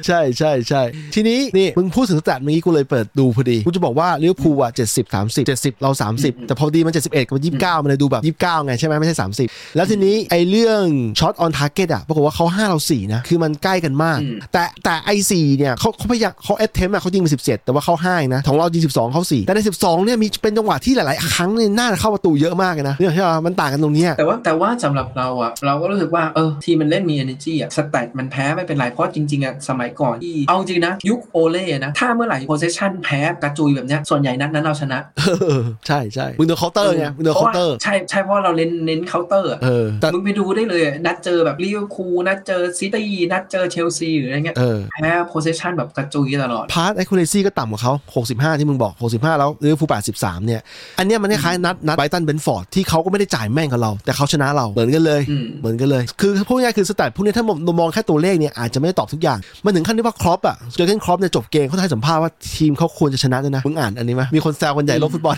ใช่ใช่ใช่ทีนี้นี่มึงพูดถึงสแตทเมื่อกี้กูเลยเปิดดูพอดีกูจะบอกว่าลิเวอร์พูลอ่ะเจ็ดสิบสามสิบเจ็ดสิบเราสามสิบ
อืม
แต่พอดีมันเจ็ดสิบเอ็ดกับยี่สิบเก้ามันเลยดูแบบยี่สิบเก้าไงใช่ไหมไม่ใช่สามสิบแล้วทีนี้ไอ้เรื่องช็อตออนทาร์เก็ตอ่ะปรากฏว่าเขาห้าเราสี่นะ คือมันใกล้กันมาก แต่แต่ไอสี่เนี่ยเขา เขาพยายามเขาแอดเทมอะเขายิงไป17 แต่ว่าเขาห้ายนะของเรายิง12เขา4แต่ใน 12เนี่ยมีเป็นจังหวะที่หลาย ๆ ครั้งเนี่ยน่าจะเข้าประตูเยอะมากเลยนะเนี่ยใช่ป่ะมันต่างกันตรงเนี้ย
แต่ว่าแต่ว่าสำหรับเราอะเราก็รู้สึกว่าเออทีมมันเล่นมี energy อะสแตทมันแพ้ไม่เป็นไรเพราะจริงๆอะสมัยก่อนที่เอาจริงนะ ยุคโอเล่นะ ถ้าเมื่อไหร่ possession แพ้กระจุยแบบเนี้ยส่วนใหญ่นัดนั้นเราชนะ
เออ ใช่ใช่มึงโดนเคาน์เตอร์ไงมึงโดนเคาน์เตอร์
พาะว่าใช่ใช่เพราะเราเน้นเน้นเคาน์เตอร์อะ
เออแต่
มึงไปดูได้เลยนัดเจอแบบลิเวอร์พูลนัดเจอซิตี้นัดเจอเชลซีหรืออะไรเงี้ย
เออ
แพ้ possession แบบกระจุยตลอด
พาร์ตแอคคูเรซี่ก็ต่ำกว่าเขา65 ที่มึงบอก 65 แล้วลิเวอร์พูล83 เนี่ย อันเนี้ยมันคล้ายๆนัดนัดไบรตันเบนฟอร์ดที่เขาก็ไม่ได้จ่ายแม่งกับเรา แต่เขาชนะเราเหมือนกันเลย
อืม
เหมือนกันเลย คือพูดง่ายๆคือสแตทพวกเนี้ยถ้ามองมองแค่ตัวเลขเนี่ย อาจจะไม่ได้ตอบทุกอย่าง มันถึงขั้นที่ว่าครอปอะเจอเกนครอปเนี่ยจบเกมเขาให้สัมภาษณ์ว่าทีมเขาควรจะชนะด้วยนะมึงอ่านอันนี้ไหมมีคนแซวกันใหญ่โลกฟุตบอล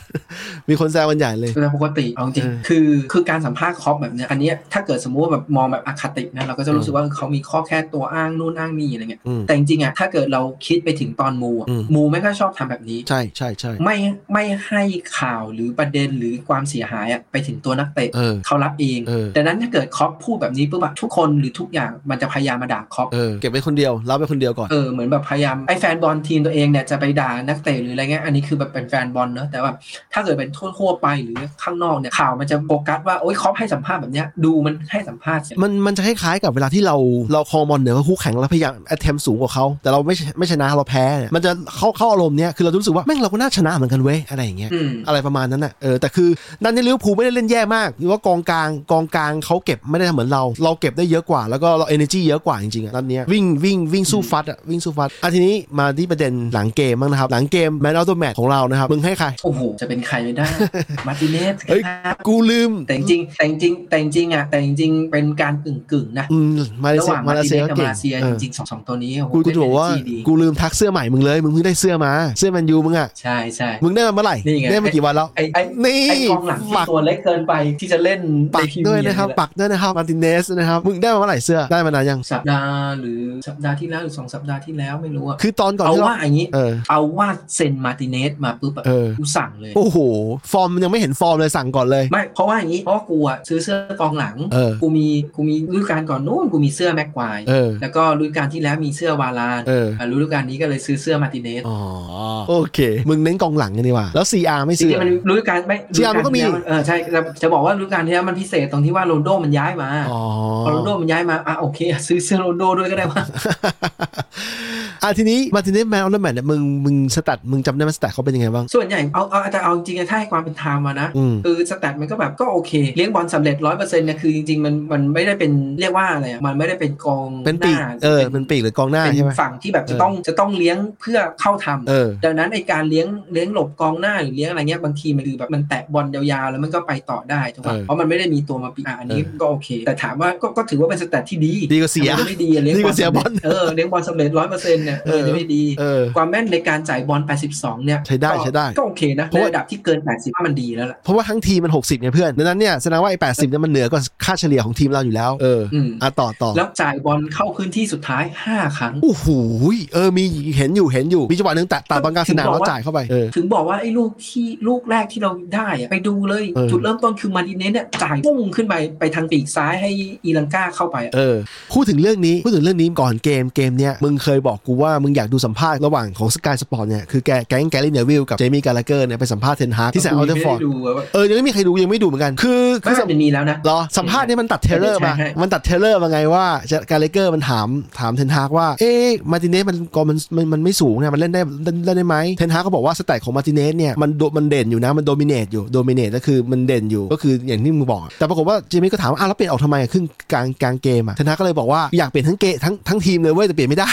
มีคนแซวกันใหญ่เลย
แต่ปกติเอาจริง
เออ
คือคือการสัมภาษณ์คอปแบบเนี้ยอันเนี้ยถ้าเกิดสมมุติว่าแบบมองแบบอคตินะเราก็จะรู้สึกว่าเขามีข้อแค่ตัวอ้างนู่นอ้างนี่อะไรเงี้ย
อืม
แต่จริงๆอะถ้าเกิดเราคิดไปถึงตอนมูอะ
อืม
มูไม่ค่อยชอบทำแบบนี้
ใช่ใช่ใช่
ไม่ไม่ให้ข่าวหรือประเด็นหรือความเสียหายอะไปถึงตัวนักเตะ
เออ
เขารับเอง
เออ
ดังนั้นถ้าเกิดคอปพูดแบบนี้ปุ๊บอะทุกคนหรือทุกอย่างมันจะพยายามมาด่าคอป
เออเก็บไว้คนเดียวรับไว้คนเดียวก่อน
เออเหมือนแบบพยายามไอ้แฟนบอลทีมตัวเองเนี่ยจะไปด่านักเตะหรืออะไรเงี้ยอันนี้คือแบบเป็นแฟนบอลเนอะแต่ว่าถ้าเกิดเป็นทั่วๆไปหรือข้างนอกเนี่ยข่าวมันจะโฟกัสว่าโอ๊ยคอปให้สัมภาษณ์แบบเนี้ยดูมันให้สัมภาษณ์เสีย
มันมันจะคล้ายๆกับเวลาที่เราเราครองบอลเหนือกว่าคู่แข่งแล้วพยายามแอตเทมสูงกว่าเขาแต่เราไม่ชไม่ชนะเราแพ้เนี่ยมันจะเข้าเข้าอารมณ์เนี้ยคือเราจะรู้สึกว่าแม่งเราก็น่าชนะเหมือนกันเว้ยอะไรอย่างเงี้ย
อืม
อะไรประมาณนั้นน่ะเออแต่คือนั่นนี่ลิเวอร์พูลไม่ได้เล่นแย่มากหรือว่ากองกลางกองกลางเขาเก็บไม่ได้เหมือนเรา เราเก็บได้เยอะกว่าแล้วก็เราเอเนจีเยอะกว่าจริงๆอ่ะนัดเนี้ยวิ่งวิ่งวิ่งสู้ฟัดอ่ะวิ่งสู้ฟัดอ่ะทีนี้มาที่ประเด็นหลังเกมบ้างนะครับหลังเกมแมนออฟเดอะแมตของเรานะครับมึงให้ใคร
โอ้โหจะเป็นใครไม่ ได้ มาร์ติเนส
เฮ้ย
ครับ
กูลืม
แต่จริงๆแต่จริงๆแต่จริงๆอ่ะแต่จริงๆเป็นการกึ่งกึ่งๆนะ
อืมมาเล
ระห
เซีย
ว่าง
มาเลเซียก็
มาติเนสกับ
เก่ง
มาเซีย
เออ
จริงๆสองสองตัวนี้โอ้โห
กูกู
เล่น
จะบอกว่า
เป็น energy ดี
กูลืมทักเสื้อใหม่มึงเลย มึงเพิ่งได้เสื้อมา เสื้อแมนยูมึงอะ
ใช่ใช่
มึงได้มาเมื่อไหร่
นี่ไง
ได้มากี่วันแล้ว
ไอ้ไอ้
นี่
ไอ้กองหลังที่
ปัก
ตัวเล็กเกินไปที่จะเล่น
ปัก
ในพรีเมี
ด้วย
ร์
นะครับ
นี่แหละ
ปักด้วยนะครับมาร์ตินเนสนะครับ มึงได้มาเมื่อไหร่เสื้อ ได้มานานยัง
สัปดาห์หรือสัปดาห์ที่แล้วหรือสองสัปดาห์ที่แล้วไม่รู้อะ
คือตอนก่อน
เอา
ที่เรา
ว่าอย่างนี้
เออ
เอาว่าเซ็นมาร์ติเนสมาปุ๊บอะ
เออ
กูสั่งเลย
โอ้โห ฟอร์มมันยังไม่เห็นฟอร์มเลยสั่งก่อนเลย
ไม่เพราะว่าอย่างนี้เพราะว่ากูอะซื้อเสื้อกองหลัง
เออ
กูมีกูมีฤดูกาลก่อนนู้นกูมีเสื้อแม็กควาย
เออ
แล้วก็ฤดูกาลที่แล้วมีเสื้อวาลาน
เออ
อ่ะฤดูกาลนี้ก็เลยซื้อเสื้อมาร์ติเนส
อ๋อ โอเค มึงเน้นกองหลังกันดีกว่า แล้ว CR ไม่
จริ
ซื้
ง
อ
ๆมันฤดูกาลไม่
เชียร์มันก็มี
ฤดูาลที่แล้วเออใช่แต่จะบอกว่าฤดูกาลที่แล้วมันพิเศษตรงที่ว่าโรนลโดมันย้ายมา
อ๋อ
พอโรนลโดมันย้ายมาอ่ะโอเคอ่ะซื้อเสื้อโรนลโดด้วยก็ได้ว่า
อ่ะทีนี้มาร์ตินเนสแมนออฟเดอะแมตเนี่ยมึงมึงสแตัดมึงจำได้ไหมสแตัดเขาเป็นยังไงบ้าง
ส่วนใหญ่เอาเอาแต่เอาจริงๆถ้าให้ความเป็นธรรมอะนะ
อืม
คือสแตทมันก็แบบก็โอเค เลี้ยงบอลสำเร็จร้อยเปอร์เซ็นต์เนี่ยคือจริงๆมันมันไม่ได้เป็นเรียกว่าอะไรอะมันไม่ได้เป็นกอง
เป็นปีก
หา
เออเป็นปีกหรือกองหน้า
เป็น
ใช่ไหม
ฝั่งที่แบบจะ
เออ
ต้องจะต้องเลี้ยงเพื่อเข้าทำ
เออ
ดังนั้นไอการเลี้ยงเลี้ยงหลบกองหน้าหรือเลี้ยงอะไรเงี้ยบางทีมันคือแบบมันแตะบอลยาวๆ แล้วมันก็ไปต่อได้ถูกป่ะ
เออ
เพราะมันไม่ได้มีตัวมาปีอ่ะอันนี้
เออ
ก็โอเค แต่ถามว่าก็ก็ถือว่าเป็นสแตทที่ดี
ดีกว่าเสีย
แต่มันไม่ดีอะเลี้ยง
ดีกว่าเสียบอล
เออเลี้ยงบอลสำเร็จร้อยเปอร์เซ็นต์เนี่ยเอ
เอ
อ
อ
จะไม่ดี
เออ
ความแม่นในการจ่ายบอล 82 เนี่ย
ใช้ได้
ก็
ใช้ได้
ก็โอเคนะ
เพ
ใน
ราะว่า
ระดับที่เกิน 80ว่ามันดีแล้วล่ะ
เพราะว่าทั้งทีมมัน 60ไงเพื่อนดังนั้นเนี่ยแสดงว่าไอ้80เนี่ยมันเหนือกว่าค่าเฉลี่ยของทีมเราอยู่แล้ว เออ
อืม
อ่ะต่อต่อ
แล้วจ่ายบอลเข้าพื้นที่สุดท้าย 5 ครั้ง
โอ้โหเออมีเห็นอยู่เห็นอยู่ มีจังหวะหนึงตัดตัดบอลกลางสนามแล้วจ่ายเข้าไปเออ
ถึงบอกว่าไอ้ลูกที่ลูกแรกที่เราได้อะไปดูเลย
เออ
จุดเริ่มต้นคือมาดิเนสเนี่ยจ่ายพุ่งขึ้นไปไปทางปีกซ้ายให้อีลังกาเข้าไปอะ
เออพูดถึงเรื่องนี้พูดถึงเรื่องนี้ก่อนเกมเกมเนี้ยมึงเคยบอกกูว่ามึงอยากดูสัมภาษณ์ระหว่างของสกายสปอร์ตเนี่ยคือแกแก๊งแกลลี่เนวิลกับเจมี่กาลาเกอร์เนี่ยไปสัมภาษณ์เทนฮากที่แซง
กู
อัล
ยั
เทอ
ไม่
ร์ฟอร์ด
ไดูอะว่า
เออยังไม่มีใครดูยังไม่ดูเหมือนกันคือคือ
ไม่ใช่
สัม
มันมีแล้วนะ
เหรอสัมภาษณ์เนี่ยมันตัดเทรลเลอร์มา
ใช่ใช่
มันตัดเทรลเลอร์มาไงว่าจะกาเลเกอร์มันถามถามเทนฮากว่า เอ๊ะมาร์ติเนสมันก็มันมันมันไม่สูงเนี่ยมันเล่นได้เล่นเล่นได้ไหมเทนฮากก็บอกว่าสแตทของมาร์ติเนสเนี่ยมันโดมันเด่นอยู่นะมันโดมิเนตอยู่โดมิเนตก็คือมันเด่นอยู่ก็คืออย่างที่มึงบอก แต่ปรากฏว่าเจมี่ก็ถามว่าอ้าวแล้วเปลี่ยนออกทำไมอะครึ่งกลางกลางเกมอะเทนฮากก็เลยบอกว่าอยากเปลี่ยนทั้งเกทั้งทั้งทีมเลยเว้ยแต่เปลี่ยนไม่ได้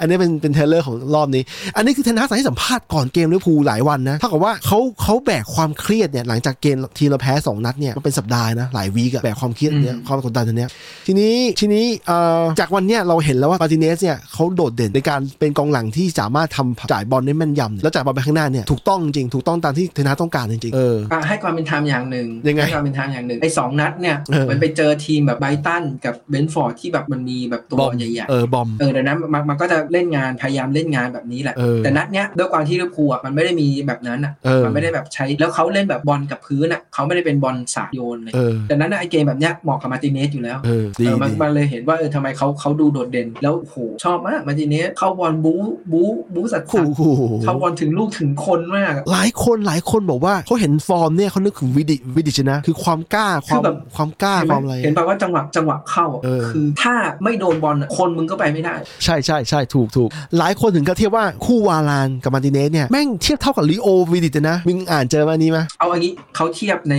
อันนี้เป็นเป็นเทรลเลอร์ของรอบนี้ อันนี้คือเทนฮากสั่งให้สัมภาษณ์ก่อนเกมลิเวอร์พูลหลายวันนะเท่ากับว่าเขาเขาแบกความเครียดเนี่ยหลังจากเกมทีมเราแพ้สองนัดเนี่ยมันเป็นสัปดาห์นะหลายวีกอะแบกความเครียดเนี่ย
อืม
ความกดดันตัวเนี้ยทีนี้ทีนี้เอ่อจากวันเนี้ยเราเห็นแล้วว่ามาร์ติเนสเนี่ยเขาโดดเด่นในการเป็นกองหลังที่สามารถทำจ่ายบอลได้แม่นยำแล้วจ่ายบอลไปข้างหน้าเนี่ยถูกต้องจริงถูกต้องตามที่เทนฮากต้องการจริงๆเออ
อ่ะให้ความเป็นธรรมอย่างหนึ่ง
ยังไง
ให้ความเป็นธรรมอย่างหนึ่งไอ้สองนัดเนี่ย
เออ
มันไปเจอทีมแบบไบรตันกับเบนฟอร์ดที่แบบมันมีแบบตัว
บอม
ใหญ่ๆ
เออบอม
เออดังนั้นมันมันก็จะเล่นงานพยายามเล่นงานแบบนี้แหละ
เออ
แต่นัดเนี้ยด้วยความที่ลิเวอร์พูลอ่ะมันไม่ได้มีแบบนั้นอ่ะ
เออ
มันไม่ได้แบบใช้แล้วเขาเล่นแบบบอลกับพื้นอ่ะเขาไม่ได้เป็นบอลสาดโยนเลย
เออ
ดังนั้นน่ะไอเกมแบบเนี้ยเหมาะกับมาร์ติเนสอยู่แล้ว
เออ ดี
เออมัน
ดี
มันเลยเห็นว่าเออทำไมเขาเขาดูโดดเด่น แล้วโอ้โหชอบมากมาทีเนี้ยเข้าบอลบู๊บู๊บู๊สัตว์
โอ้โห
เข้าบอลถึงลูกถึงคนมาก
หลายคนหลายคนบอกว่าเขาเห็นฟอร์มเนี่ยเขานึกถึงวิดิวิดิชนะ คือความกล้าความ
คือแบบ
ความกล้า
เห็น
ค
ไห
วา
ม
มอะไร
เห็นป่ะว่าจังหวะจังหวะเข้าอะ
เออ
คือถ้าไม่โดนบอลอะคนมึงก็ไปไม่ได้
ใช่ใช่ใช่ถูกถูกหลายคนถึงกับเทียบว่าคู่วาลานกับมาร์ติเนสเนี่ยแม่งเทียบเท่ากับลิโอวิดิชนะมึงอ่านเจอมานี้ไหม
เอาอันนี้เขาเทียบใน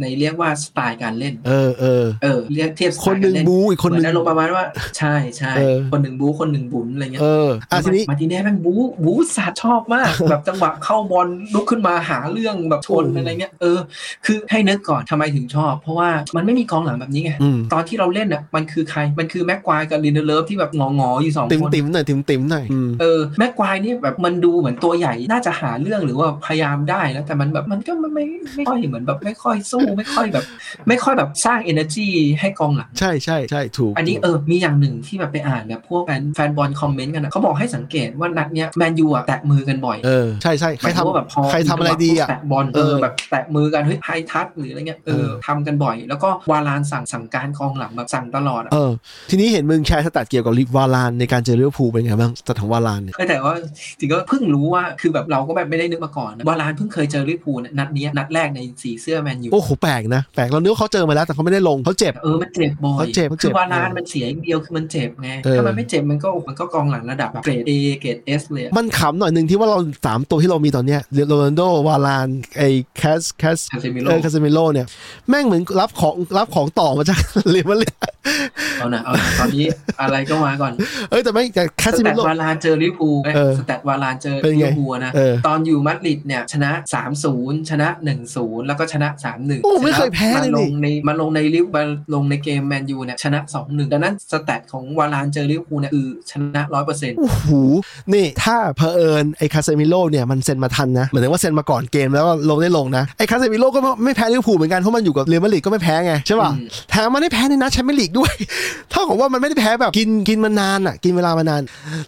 ในเรียกว่าสไตล์การเล่น
เออเออ
เออเรียกเทียบสไต
คน
ล์
ห
กา
นึ่
รงเล่น
บูอีกคนหนึ่ง
เหมือารมณ์ประมาณว่าใช่ใช่
เออ
คนหนึ่งบู๊คนหนึ่งบุ๋นอะไรเงี้ย
เอออ่ะทีนี้
มาทีเน่แม่งบู๊บู๊สาดชอบมาก แบบจังหวะเข้าบอลลุกขึ้นมาหาเรื่องแบบชน
โอ้โห
อะไรเงี้ยเออคือให้นึกก่อนทำไมถึงชอบ เพราะว่ามันไม่มีกองหลังแบบนี้ไง
อืม
ตอนที่เราเล่นอ่ะมันคือใครมันคือแม็กควายกับลินเดอร์เลิฟที่แบบงองอๆอยู่สอง
ติ๋ม
คน
ติ๋มหน่อยติ๋มติ๋มหน่อยอืม
เออแม็กควายนี่แบบมันดูเหมือนตัวใหญ่น่าจะหาเรื่องหรือว่าพยายามได้นะแต่มันแบบมันก็ไม่ไม่ไม่ค่อยเหมือนแบบไม่ค่อยสู้ไม่ค่อยแบบ ไม่ค่อยแบบสร้าง energy ให้กองหลัง
ใช่ใช่ใช่ถูก
อันนี้เออ มีอย่างหนึ่งที่แบบไปอ่านแบบพวกแฟนแฟนบอลคอมเมนต์กันนะเขาบอกให้สังเกตว่านัดเนี้ยแมนยูอ่ะแตะมือกันบ่อย
เออ ใช่ใช่ใคร
หมายถึงว่าแบบพอ
ทำใครทำอะไรดีอ่ะ
แตะบอลเออ
เออ
แบบแตะมือกันเฮ้ยไฮทัชหรืออะไรเงี้ยเอ
เอ
อ
อ
ทำกันบ่อย แล้วก็วาลานสั่งสั่งการกองหลังแบบสั่งตลอดอะ
เออ ทีนี้เห็นมึงแชร์สแตทเกี่ยวกับลิวาลานในการเจอลิเวอร์พูลเป็นไงบ้างสแตทของวาลานเนี่ย
เออแต่ว่าจริงก็เพิ่งรู้ว่าคือแบบเราก็แบบไม่ได้นึกมาก่อนนะวาลานเพิ่งเคยเจอลิเวอร์พูลเนี่ยนัดเนี้ยนัดแรกในสีเสื้อแมนยู
โอ้โหแปลกนะ แปลกเราเนื้อเขาเจอมาแล้วแต่เขาไม่ได้ลงเขาเจ็บ
เออมันเจ็บบ่อย
เขาเจ็บเขาเจ็บ
คือวาลานมันเสียอย่างเดียวคือมันเจ็บไง
เออ
ถ้ามันไม่เจ็บมันก็โอ้โหมันก็กองหลังระดับแบบเกรดเอเกรดเอสเลยอะ
มันขำหน่อยหนึ่งที่ว่าเราสามตัวที่เรามีตอนเนี้ยโรนัลโดวาลานไอ้แคสแคส
Casemiro
เออคาเซมิโลเนี่ย แม่งเหมือนรับของรับของต่อมาจาก เรเวอร์
เอานะเอานะตอนนี้ อะไรก็มาก่อน
เอ้ยแต่ไม่งแต่แคส
ส
เซ
แต
มิ
ท
โล
วาลานเจอลิเวอร์พูลเอ้ย
เออ
สแตทวาลานเจอ
เป็น
ลิ
ไง
เวอร์พูลนะ
เออ
ตอนอยู่มาดริดเนี่ย ชนะ 3-0 ชนะ 1-0 แล้วก็ชนะ 3-1
โอ้ไม่เคยแพ้เลย
มา
นี่
ลงในมาลงในลิเวอร์มาลงในเกมแมนยูเนี่ย ชนะ 2-1 ดังนั้นสแตทของวาลานเจอลิเวอร์พูลเนี่ยคือชนะ 100%
โอ้โหนี่ถ้าเผอิญไอ้คาเซมิโลเนี่ยมันเซ็นมาทันนะเหมือนว่าเซ็นมาก่อนเกมแล้วก็ลงได้ลงนะไอ้คาเซมิโลก็ไม่แพ้ลิเวอร์พูลเหมือนกันเพราะมันอยู่กับเรอัลมาดริดก็ไม่แพ้ไงใช่ป่ะแถมมันได้แพ้ในนัดแชมเปี้ยนลีกด้วย เท่ากับว่ามันไม่ได้แพ้แบบกินกินมานานอ่ะกินเวลามานาน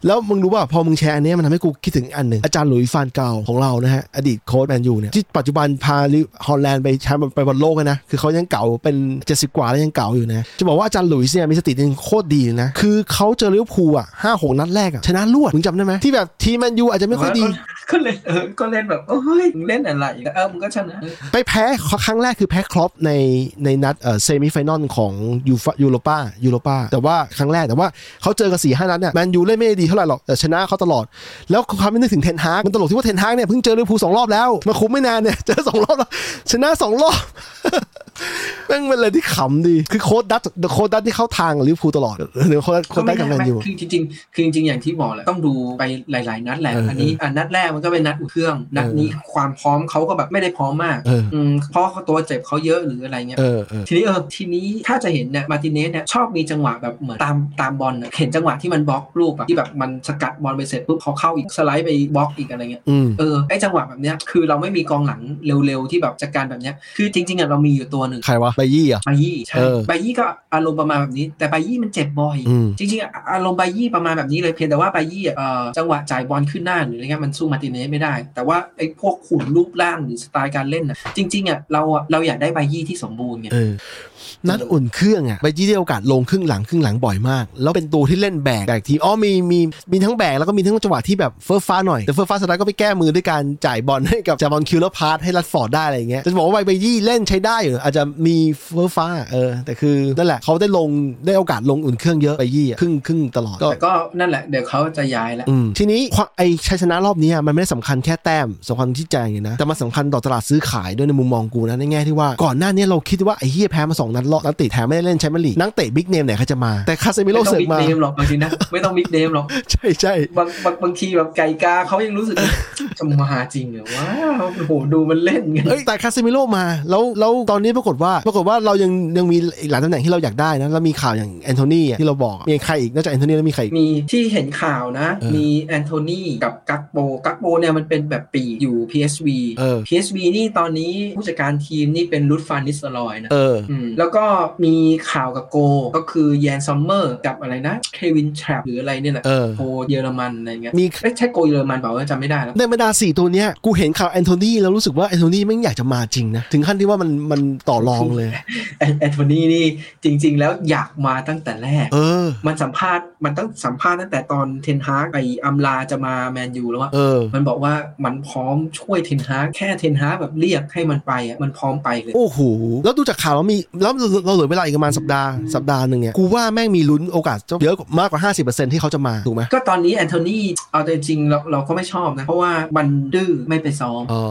แล้วมึงรู้ป่ะพอมึงแชร์อันเนี้ยมันทำให้กูคิดถึงอันหนึ่งอาจารย์หลุยส์ฟานเกาของเรานะฮะอดีตโค้ชแมนยูเนี่ยที่ปัจจุบันพาลิฮอลแลนด์ไปแชมป์ไปบอลโลกเลยนะคือเขายังเก่าเป็นเจ็ดสิบกว่าแล้วยังเก่าอยู่นะจะบอกว่าอาจารย์หลุยส์เนี่ยมีสติหนึ่งโคตรดีเลยนะคือเขาเจอลิเวอร์พูลอ่ะห้าหกนัดแรกอ่ะชนะรวดมึงจำได้ไหมที่แบบทีมแมนยูอาจจะไม่ค่อยดี
ก็เล่นเออก็เล่นแบบเอ้ยมึงเล่นอะไรเออมึงก็ชนะ
ไปแพ้ครั้งแรกคือแพ้ครอปในในนัดเอ่อเซมิไฟนอลของยูฟยูโรปายูโรปาแต่ว่าครั้งแรกแต่ว่าเขาเจอกันสี่ห้านัดเนี่ยแมนยูเล่นไม่ได้ดีเท่าไหร่หรอกแต่ชนะเขาตลอด แล้วความไม่นึกถึงเทนฮากมันตลกที่ว่าเทนฮากเนี่ยเพิ่งเจอลิเวอร์พูลสองรอบแล้ว มาคุ้มไม่นานเนี่ย เจอสองรอบแล้ว ชนะสองรอบ แม่งเป็นอะไรที่ขำดี คือโค้ดดัตโค้ดดัตที่เข้าทางกับลิเวอร์พูลตลอดหรือโค้ดดัตโค้ดดัตกับแมนยู
ก็ไได้คือจริงๆ คือจริงๆ อย่างที่บอกแหละต้องดูไปหลาย ๆ นัดแหละ
เอออั
อันนี้อันนัดแรกมันก็เป็นนัดอุ่นเครื่อง นัดนี้ความพร้อมเขาก็แบบไม่ได้พร้อมมาก
เอออื
มเพราะเขาตัวเจ็บเขาเยอะหรืออะไรเงี้ย
เออเออ
ทีนี้เออทีนี้ถ้าจะเห็นเนี่ยมาร์ติเนสเนี่ยชอบมีจังหวะแบบเหมือนตามตามบอลน่ะเห็นจังหวะที่มันบล็อกลูกแบบที่แบบมันสกัดบอลไปเสร็จปุ๊บเขาเข้าอีกสไลด์ไปบล็อกอีกอะไรเงี้ย
อืม
เออไอจังหวะแบบเนี้ยคือเราไม่มีกองหลังเร็วๆที่แบบจัดการแบบเนี้ยคือจริงๆอ่ะเรามีอยู่ตัวหนึ่ง
ใครวะไบยี่อ่ะ
บายี่ใช่
เออ
บายี่ก็อารมณ์ประมาณแบบนี้ แต่บายี่มันเจ็บบ่อย
อืม
จริงๆอะอารมณ์บายี่ประมาณแบบนี้เลยเพียงแต่ว่าบายี่อะเอ่อจังหวะจ่ายบอลขึ้นหน้าหรืออะไรเงี้ยมันสู้มาร์ติเนสไม่ได้ แต่ว่าไอ้พวกขุนรูปร่างหรือสไตล์การเล่นน่ะจริงๆอ่ะเราอะเราอยากได้บายี่ที่สมบูรณ์ไง
เออนัดอุ่นเครื่องอ่ะไปยี่ได้โอกาสลงครึ่งหลังครึ่งหลังบ่อยมาก แล้วเป็นตัวที่เล่นแบกแบกทีมอ๋อมีมีมีทั้งแบกแล้วก็มีทั้งจังหวะที่แบบเฟิร์สฟ้าหน่อย แต่เฟิร์สฟ้าสุดท้ายก็ไปแก้มือด้วยการจ่ายบอลให้กับจา บอลคิวแล้วพาร์ให้รัดฟอร์ดได้อะไรอย่างเงี้ยแต่จะบอกว่าไบยี่เล่นใช้ได้อยู่อาจจะมีเฟิร์สฟ้าเออแต่คือนั่นแหละเขาได้ลงได้โอกาสลงอุ่นเครื่องเยอะไปยี่อะครึ่งครึ่งตลอดก็
แต่ก็นั่นแหละเดี๋ยวเขาจะย้ายแล้ว
อืมทีนี้ความไอ้ชัยชนะรอบนี้อะมันไม่ได้สำคัญแค่แต้มสำคัญที่ใจไงนะแต่มันสำคัญต่อตลาดซื้อขายด้วยในมุมมองกูนะในแง่ที่ว่าก่อนหน้านี้เราคิดว่าไอ้เฮียแพ้มาสองนัดเลาะนัดเตะแถมไม่ได้เล่นแชมเปี้ยนลีกนักเตะบิ๊กเนมไหนเขาจะมา แต่คาเซมิ
ไม่
โล
ต้อง
เสอก
บิ๊ก
มา
เนมหรอกบางทีนะ ไม่ต้องบิ๊กเนมหรอก
ใช่ใช่
บางบางบางทีแบบไก่กาเขายังรู้สึก จะมาจริงเหรอว้าวโอ้โหดูมันเล่นกัน
เอ้ยแต่คาเซมิโลมาแล้วแล้วตอนนี้ปรากฏว่าปรากฏว่าเรายังยังมีอีกหลายตำแหน่งที่เราอยากได้นะแล้วมีข่าวอย่างแอนโทนีอะที่เราบอกอะมีใครอีกนอกจากแอนโทนีแล้วมีใครอีก
มีที่เห็นข่าวนะ
เออ
มีแอนโทนีกับกักโบกักโบเนี่ยมันเป็นแบบปีกอยู่ PSV
เออ
PSV นี่ตอนนี้ผู้จัดการทีมนี่เป็นรุดฟานนิสลอยนะ
เออ
มแล้วก็มีข่าวกับโก ก็คือแยนซัมเมอร์กับอะไรนะเควินแทรปหรืออะไรเนี่ยแหละ
เออ
โกเยอรมันอะไรเงี้ย
มี
เอ้ยใช่โกเยอรมันเปล่าวะจำไม่ได้แล้ว
ในบรรดาสี่ตัวเนี้ยกูเห็นข่าวแอนโทนีแล้วรู้สึกว่าแอนโทนีไม่งอยากจะมาจริงนะ ถึงขั้นที่ว่ามันมันต่อ ต่อรองเลย
แอนแอนโทนีนี่จริง ๆ แล้วอยากมาตั้งแต่แรก
เออ
มันสัมภาษณ์มันต้องสัมภาษณ์ตั้งแต่ตอนเทนฮากไปอำลาจะมาแมนยูแล้วว่า
เออ
มันบอกว่ามันพร้อมช่วยเทนฮากแค่เทนฮากแบบเรียกให้มันไปอ่ะมันพร้อมไปเลย
โอ้โห แล้วดูจากข่าวแล้วมี แล้วเราเหลือเวลาอีกประมาณสัปดาห์ สัปดาห์หนึ่งเนี่ย กูว่าแม่งมีลุ้นโอกาสจะเยอะกว่ามากกว่า 50%ที่เขาจะมา ถูกไหม
ก็ตอนนี้แอนโทนีเอาแต่จริงเราเราก็ไม่ชอบนะ เพราะว่ามันดื้อไม่ไปซ้อม
อ๋อ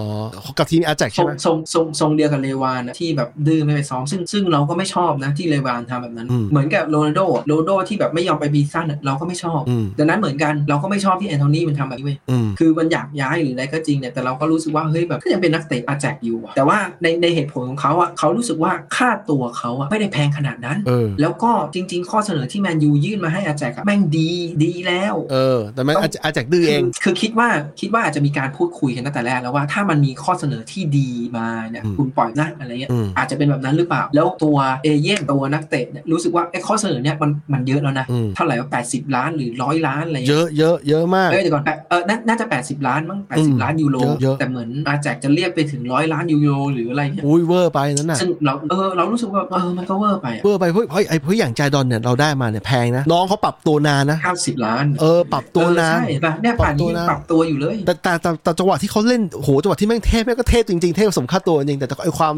กับทีมอาแจก
ทร
ใช่
ง
ไหม
ทรงทรงทรงเดียวกับเลวานนะที่แบบดื้อไม่ไปซ้อม ซึ่งซึ่งเราก็ไม่ชอบนะที่เลวานทำแบบนั้น
อืม
เหมือนกับโรนัลโดอะโรนัลโดที่แบบไม่ยอมไปบีซั่นอะเราก็ไม่ชอบ
อืม
ดังนั้นเหมือนกันเราก็ไม่ชอบที่แอนโทนีมันทำแบบนี้เว้ย
อืม
คือมันอยากย้ายหรืออะไรก็จริงเนี่ยแต่เราก็รู้สึกว่าเฮ้ยแบบก็ยังเป็นนักเตะอาแจกอยู่อะแต่ว่าในในเหตุผลของเขาอะเขารู้สึกว่าค่าตัวเขาอะไม่ได้แพงขนาดนั้น
เออ
แล้วก็จริง ๆ ข้อเสนอที่แมนยูยื่นมาให้อาแจกอะแม่งดีดีแล้ว
เออ แต่แม่งอาอาแจกดื้อเอง
คือคือคิดว่าคิดว่าอาจจะมีการพูดคุยกันตั้งแต่แรกแล้วว่าถ้ามันมีข้อเสนอที่ดีมาเนี่ย
อืม
คุณปล่อยนะอะไรเงี้ย
อืม
อาจจะเป็นแบบนั้นหรือเปล่า แล้วตัวเอเย่นตัวนักเตะเนี่ยรู้สึกว่าไอ้ข้อเสนอเนี่ยมันมันเยอะแล้วนะ
อืม
เท่าไหร่ว่า80 ล้านหรือร้อยล้านอะไรเงี้ย
เยอะเยอะเยอะมาก
เอ้ยเดี๋ยวก่อนแปดเออนาน่าจะ 80 ล้านมั้ง
อืม
80 ล้านยูโร
เยอะเยอะ
แต่เหมือนอาแจกจะเรียกไปถึงร้อยล้านยูโรหรืออะไรเนี่ย
อุ้ยเวอร์ไปนั่นน่ะ
ซึ่งเราเออเรารู้สึกว่าเออมันก็เวอร์ไป
เวอร์ไปเพราะเพราะไอ้เพราะอย่างใจดอนเนี่ยเราได้มาเนี่ยแพงนะ น้องเขาปรับตัวนานนะ
เก้าสิบล้าน
เออ ปรับตัวนาน
เออใช่ป่ะเนี่ยป่านนี้
ปรับตัวนะ
ปรับตัวอยู่เลย
แต่แต่แต่แต่จังหวะที่เขาเล่นโอ้โหจังหวะที่แม่งเทพแม่งก็เทพจริงๆเทพสมค่าตัวจริงแต่แต่ไอความ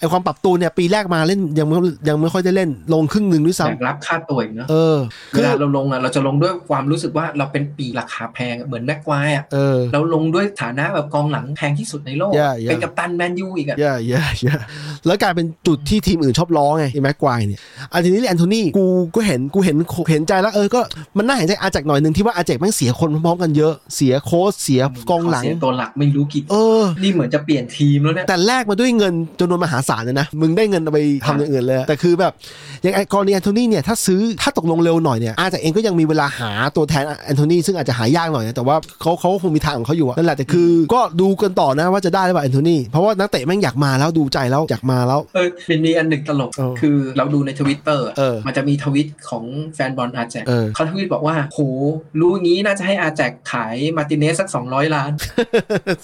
ไอความปรับตัวเนี่ยปีแรกมาเล่นยังไม่ยังไม่ค่อยได้เล่นลงครึ่งหนึ่งด้วยซ้
อยากรับค่าตัวอีกเนอะ
ำเออ
เว
คือ
ลาเราลงอ่ะเราจะลงด้วยความรู้สึกว่าเราเป็นปีราคาแพงอะเหมือนแม็กควายอ่ะ
เออ
เราลงด้วยฐานะแบบกองหลังแพงที่สุดในโลกอะ
ใช่ใช่
เป็นกัปตันแมนยูอีกอ่ะ
แย่แย่แย่แล้วกลายเป็นจุดที่ทีมอื่นชอบล้อไงไอ้แม็กควายเนี่ยอันทีนี้แอนโทนีกูก็เห็นกูเห็นเห็นใจแล้วเออก็มันน่าเห็นใจอาแจกหน่อยหนึ่งที่ว่าอาแจกแม่งเสียคนพร้อมๆกันเยอะเสียโค้ชเสียกองหลัง
เสียตัวหลักไม่รู้กี่
เออ
นี่เหมือนจะเปลี่ยนทีมแล้วเนี่ย
แต่แลกมาด้วยเงินจำนวนมหาศาลเลยนะ มึงได้เงินเอาไปทำอย่างอื่นเลย แต่คือแบบ อย่างไอ้กรณีแอนโทนีเนี่ย ถ้าซื้อถ้าตกลงเร็วหน่อยเนี่ย อาจจะเองก็ยังมีเวลาหาตัวแทนแอนโทนีซึ่งอาจจะหายากหน่อยนะ แต่ว่าเขาเขาคงมีทางของเขาอยู่อะนั่นแหละแต่คือ ก็ดูกันต่อนะว่าจะได้หรือเปล่าแอนโทนีเพราะว่านักเตะแม่งอยากมาแล้วดูใจแล้วอยากมาแล้ว
เออมันมีอันหนึ่งตลก
เออ
คือเราดูในทวิตเตอร์
เออ
มันจะมีทวิตของแฟนบอลอาแจก
เออ
เขาทวิตบอกว่า โห รู้งี้น่าจะให้อาแจกขายมาร์ติเนสสัก 200 ล้าน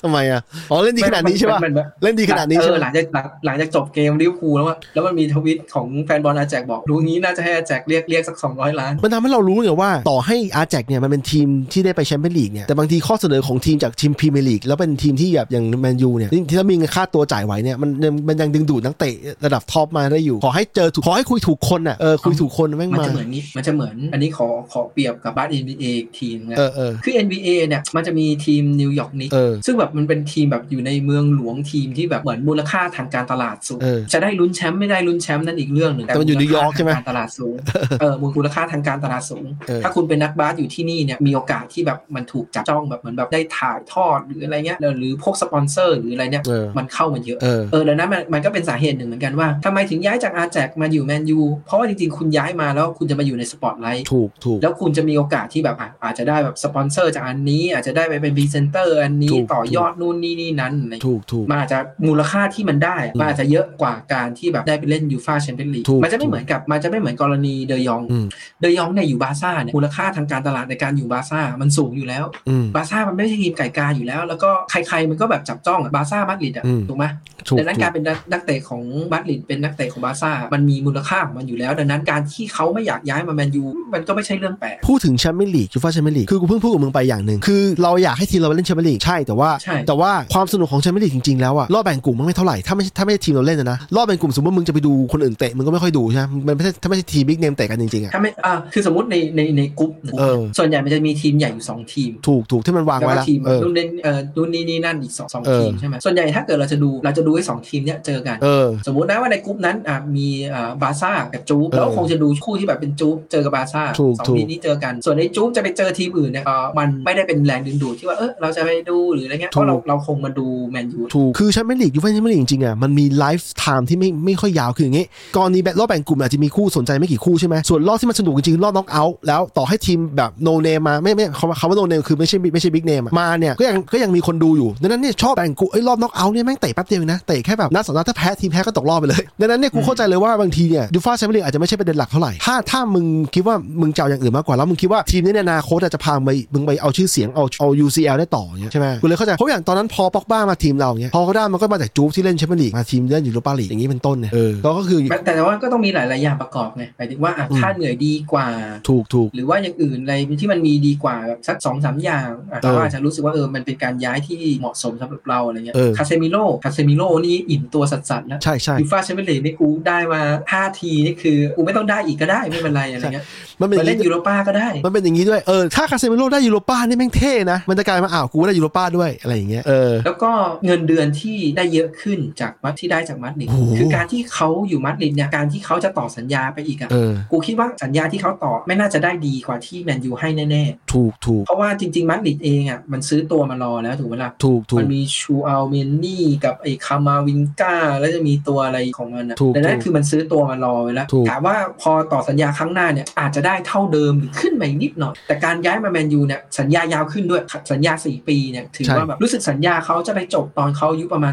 ทำไมอะอ๋อ เล่นดีขนาดนี้ใช่ปะ
มัมัมั
เล่นดีขนาดนี้
เอ
ใช่
อ
ปะ
หลังจากหลังหลังจากจบเกมลิเวอร์พูลแล้วอะแล้วมันมีทวิตของแฟนบอลอาแจกบอก รู้งี้น่าจะให้อาแจกเรียกเรียกสัก 200 ล้าน
มันทำให้เรารู้เนี่ยว่าต่อให้อาแจกเนี่ยมันเป็นทีมที่ได้ไปแชมเปี้ยนลีกเนี่ยแต่บางทีข้อเสนอของทีมจากทีมพรีเมียร์ลีกแล้วเป็นทีมที่แบบอย่างแมนยูเนี่ยที่ถ้ามีเงินค่าตัวจ่ายไหวเนี่ยมันยังมันยังดึงดูดนักเตะระดับท็อปมาได้อยู่ ขอให้เจอถูกขอให้คุยถูกคนอ่ะเออคุยถูกคนแม่ง
มัน
มา
จะเหมือนนี้มันจะเหมือนอันนี้ขอขอเปรียบกับบ้าน NBA อีกทีมนะ
เออเออ
คือ NBA เนี่ยมันจะมีทีมนิวยอร์กนิก
เออ
ซึ่งแบบมันเป็นทีมแบบอยู่ในเมืองหลวงทีมที่แบบเหมือนมูลค่าทางการตลาดสูง
เออ
จะได้ลุ้นแชมป์ไม่ได้ลุ้นแชมป์นั่นอีกเรื่องหนึ่ง
แต่มันอยู่นิวยอร์กใช่ไหม
ลค่าทางการตลาดสูงเออมูลค่าทางการตลาดสูง
เออ
ถ้าคุณเป็นนักบาสอยู่ที่นี่เนี่ยมีโอกาสที่แบบมันถูกจับจ้องแบบเหมือนแบบได้ถ่ายทอดหรืออะไรเงี้ยหรือพวกสปอนเซอร์หรืออะไรเนี่ย
เออ
มันเข้ามาเยอะ
เออ
เออดังนั้นมันมันก็เป็นสาเหตุหนึ่งเหมือนกันว่าทำไมถึงย้ายจากอาแจกมาอยู่แมนยูเพราะว่าจริงๆคุณย้ายมาแล้วคุณจะมาอยู่ในสปอตไลท์
ถูกถูก
แล้วคุณจะมีโอกาสที่แบบอ่ะอาจจะได้แบบสปอนเซอร์จากอันนี้ อาจจะได้ไปเป็นพรีเซนเตอร์อันนี้
ถูก
ต่อยอดนู่นนี่นี่นั้นอะไร
ถูกถูก
มันอาจจะมูลค่าที่มันได้มันอาจจะเยอะกว่าการที่แบบได้ไปเล่นยูฟาแชมเปี้ยนลีก
ถูก
มันจะไม่เหมือนกับมันจะไม่เหมือนกรณีเดยอง
อืม
เดยองเนี่ยอยู่บาร์ซ่าเนี่ยมูลค่าทางการตลาดในการอยู่บาร์ซ่ามันสูงอยู่แล้ว
อืม
บาร์ซ่ามันไม่ใช่ทีมไก่กาอยู่แล้ว แล้วก็ใครๆมันก็แบบจับจ้องอะบาร์ซ่ามาดริดอะ
อืม
ถูกไหม
ถูก
ดังนั้น
ถู
การ
ก
เป็นนักเตะของบัตลินเป็นนักเตะของบาร์ซ่า มันมีมูลค่าของมันอยู่แล้ว ดังนั้นการที่เขาไม่อยากย้ายมาแมนยู มันก็ไม่ใช่เรื่องแปลก
พูดถึงแชมเปี้ยนลีกยูฟ่าแชมเปี้ยนลีกคือกูเพิ่งพูดกับมึงไปอย่างหนึ่งคือเราอยากให้ทีมเราไปเล่นแชมเปี้ยนลีกใช่แต่ว่า
ใช่
แต่ว่าความสนุกของแชมเปี้ยนลีกจริงๆแล้วอะรอบแบ่งกลุ่มมันไม่เท่าไหร่ถ้าไม่ถ้าไม่ใช่ทีมเราเล่นนะนะรอบแบ่งกลุ่มสมมติว่ามึงจะไปดูคนอื่นเตะมึงก็ไม่ค่อยดูใช่ไหมมันไม่ใช่ถ้าไม่ใช่ทีมบิ๊กเนมเตะกันจริงๆอะ
ถ้าไม่อ่าคือสมมติในในในกรุ๊ปหนึ่ง
เออ
ส่วนใหญ่มันจะมีทีมใหญ่อยู่สองทีม
ถูกถูกที่มันวาง
แล้ว
ไว้
ก็
ละ
ทีม
เออ
นู่นเล่นเออนู่นนี่นี่นั่นอีกสองสอง
เออ
ทีมใช่ไหมส่วนใหญ่ถ้าเกิดเราจะดูเราจะดูให้สองทีมเนี้ยเจอกัน
เออ
สมมตินะว่าในกรุ๊ปนั้นอ่ะมีอ่าบาร์ซ่ากับจู๊บ
เออ
แล้วคงจะดูคู่ที่แบบเป็นจู๊บเจอกับบาร์ซ่า
ถูก
สอง
ถูก
ทีมนี้เจอกัน ส่วนในจู๊บจะไปเจอทีมอื่นเนี่ยเอ่อมันไม่ได้เป็นแรงดึงดูดที่ว่าเออเราจะไปดูหรืออะไรเงี้ยเพราะเราเราคงมาดูแมนยู
ถูกคือแชมเปี้ยนลีกยูฟ่าแชมเปี้ยนลีกจริงๆอะมันมีไลฟ์ไทม์ที่ไม่ไม่ค่อยยาวคืออย่างงี้กรณีแบบรอบแบ่งกลุ่มอาจจะมีคู่สนใจไม่กี่คู่ใช่ไหมส่วนรอบที่มันสนุกจริงๆคือรอบน็อกเอาท์แล้วต่อให้ทีมแบบโนเนมมาไม่ไม่คำว่าคำว่าโนเนมคือไม่ใช่ไม่ใช่บิ๊กเนมมาเนี่ยก็ยังก็ยังมีคนดูอยู่ดังนั้นเนี่ยชอบแบ่งกลุ่มไอ้ยรอบน็อกเอาท์เนี่ยแม่งเตะแป๊บเดียวเองนะเตะแค่แบบนัดสองนัดถ้าแพ้ทีมแพ้ก็ตกรอบไปเลยดังนั้นเนี่ยกูเข้าใจเลยว่าบางทีเนี่ยยูฟ่าแชมเปี้ยนลีกอาจจะไม่ใช่ประเด็นหลักเท่าไหร่ถ้าถ้ามึงคิดว่ามึงจะเอาอย่างอื่นมากกว่าแล้วมึงคิดว่าทีมนี้ในอนาคตอาจจะพาไปมึงไปเอาชื่อเสียงเอาเอา UCL ได้ต่อเนี่ยใช่ไหมกูเลยเข้าใจเพราะอย่างตอนนั้นพอป็อกบ้ามาทีมเราเนี่ยพอเขาได้มันก็มาจากจู๊บที่เล่นแชมเปี้ยนลีกมาทีม ได้อยู่โรปาลีกอย่างนี้เป็นต้นเนี่ยเออก็คือ
แต่แต่ว่าก็ต้องมีหลายๆอย่างประกอบไงหมายถึงว่าอ่ะค่าเหนื่อยดีกว่า
ถูกถูก
หรือว่าอย่างอื่นอะไรที่มันมีดีกว่าแบบสักสองสามอย่างอ่ะ
เออ
เราอาจจะรู้สึกว่าเออมันเป็นการย้ายที่เหมาะสมสำหรับเราอะไรเงี้ย
เออ
คาเซมิโร่คาเซมิโร่นี่อิ่มตัวสัสๆแล้ว
ใช่ใช่
ยูฟ่าแชมเปี้ยนลีกนี่กูได้มาห้าทีนี่คือกูไม่ต้องได้อีกก็ได้ไม่เป็นไรอะไรเงี้ย
มันเป็นอ
มา
ย่าง
เล่น
นี้
ยูโรป้าก็ได้
มันเป็นอย่างนี้ด้วยเออถ้าคาเซมิโร่ได้ยูโรป้านี่แม่งเท่นะมันจะกลายมาอ้าวกูได้ยูโรป้าด้วยอะไรอย่างเงี้ยเออ
แล้วก็เงินเดือนที่ได้เยอะขึ้นจากมัดที่ได้จากมัดริด
โอ้โห
คือการที่เขาอยู่มัดริดเนี่ยการที่เขาจะต่อสัญญาไปอีกอะ
เออ
กูคิดว่าสัญญาที่เขาต่อไม่น่าจะได้ดีกว่าที่แมนยูให้แน่
ถูกถู
ๆ
ก
เพราะว่าจริงๆมัดริดเองอะมันซื้อตัวมารอแล้วถูกไหมล่ะ
ถูกถู
มั
ก
นมีชูอัลเมนนี่กับไอ้คามาวินกาแล้วจะมีตัวอะไรของมันอ่ะ
ถูก
แต่นั่
ถู
น
ก
คือมันซื้อตัวมารอไว้แล้ว
ถูก
ถามว่าพอต่อสัญญาครั้งหน้าเนี่ยอาจจะได้เท่าเดิมหรือขึ้นมาอีกนิดหน่อย แต่การย้ายมาแมนยูเนี่ยสัญญายาวขึ้นด้วย สัญญา 4 ปีเนี่ยถือว่าแบบรู้สึกสัญญาเขาจะไปจบตอนเขาอายุประมาณ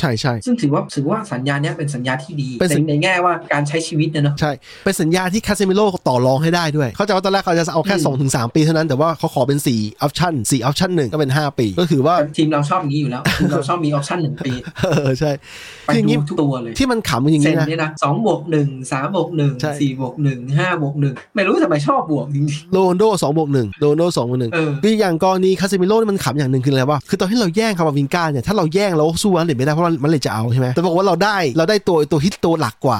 ใช่ใช่
35 ซึ่งถือว่าถือว่าสัญญาเนี้ยเป็นสัญญาที่ดี
เป็นสัญ
ในในแง่ว่าการใช้ชีวิตเนี่ยเนาะ
ใช่ เป็นสัญญาที่คาเซมิโร่ต่อรองให้ได้ด้วย เขาใจะว่าตอนแรกเขาจะเอาแค่
อืม
2-3ถึง3ปีเท่านั้น แต่ว่าเขาขอเป็น 4 ออปชั่น 4 ออปชั่นหนึ่งก็เป็น 5 ปี ก็คือว่า
ทีมเราชอบอย่างนี้อยู่แล้วทีมเราชอบมีออปชั่นหนึ่งปี
เออ ใช่
ไป
คืออย่าง
ดู
นี้
ทุกตัวเลย
ที่มันขำอย่าง
เซ
นี้
น
นะ
เนี่ยนะสองบวกหนึ่งสามบวกหนึ่ง
ใช่
สี่บวกหนึ่งห้าบวกหนึ่งไม่รู้ทำไมชอบบวกจริง
โรนโดสองบวกหนึ่งโรนโดสองบวกหนึ่ง
ๆเออ
คืออย่างกรณีคาเซมิโร่นี่มันขำอย่างหนึ่งคืออะไรวะคือตอนที่เราแย่งคาร์วินก้าเนี่ย ถ้าเราแย่งเราสู้มันเลยไม่ได้เพราะมันเลยจะเอาใช่ไหมแต่บอกว่าเราได้ เราได้ตัวตัวฮิตตัวหลักกว่า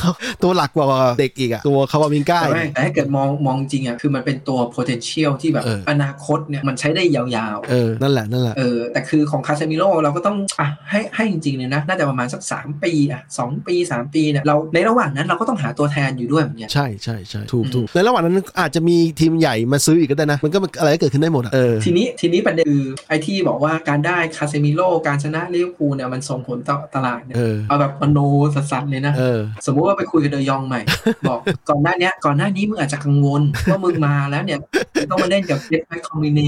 ตัวหลักกว่าเด็กอีกอะตัวคาร์วินก้า
แต่
อีก
ไม่แต่ถ้าเกิดมองมองจริงอ่ะคือมันเป็นตัว potential ที่แบบ
เออ
อนาคตเนี่ยมันใช้ได้ยาว
เออ นั่นแหละ นั่นแหละ
ๆ เออ แต่คือของคาเซมิโ o เราก็ต้องอ่ะให้ให้จริงๆเลยนะ น่าจะประมาณสัก 3 ปีอ่ะสองปีสามปีเนี่ยเราในระหว่างนั้นเราก็ต้องหาตัวแทนอยู่ด้วยเหมือนกัน
ใช่ใช่ใช่ถูกถูกในระหว่างนั้นอาจจะมีทีมใหญ่มาซื้ออีกก็ได้นะ มันก็มันอะไรก็เกิดขึ้นได้หมดอะเออ
ทีนี้ทีนี้ประเด็นคือไอ้ที่บอกว่าการได้คาเซมิโ o การชนะลิเวอร์พูลเนี่ยมันส่งผลต่อตลาดเนี่ย
เออ
เอาแบบมโนสัสๆเลยนะ
เออ
สมมุติว่าไปคุยกับเดยองใหม่ บอกก่อนหน้าเนี้ยก่อนหน้านี้มึงอาจจะกังวล ว่ามึงมาแล้วเนี่ยมึงต้องมาเล่นกับเดฟไมคอมมิเน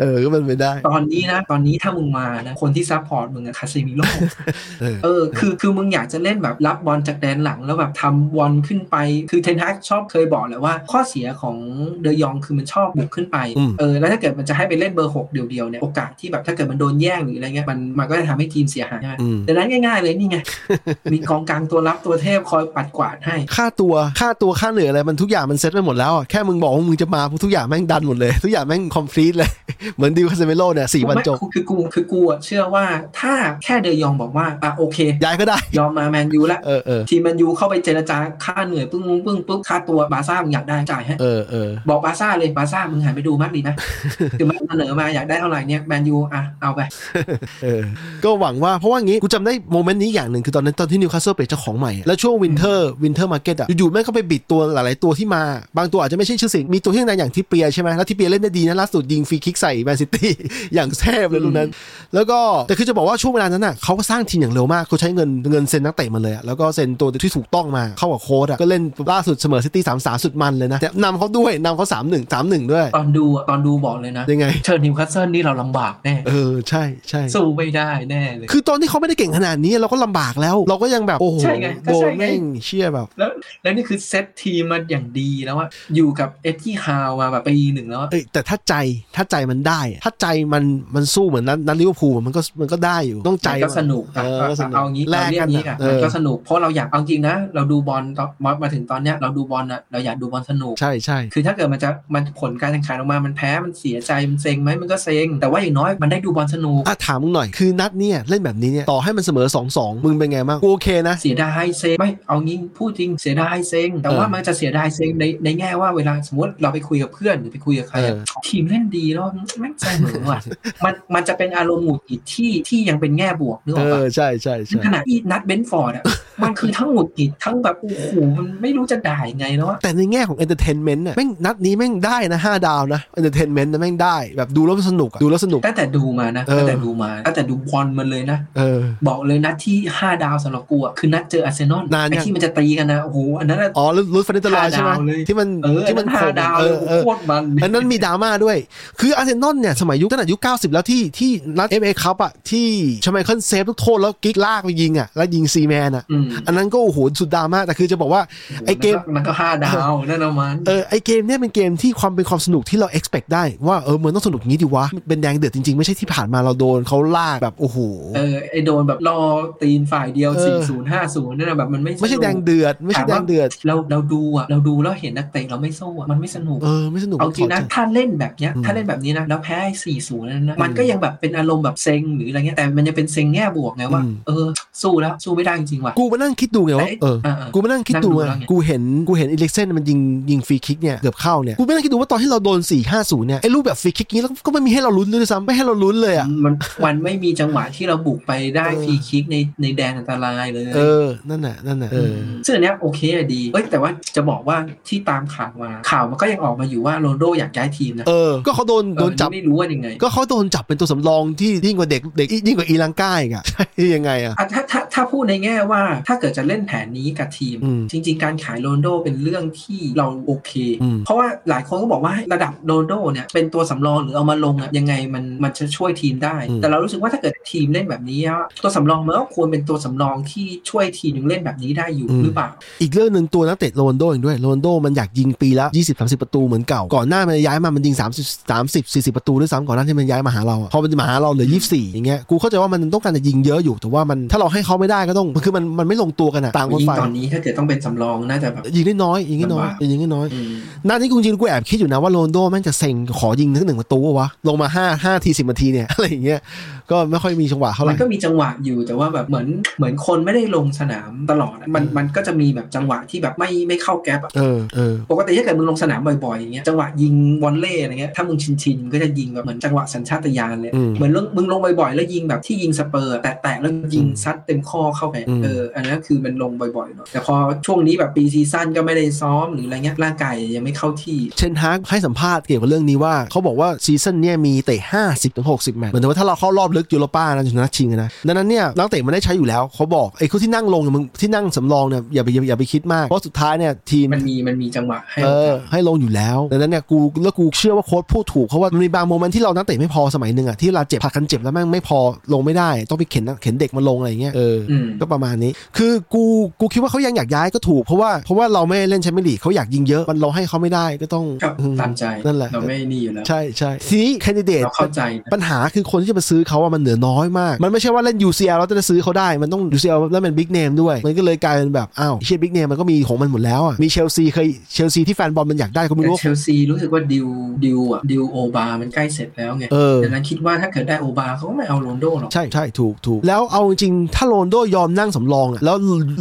เออ ก็มันเป็นได้
ตอนนี้นะ ตอนนี้ถ้ามึงมานะคนที่ซัพพอร์ตมึงอะคาเซมิโร่
เออ
เออคือคือมึงอยากจะเล่นแบบรับบอลจากแดนหลังแล้วแบบทำบอลขึ้นไป คือเทนฮากชอบเคยบอกแหละว่า ข้อเสียของเดยองคือมันชอบบุกขึ้นไป
อืม
เออแล้วถ้าเกิดมันจะให้ไปเล่นเบอร์หกเดียวๆเนี่ยโอกาสที่แบบถ้าเกิดมันโดนแย่งหรืออะไรเงี้ยมันมันก็จะทำให้ทีมเสียหายใช่ไหม
อืม
ดังนั้นง่าย ๆเลยนี่ไง มีกองกลางตัวรับตัวเทพคอยปัดกวาดให้
ค่าตัวค่าตัวค่าเหนื่อยอะไรมันทุกอย่างมันเซ็ตไปหมดแล้วอะแค่มึงบอกว่ามึงจะมาทุกอย่างแม่งดันหมดเลย ทุกอย่างแม่งคอมพลีทเลย เหมือนดิวคาเซเมโลเนี่ยสี่วันจบ
ไม่คือกูคือกูอะเชื่อว่าถ้าแค่เดยองบอกว่าอ่ะโอเค
ย้ายก็ได้
ยอมมาแมนยูละ
เออเออ
ทีมแมนยูเข้าไปเจรจาค่าเหนื่อยปึ้งปึ้งปึ้งปึ้งค่าตัวบาร์ซ่ามึงอยากได้จ่ายให้
เออเออ
บอกบาร์ซ่าเลยบาร์ซ่ามึงหันไปดูมัดดีไหม คือมันเสนอมาอยากได้เท่าไหร่เนี่ยแมนยูอ่ะเอาไป
เออ ก็หวังว่าเพราะว่างี้กูจำได้โมเมนต์นี้อย่างหนึ่งคือตอนนั้นตอนที่นิวคาสเซิลเปลี่ยนเจ้าของใหม่อะแล้วช่วงวินเทอร์วินเทอร์มาร์เก็ตอะอยู่ๆแม่งก็ไปบิดตัวหลายๆตัวที่มา บางตัวอาจจะไม่ใช่ชื่อเสิงมีตัวที่ดังอย่างทิเปียร์ใช่ไหมแล้วทิเปียร์เล่นได้ดีนะล่าสุดยิงฟรีคิกใส่แมนซิตี้ อย่างแทบเลยลูกนั้น แล้วก็แต่คือจะบอกว่าช่วงเวลานั้นน่ะเขาก็สร้างทีมอย่างเร็วมากเขาใช้เงินเงินเซ็นนักเตะมาเลยอะแล้วก็เซ็นตัวที่ถูกต้องมาเข้ากับโค้ดอะก็เล่นล่าสุดเสมอซิตี้สามสามสุดมันเลยนะแต่นำเขาด้วยนำเขาสามหนึ่งสามหนึ่งด้วย
ตอนดูอะตอนดูบอกเลยนะ
ยังไง
เชิญนิวคาสเซิลนี่เราลำบากแน่
เออใช่ใช่
สู้ไม่ได้แน่เลย
คือตอนที่เขาไม่ได้เก่งขนาดนี้เราก็ลำบากแล้ว เราก็ยังแบบโอ้โห
ใช่ไงก็
โด
ใช่
น
ไง
แม่งเชี่ยแบบ
แล้วแล้วนี่คือเซตทีมมันอย่างดีแล้วอะอยู่กับเอ็ดดี้ฮาวมาแบบปีหนึ่งแล้วอะ
เอ้ยแต่ถ้าใจถ้าใจมันได้อะถ้าใจมันมันสู้เหมือนนัดนัดลิเวอร์พูลมันก็มันก็ได้อยู่ต้องใจ
มันก็สนุก
เออ
อะเอา
ก็สนุก
เอางี้
แล
เรา
ก
เรีย
กั
ก
น
งี้
อะ
อะ
เอ
มัน
อ
ก็สนุกเพราะเราอยากเอาจริงนะ เราดูบอลตอนมอสมาถึงตอนเนี้ยเราดูบอลอะเราอยากดูบอลสนุก
ใช่ใช่
คือถ้าเกิดมันจะมันผลการแข่งขันออกมามันแพ้มันเสียใจมันเซ็งไหมมันก็เซ็ง แต่ว่าอย่างน้อยมันได้ดูบอลสนุก
อ่ะถามมึงหน่อยคือนัดเนี่ยเล่นแบบนี้เนี่ยต่อให้มันเสมอ2อสองมึงเป็นไงบ้างกูโอเคนะ
เสียดายเซ็งไม่เอางี้พูดจริงเสียดายเซ็ง แต่ว่า
เออ
มันจะเสียดายเซ็งในในแง่ว่าเวลาสมมติเราไปคุยกับเพื่อนหรือไปคุยกับใครอะ
เออ
ทีมเล่นดีแล้วแม่งเสมอว่ะมันมันจะเป็นอารมณ์หงุดหงิดที่ที่ยังเป็นแง่บวกนึกอ
เอ
อกปะ
อใช่ใช่
ซึ่ง
ใช่
ขนาดที่นัดเบนฟอ ร์ดอ่ะ มันคือทั้งหงุดหงิดทั้งแบบโอ้โหมันไม่รู้จะด่ายังไงแล้วอะ
แต่ในแง่ของเอนเตอร์เทนเมนต์น่ะแม่งนัดนี้แม่งได้นะห้าดาวนะเอนเตอร์เทนเมนต์นะแม่งได้แบบดูแล้วสนุกอะดูแล้วสนุก
ตั้งแต่ดูมานะ
เออ
ตั้งแต่ดูมาตั้งแต่ดูบอลมันเลยนะ
เออ
บอกเลยนัดที่ 5 ดาวสำหรับกูอะคือนัด ดเจออาร์เซนอล
นานยัง
ไอ้ที่มันจะตีกันนะโอ้โหอันนั้นน่ะ
อ๋อรุ่นรุ่นฟันนิตลอยใช่ไหม
ห้าดาวเลย
ที่มัน
เออ
ที่
ที่
มั
มัน นห้าดาว
เอ
เลย
อ
โอ้
เอ
โห
อ
โคตรมัน
อันนั้นมีดราม่าด้วย คืออาร์เซนอลเนี่ย สมัยยุคตั้งแต่ยุค 90 แล้วที่ที่นัด FA คัพอ่ะ ที่ชไมเคิลเซฟทุกโทษแล้วกิ๊กลากไปยิงอ่ะ แล้วยิงซีแมนอ่ะ
อืม
อันนั้นก็โอ้โหสุดดราม่าแต่คือจะบอกว่า ไอ้เกม
นั้นก็ห้าดาวนั่นเอามัน
เออไอเกมเนี่ยเป็นเกมที่ความเป็นความสนุกที่เรา expect ได้ว่าเออมันต้องสนุกงี้ดีวะ เป็นแดงเดือดจริงๆ ไม่ใช่ที่ผ่านมาเราโดนเขาลากแบบโอ้โห
เออไอโดนแบบรอตีนฝ่ายเดียว
เออ
สี่ศูนย์ห้าศูนย์นั่นนะแบบมันไม่
ไม่ใช่
สนุก
แดงเดือดไม่ใช่แดงเดือด
เราเราดูอ่ะเราดูแล้วเห็นนักเตะเราไม่สู้อ่ะมันไม่สนุก
เออไม่สนุก
เอาจริง
ถ
นะ
ดใจ
ถ้าเล่นแบบเนี้ย
อืม
ถ้าเล่นแบบนี้นะแล้วแพ้สี่ศูนย์นั้นนะมัน
อืม
ก็ยังแบบเป็นอารมณ์แบบเซ็งหรืออะไรเงี้ยแต่มันจะเป็นเซ็งแง่บวกไงว่า
อืม
เออสู้แล้วสู้ไม่ได้จริงๆว่ะ
กูมานั่งคิดดูไงว่า
แต่ไอ้
เออ
เออเออ
กูมานั่งคิดดูไง
นั่งดูแล้วไง
กูเห็นกูเห็นอีเล็กเซนมันยิงยิงฟรีคิกเนี่ยเกือบเข้าเนี่ย กูมานั่งคิดดูว่าตอนที่เราโดน 4 5 0เนี่ยไอ้รูปแบบฟรีคิกนี้แล้วก็ไม่มีให้เราลุ้นเลยด้วยซ้ำไม่ให้เราลุ้นเลยอ่ะ
มันมันไม่มีจังหวะที่เราบุกไปได้
เออ
ฟรีคิกในในแดนอันตรายเลย
เออ นั่นน่ะนั่นน่ะเออ
ซึ่งอันเนี้ยโอเคอะดีเอ้ยแต่ว่าจะบอกว่าที่ตามข่าวมาข่าวมันก็ยังออกมาอยู่ว่าโรนลโดอยากย้ายทีมนะ
เออ ก็เขาโดนโดนจับ
เออไม่รู้ว่ายังไง
ก็เขาโดนจับเป็นตัวสำรองที่ยิ่งกว่าเด็กเด็กยิ่งกว่าอีลังก้าอีกอ่ะ ยังไงอ่ะ
อ่ะถ้าถ้าถ้าพูดในแง่ว่าถ้าเกิดจะเล่นแผนนี้กับทีม
อืม
จริง ๆ การขายโรนลโดเป็นเรื่องที่เราโอเค
อืม
เพราะว่าหลายคนก็บอกว่าระดับโรนลโดเนี่ยเป็นตัวสำรองหรือเอามาลงอะยังไงมันมันจะช่วยทีมได้ แต่เรารู้สึกว่าถ้าเกิดทีมเล่นแบบนี้อะตัวสำรองมันก็ควรเป็นตัวสำรองที่ช่วยทีมยังเล่นแบบนี้ได้อยู่หรือเปล่า
อีกเรื่องหนึ่งตัวนักเตะโรนลโดเองด้วยโรนลโดมันอยากยิงปีละ20 30 ประตูเหมือนเก่า ก่อนหน้ามันย้ายมามันยิง 30 30 40 ประตูด้วยซ้ำก่อนหน้าที่มันย้ายมาหาเราอะพอมันมาหาเราเหลือ 24 อย่างเงี้ยกูเข้าใจว่ามันต้องการจะยิงเยอะอยู่แต่ว่ามันถ้าเราให้เขาไม่ได้ก็ต้องคือมันมันไม่ลงตัวกันอะต่างคน
ยิ่ง
ฝ่าย
ตอนนี้ถ้าเกิดต้องเป็นสำรองน่าจะแบบ
ยิงได้น้อยยิงได้น้อย
ลำบาก
ยิงได้น้อย
อืม
หน้านี้กูจริงๆกูแอบคิดอยู่นะว่าโรนลโดแม่งจะเซ็งขอยิงสักหนึ่งประตูวะลงมาห้าห้าทีสิบนาทีเนี่ย อะไรอย่างเงี้ยก็ไม่ค่อยมีจังหวะเท่าไห
มั
ร่
นก็มีจังหวะอยู่แต่ว่าแบบเหมือนเหมือนคนไม่ได้ลงสนามตลอดอะมัน
อืม
มันก็จะมีแบบจังหวะที่แบบไม่ไม่เข้าแก๊ปอะ
เออเออ
ปกติถ้าเกิดมึงลงสนามบ่อยๆอย่างเงี้ยจังหวะยิงวอลเล่อะไรเงี้ยถ้ามึงชินชินๆมึงก็จะยิงแบบเหมือนจังหวะสัญชาตญาณเลย
อืม
เหมือนลงมึงลงบ่อยๆ แล้วยิงแบบที่ยิงสเปอร์แตะๆแล้วยิงซัดเต็มข้อเข้าไป
อืม
เอออันนั้นคือมันลงบ่อยๆเนาะแต่พอช่วงนี้แบบปีซีซั่นก็ไม่ได้ซ้อมหรืออะไรเงี้ยร่างกายยังไม่เข้าที่
เชนฮากให้สัมภาษณ์เกี่ยวกับเรื่องนี้ว่าเขาบอกว่าซีซั่นเนี้ยมีเตะ 50ถึง60 แมตช์เหมือนกับว่าถ้าเราเข้ารอบลึกยูโรป้านะถึงนัดชิงอะนะดังนั้นเนี่ยนักเตะมันได้ใช้อยู่แล้วเขาบอกไอ้คนที่นั่งลงเนี่ยมึงที่นั่งสำรองเนี่ยอย่าไปอย่าไปคิดมาก เพราะสุดท้ายเนี่ยทีม
มันมีมันมีจังหวะให้
เอ
เรา
อ
ท
ให้ลงอยู่แล้วดังนั้นเนี่ยกูแล้วกูเชื่อว่าโค้ชพูดถูกเพราะว่ามันมีบางโมเมนต์ที่เรานักเตะไม่พอสมัยหนึ่งอะที่เวลาเจ็บผลัดกันเจ็บแล้วแม่งไม่พอลงไม่ได้ ต้องไปเข็นเข็นเด็กมาลงอะไรอย่างเงี้ยเออ
ำอืม
ก็ประมาณนี้ คือกูกูคิดว่าเขายังอยากย้ายก็ถูก เพราะว่าเพราะว่าเราไม่เล่นแชมเปี้ยนลีกเขาอยากยิงเยอะมันเราให้เขาไม่ได้ก็ต้อง
ครับ
อื
ตามใจ
นั่นแหละ
เราไม่นี่อยู่แล้ว
ใช่ใช่ทีนี้แคนดิเดต
เราเข้าใจนะ
ปัญหาคือคนที่จะมาซื้อเขาอะมันเหลือน้อยมาก มันไม่ใช่ว่าเล่น UCL แล้วจะซื้อเขาได้มันต้อง UCL แล้วเป็นบิ๊กเนมด้วย มันก็เลยกลายเป็นแบบ อ้าวไอ้เชียบิ๊กเนมมันก็มีของมันหมดแล้วอะมีเชลซีเคยเชลซีที่แฟนบอลมันอยากได้ก็ไม่
แต่
รู้ว่า
เชลซีรู้สึกว่าดิวดิวอ่ะดิวโอบามันใกล้เสร็จแล้วไง
เออ
ดังนั้นคิดว่าถ้าเกิดได้โอบาเขาก็ไม่เอาโรนลโดหรอก
ใช่ใช่ถูกถูกแล้วเอาจริงๆถ้าโรนลโดยอมนั่งสำรองอะแล้ว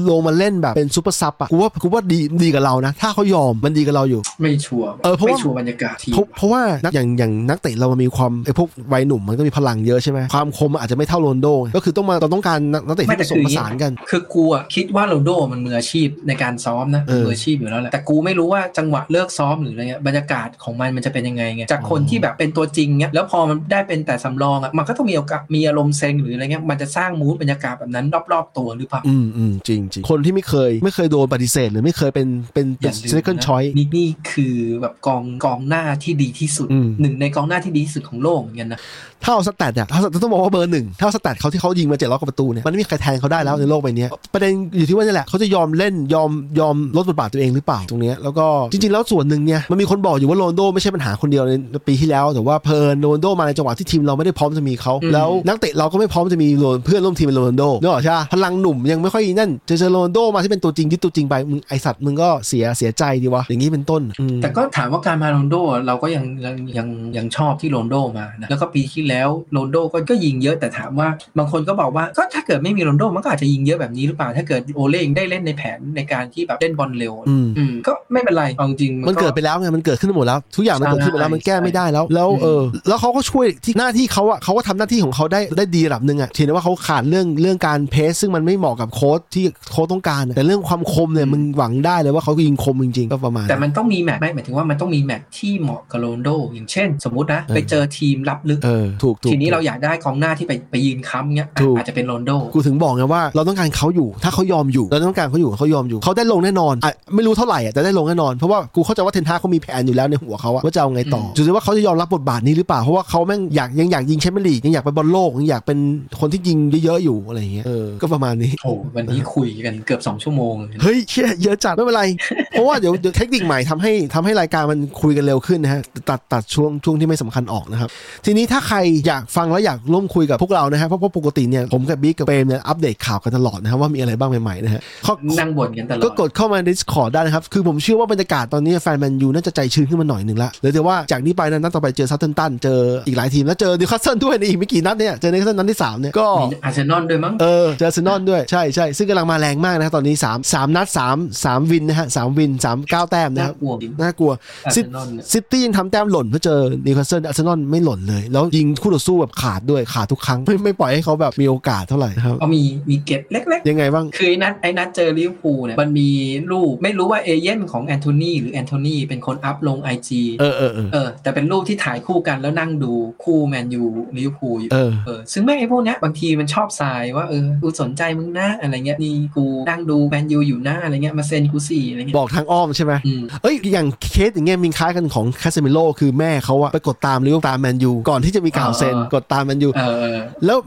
ลงมาเล่นแบบเป็นซูเปอร์ซับอะกูว่ากูว่าดีดีกับเรานะ ถ้าเขายอมมันดีกับเราอยู่
ไม่ชัวร์
เออเพราะว่า
ไม่ชัวร์บรรยากาศทีม
เพราะเพราะว่านักอย่างอย่างนักเตะเรามันมีความไอ้พวกวัยหนุ่มมันก็มีพลังเยอะใช่ไหมความคมมันอาจจะไม่เท่าโรนลโดไงก็คือต้องมาเราต้องการนักนักเตะ
ไม่
ที่ผ
แต่
ส
คื
ม
ออ
ผ
ย่างนี้
สานกัน
คือกูอะคิดว่าโรนลโดมันมืออาชีพในการซ้อมนะ
เออ
มืออาชีพอยู่แล้วแหละแต่กูไม่รู้ว่าจังหวะเลิกซ้อมหรืออะไรเงี้ยบรรยากาศของมันมันจะเป็นยังไงไงจากคน
อ๋อ
ที่แบบเป็นตัวจริงเงี้ยแล้วพอมันได้เป็นแต่สำรองอะมันก็ต้องมีโอกาสมีอารมณ์เซ็งหรืออะไรเงี้ยมันจะสร้างมูดบรรยากาศแบบนั้นรอบๆตัวหรือเปล่า
อืมอืมจริงจริงคนที่ไม่เคย ไม่เคยโดนปฏิเสธ หรือไม่เคยเป็นเป็น
อ
เป็น
ย่าลืม
เซคัน
นะ
ชอย
นี่นี่คือแบบกองกองหน้าที่ดีที่สุด
อืม
หนึ่งในกองหน้าที่ดีที่สุดของโลกเหมือนกันนะ
ถ้าเอาสแตทอะถ้าต้องบอกว่าเบอร์หนึ่งถ้าเอาสแตทเขาที่เขายิงมาเจ็ดร้อยกว่าประตูเนี่ยมันไม่มีใครแทนเขาได้แล้วในโลกใบเนี้ยประเด็นอยู่ที่ว่านี่แหละเขาจะยอมเล่นยอมยอมลดบทบาทตัวเองหรือเปล่าตรงเนี้ยแล้วก็จริงๆแล้วส่วนหนึ่งเนี่ยมันมีคนบอกอยู่ว่าโรนลโดไม่ใช่ปัญหาคนเดียวในปีที่แล้ว แต่ว่าเพลินโรนลโดมาในจังหวะที่ทีมเราไม่ได้พร้อมจะมีเขาแล้วนักเตะเราก็ไม่พร้อมจะมีโรนเพื่อนร่วมทีมเป็นโรนลโดนึกออกใช่ปะพลังหนุ่มยังไม่ค่อยนั่นเจอเจอโรนลโดมาที่เป็นตัวจริงยึดตัวจริงไปมึงไอสัตว์มึงก็เสียเสียใจดีวะอย่างนี้เป็นต้นอืม
แต่ก็ถามว่าการมาโรนลโดอะเราก็ยังยังยังยังชอบที่โรนลโดมานะแล้วก็ปีที่แล้วโรนลโดก็ก็ยิงเยอะแต่ถามว่าบางคนก็บอกว่าก็ถ้าเกิดไม่มีโรนลโดมันก็อาจจะยิงเยอะแบบนี้หรือเปล่าถ้าเกิดโอเล่ยังได้เล่นในแผนในการที่แบบเล่นบอลเร็ว
อืม
อืมก็ไม่เป็นไรเอาจริง
มันเกิดไปแล้วไง มันเกิดขึ้นหมดแล้ว ทุกอย่างมันเกิดขึ้นหมดแล้ว
ใช่
มันแก้ไม่ได้แล้ว แล้ว
อืม
เออ แล้วเขาก็ช่วยที่หน้าที่เขาอะเขาก็ทำหน้าที่ของเขาได้ได้ดีระดับหนึ่งอะเห็นได้ว่าเขาขาดเรื่องเรื่องการเพสซึ่งมันไม่เหมาะกับโค้ชที่โค้ชต้องการอะแต่เรื่องความคมเนี่ยมึงหวังได้เลยว่าเขายิงคมจริงๆก็ประมาณ
แต่มันต้องมีแมตช์ไหมหมายถึงว่ามันต้องมีแมตช์ที่เหมาะกับโรนลโดอย่างเช่น สมมตินะ
เออ
ไปเจอทีมรับลึก
เออถูกถูก
ทีนี้เราอยากได้ กองหน้าที่ไปไปยืนค้ำเงี้ย
ถูก
อาจจะเป็นโรนโด
กูถึงบอกไงว่าเราต้องการเขาอยู่ถ้าเขายอมอยู่เราต้องการเขาอยู่เขายอมอยู่เขาได้ลงแน่นอนอ่ะไม่รู้เท่าไหร่อ่ะแต่ได้ลงแน่นอนเพราะว่ากูเข้าใจว่าเทนทาเขามีแผนอยู่แล้วในหัวเขาอะว่าจะเอาไงต่ออ
ม
จุดที่ว่าเขาจะยอมรับบทบาทนี้หรือเปล่าเพราะว่าเขาแม่งอยากยังอยากยิงแชมเปี้ยนลีกยังอยากไปบอลโลกยังอยากเป็นคนที่ยิงเยอะๆอยู่อะไรอย่างเงี้ยเออก็ประมาณนี้
โอ้โหวันนี้คุยกันเกือบสองชั่วโมง
เฮ้ยเชี่ยเยอะจัดไม่เป็นไร เพราะว่าเดี๋ยวเดี๋ยวเทคนิคใหม่ทำให้ทำให้รายการมันคุยกันเร็วขึ้นนะฮะ ตัดตัดช่วงช่วงที่ไม่สำคัญออกนะครับ ทีนี้ถ้าใครอยากฟังแล้วอยากร่วมคุยกับพวกเรานะฮะเพราะเพราะปกติเนี่ยผมกับบิ๊กกับเปรมเนี่ยอัปเดตข่าวกันตลอดนะครับว่ามีอะไรบ้างใหม่ๆนะฮะข้อ
นั่งบ่นกันตลอด
ก็กดเข้ามาใน Discord ได้นะครับ คือผมเชื่อว่าบรรยากาศตอนนี้แฟนแมนยูน่าจะใจชื้นขึ้นมาหน่อยหนึ่งละเหลยแต่ว่าจากนี้ไปนะนัดต่อไปเจอซัตเทนตัน เจออีกหลายทีม แล้วเจอนิวคาสเซิลด้วยในอีกไม่กี่นัดเนี่ย เจอนิวคาสเซิลนัดที่สามเนี่ย ก็
มีอาร์เซนอลด้วยมั้ง
เออ เจออาร์เซนอนด้วย ใช่ใช่ซึ่งกำลังมาแรงมากนะตอนนี้สามสามนัดสามสามวินนะฮะสามวินสามเก้าแต้มนะ
น่า
ครับ
กลัวดิ
น่ากลัว
อาร์เซนอลเนี่ย
ซิตี้ยังทำแต้มหล่นเพื่อเจอนิวคาสเซิลอาร์เซนอลไม่หล่นเลย แล้วยิงคู่ต่อสู้แบบขาดด้วยขาดทุกครั้งไม่ไม่ปล่อยให้เขาแบบมีโอกาสเท่าไหร่นะครับ
เอามีมีเก็บเล็ก
ยังไงบ้าง
ๆ คือไอ้นัดไอ้นัดเจอลิเวอร์พูลเนี่ยมันมีรูปไม่รู้ว่าเอเย่นของแอนโทนีหรือแอนโทนีเป็นคนอัพลง IG
เออเออเออ
เออแต่เป็นรูปที่ถ่ายคู่กันแล้วนั่งดูคู่แมนยูลิเวอร์พูลอยู่
เออ
เออซึ่งแม่งไอ้พวกเนี้ยบางทีมันชอบทรายว่าเออกูสนใจมึงนะอะไรเงี้ยนี่กูนั่งดูแมนยูอยู่นะอะไรเงี้ยมาเซ็นกูสี่อะไรเงี้ย
บอกทางอ้อมใช่ไหม
อืม
เอ้ยอย่างเคสอย่างเงี้ยมีคล้ายกันของคาเซมิโลคือแม่เขาอะไปกดตามลิเวอร์พูลตามแมนยูก่อนที่จะมีข่าวเซ็น
อ่า
กดตามแมนยู
เออ
แล้ว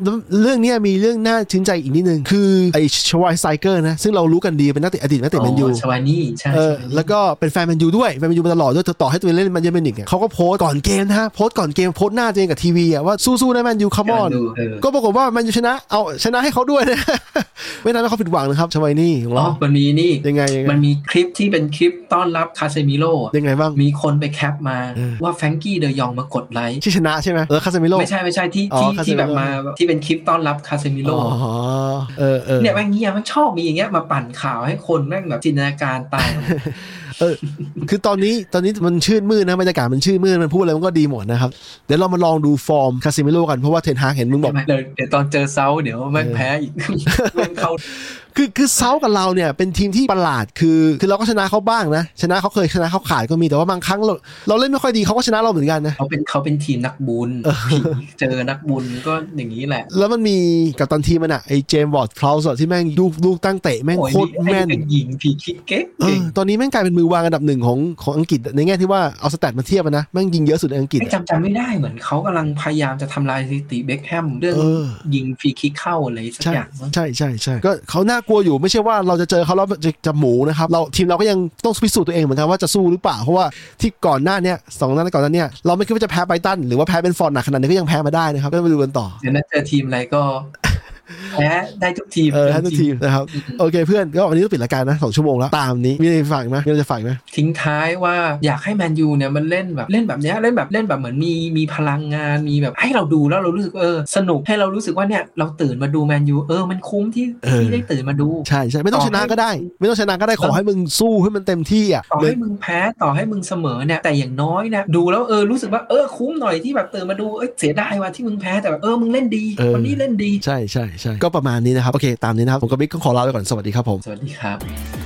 เรื่องเนี้ยมีเรื่องน่าชื่นใจอีกนิดนึง คือไอ้ชวายไซเกอร์นะ ซึ่งเรารู้กันดีเป็นนักเตะอดีตนักเตะแมนยู
อ๋อชวานี่ใช่
เออ
ชานี่
แล้วก็เป็นแฟนแมนยูด้วยแฟนแมนยูมาตลอดด้วยต่อให้ตัวเองเล่นแมันยังเป็นหนึ่งเนี่ยเขาก็โพสต์ก่อนเกมนะฮะโพสต์ก่อนเกมโพสต์หน้าตัวเองกับทีวีอะว่าสู้ๆนะแมนยูคัมออน
ดูเออ
ก็ปรากฏว่าแมนยูชนะเอาชนะให้เขาด้วยนะ ไม่ทำให้เขาผิดหวังนะครับชวายนี่ของ
อ๋อ
เรา
มันมีนี่
ยังไงยังไง
มันมีคลิปที่เป็นคลิปต้อนรับคาเซมิโร่อะ
ยังไงบ้าง
มีคนไปแคปมา
เออ
ว่าแฟรงกี้เดยองมากดไลค์
ที่ชนะใช่ไหมเออคาเซมิโล
ไม่ใช่ไม่ใช่ที่
อ๋อ
ที่
คาเซมิโร่
ที่แบบมาที่เป็นคลิปต้อนรับคาเซมิโร่
อ๋อเออเออ
เนี่ยแม่งเงี้ยแมันชอบมีอย่างเงี้ยมาปั่นข่าวให้คนแม่งแบบจินตนาการตาม
เออ คือตอนนี้ตอนนี้มันชื่นมื่นนะบรรยากาศมันชื่นมื่นมันพูดอะไรมันก็ดีหมดนะครับ เดี๋ยวเรามาลองดูฟอร์มคาซิเมโ o กันเพราะว่าเทนฮากเห็นมึงบอก
เดี๋ยวเดี๋ยวตอนเจอเซาเดี๋ยวแม่งแพ้อี กแม่งเข้า
คือคือเซากับเราเนี่ยเป็นทีมที่ประหลาดคือคือเราก็ชนะเขาบ้างนะ ชนะเขาเคยชนะเขาขาดก็มีแต่ว่าบางครั้งเราเราเล่นไม่ค่อยดีเขาก็ชนะเราเหมือนกันนะ
เขาเป็นเขาเป็นทีมนักบุญเจอนักบุญก็อย่างนี้แหละ
แล้วมันมีกับตันทีมมันอะไอเจมส์วอร์ดพลาวส์อะที่แม่งลูกลูกตั้งเตะแม่ง
โอ้ย
โคตร
ไอ้
แม่น
เป็นหญิงผีคิกเก๊ก
เอ
เก่
อง ตอนนี้แม่งกลายเป็นมือวางอันดับหนึ่งของของอังกฤษในแง่ที่ว่าเอาสแตทมาเทียบอะนะแม่งยิงเยอะสุดในอังกฤษ
ไม่
อะ
จำจำไม่ได้เหมือนเขากำลังพยายามจะทำลายสถิติเบคแฮมเรื่อง
เออ
ยิงฟรีคิกเข้าอะไรสัก
ใช่
อย่างมั้ง
ใช่ใช่ใช่ก็เขาน่ากลัวอยู่ไม่ใช่ว่าเราจะเจอเขาแล้วจะจะหมูนะครับเราทีมเราก็ยังต้องพิสูจน์ตัวเองเหมือนกันว่าจะสู้หรือเปล่าเพราะว่าที่ก่อนหน้าเนี้ยสองนัดก่อนหน้าเนี้ยเราไม่คิดว่าจะแพ้ไบรตันหรือว่าแพ้เบนฟอร์ดหนักขนาดนี้ก็ยังแพ้มาได้นะครับก็ไปดูกันต่อ
เดี๋ยวนั้นเจอทีมอะไร ก็แพ้ได้ทุกทีม
เออทั้งทีมนะครับโอเคเพื่อนก็วันนี้ต้องปิดรายการนะสองชั่วโมงแล้วตามนี้มีอะไรฝากไหมมีอะไรจะฝากไหม
ทิ้งท้ายว่าอยากให้แมนยูเนี่ยมันเล่นแบบเล่นแบบเนี้ยเล่นแบบเล่นแบบเหมือนมีมีพลังงานมีแบบให้เราดูแล้วเรารู้สึกว่าเออสนุกให้เรารู้สึกว่าเนี่ยเราตื่นมาดูแมนยูเออมันคุ้มที่ที่ได้ตื่นมาดู
ใช่ใช่ไม่ต้องชนะก็ได้ ไม่ต้องชนะก็ได้ขอให้มึงสู้ให้มันเต็มที่อ่ะ
ต่อ
เหมือน
ให้มึงแพ้ต่อให้มึงเสมอเนี่ยแต่อย่างน้อยนะดูแล้วเออรู้สึกว่าเออคุ้มหน่อยที่แบบตื่นมาดูเอ้ยเสียดายว่ะที่มึงแพ้แต่แบบเออมึงเล่นดีวันนี้เล่นดี
ใช่ใช่ใช่ก็ประมาณนี้นะครับโอเคตามนี้นะครับผมกับบิ๊กก็ขอลาไปก่อนสวัสดีครับผม
สวัสดีครับ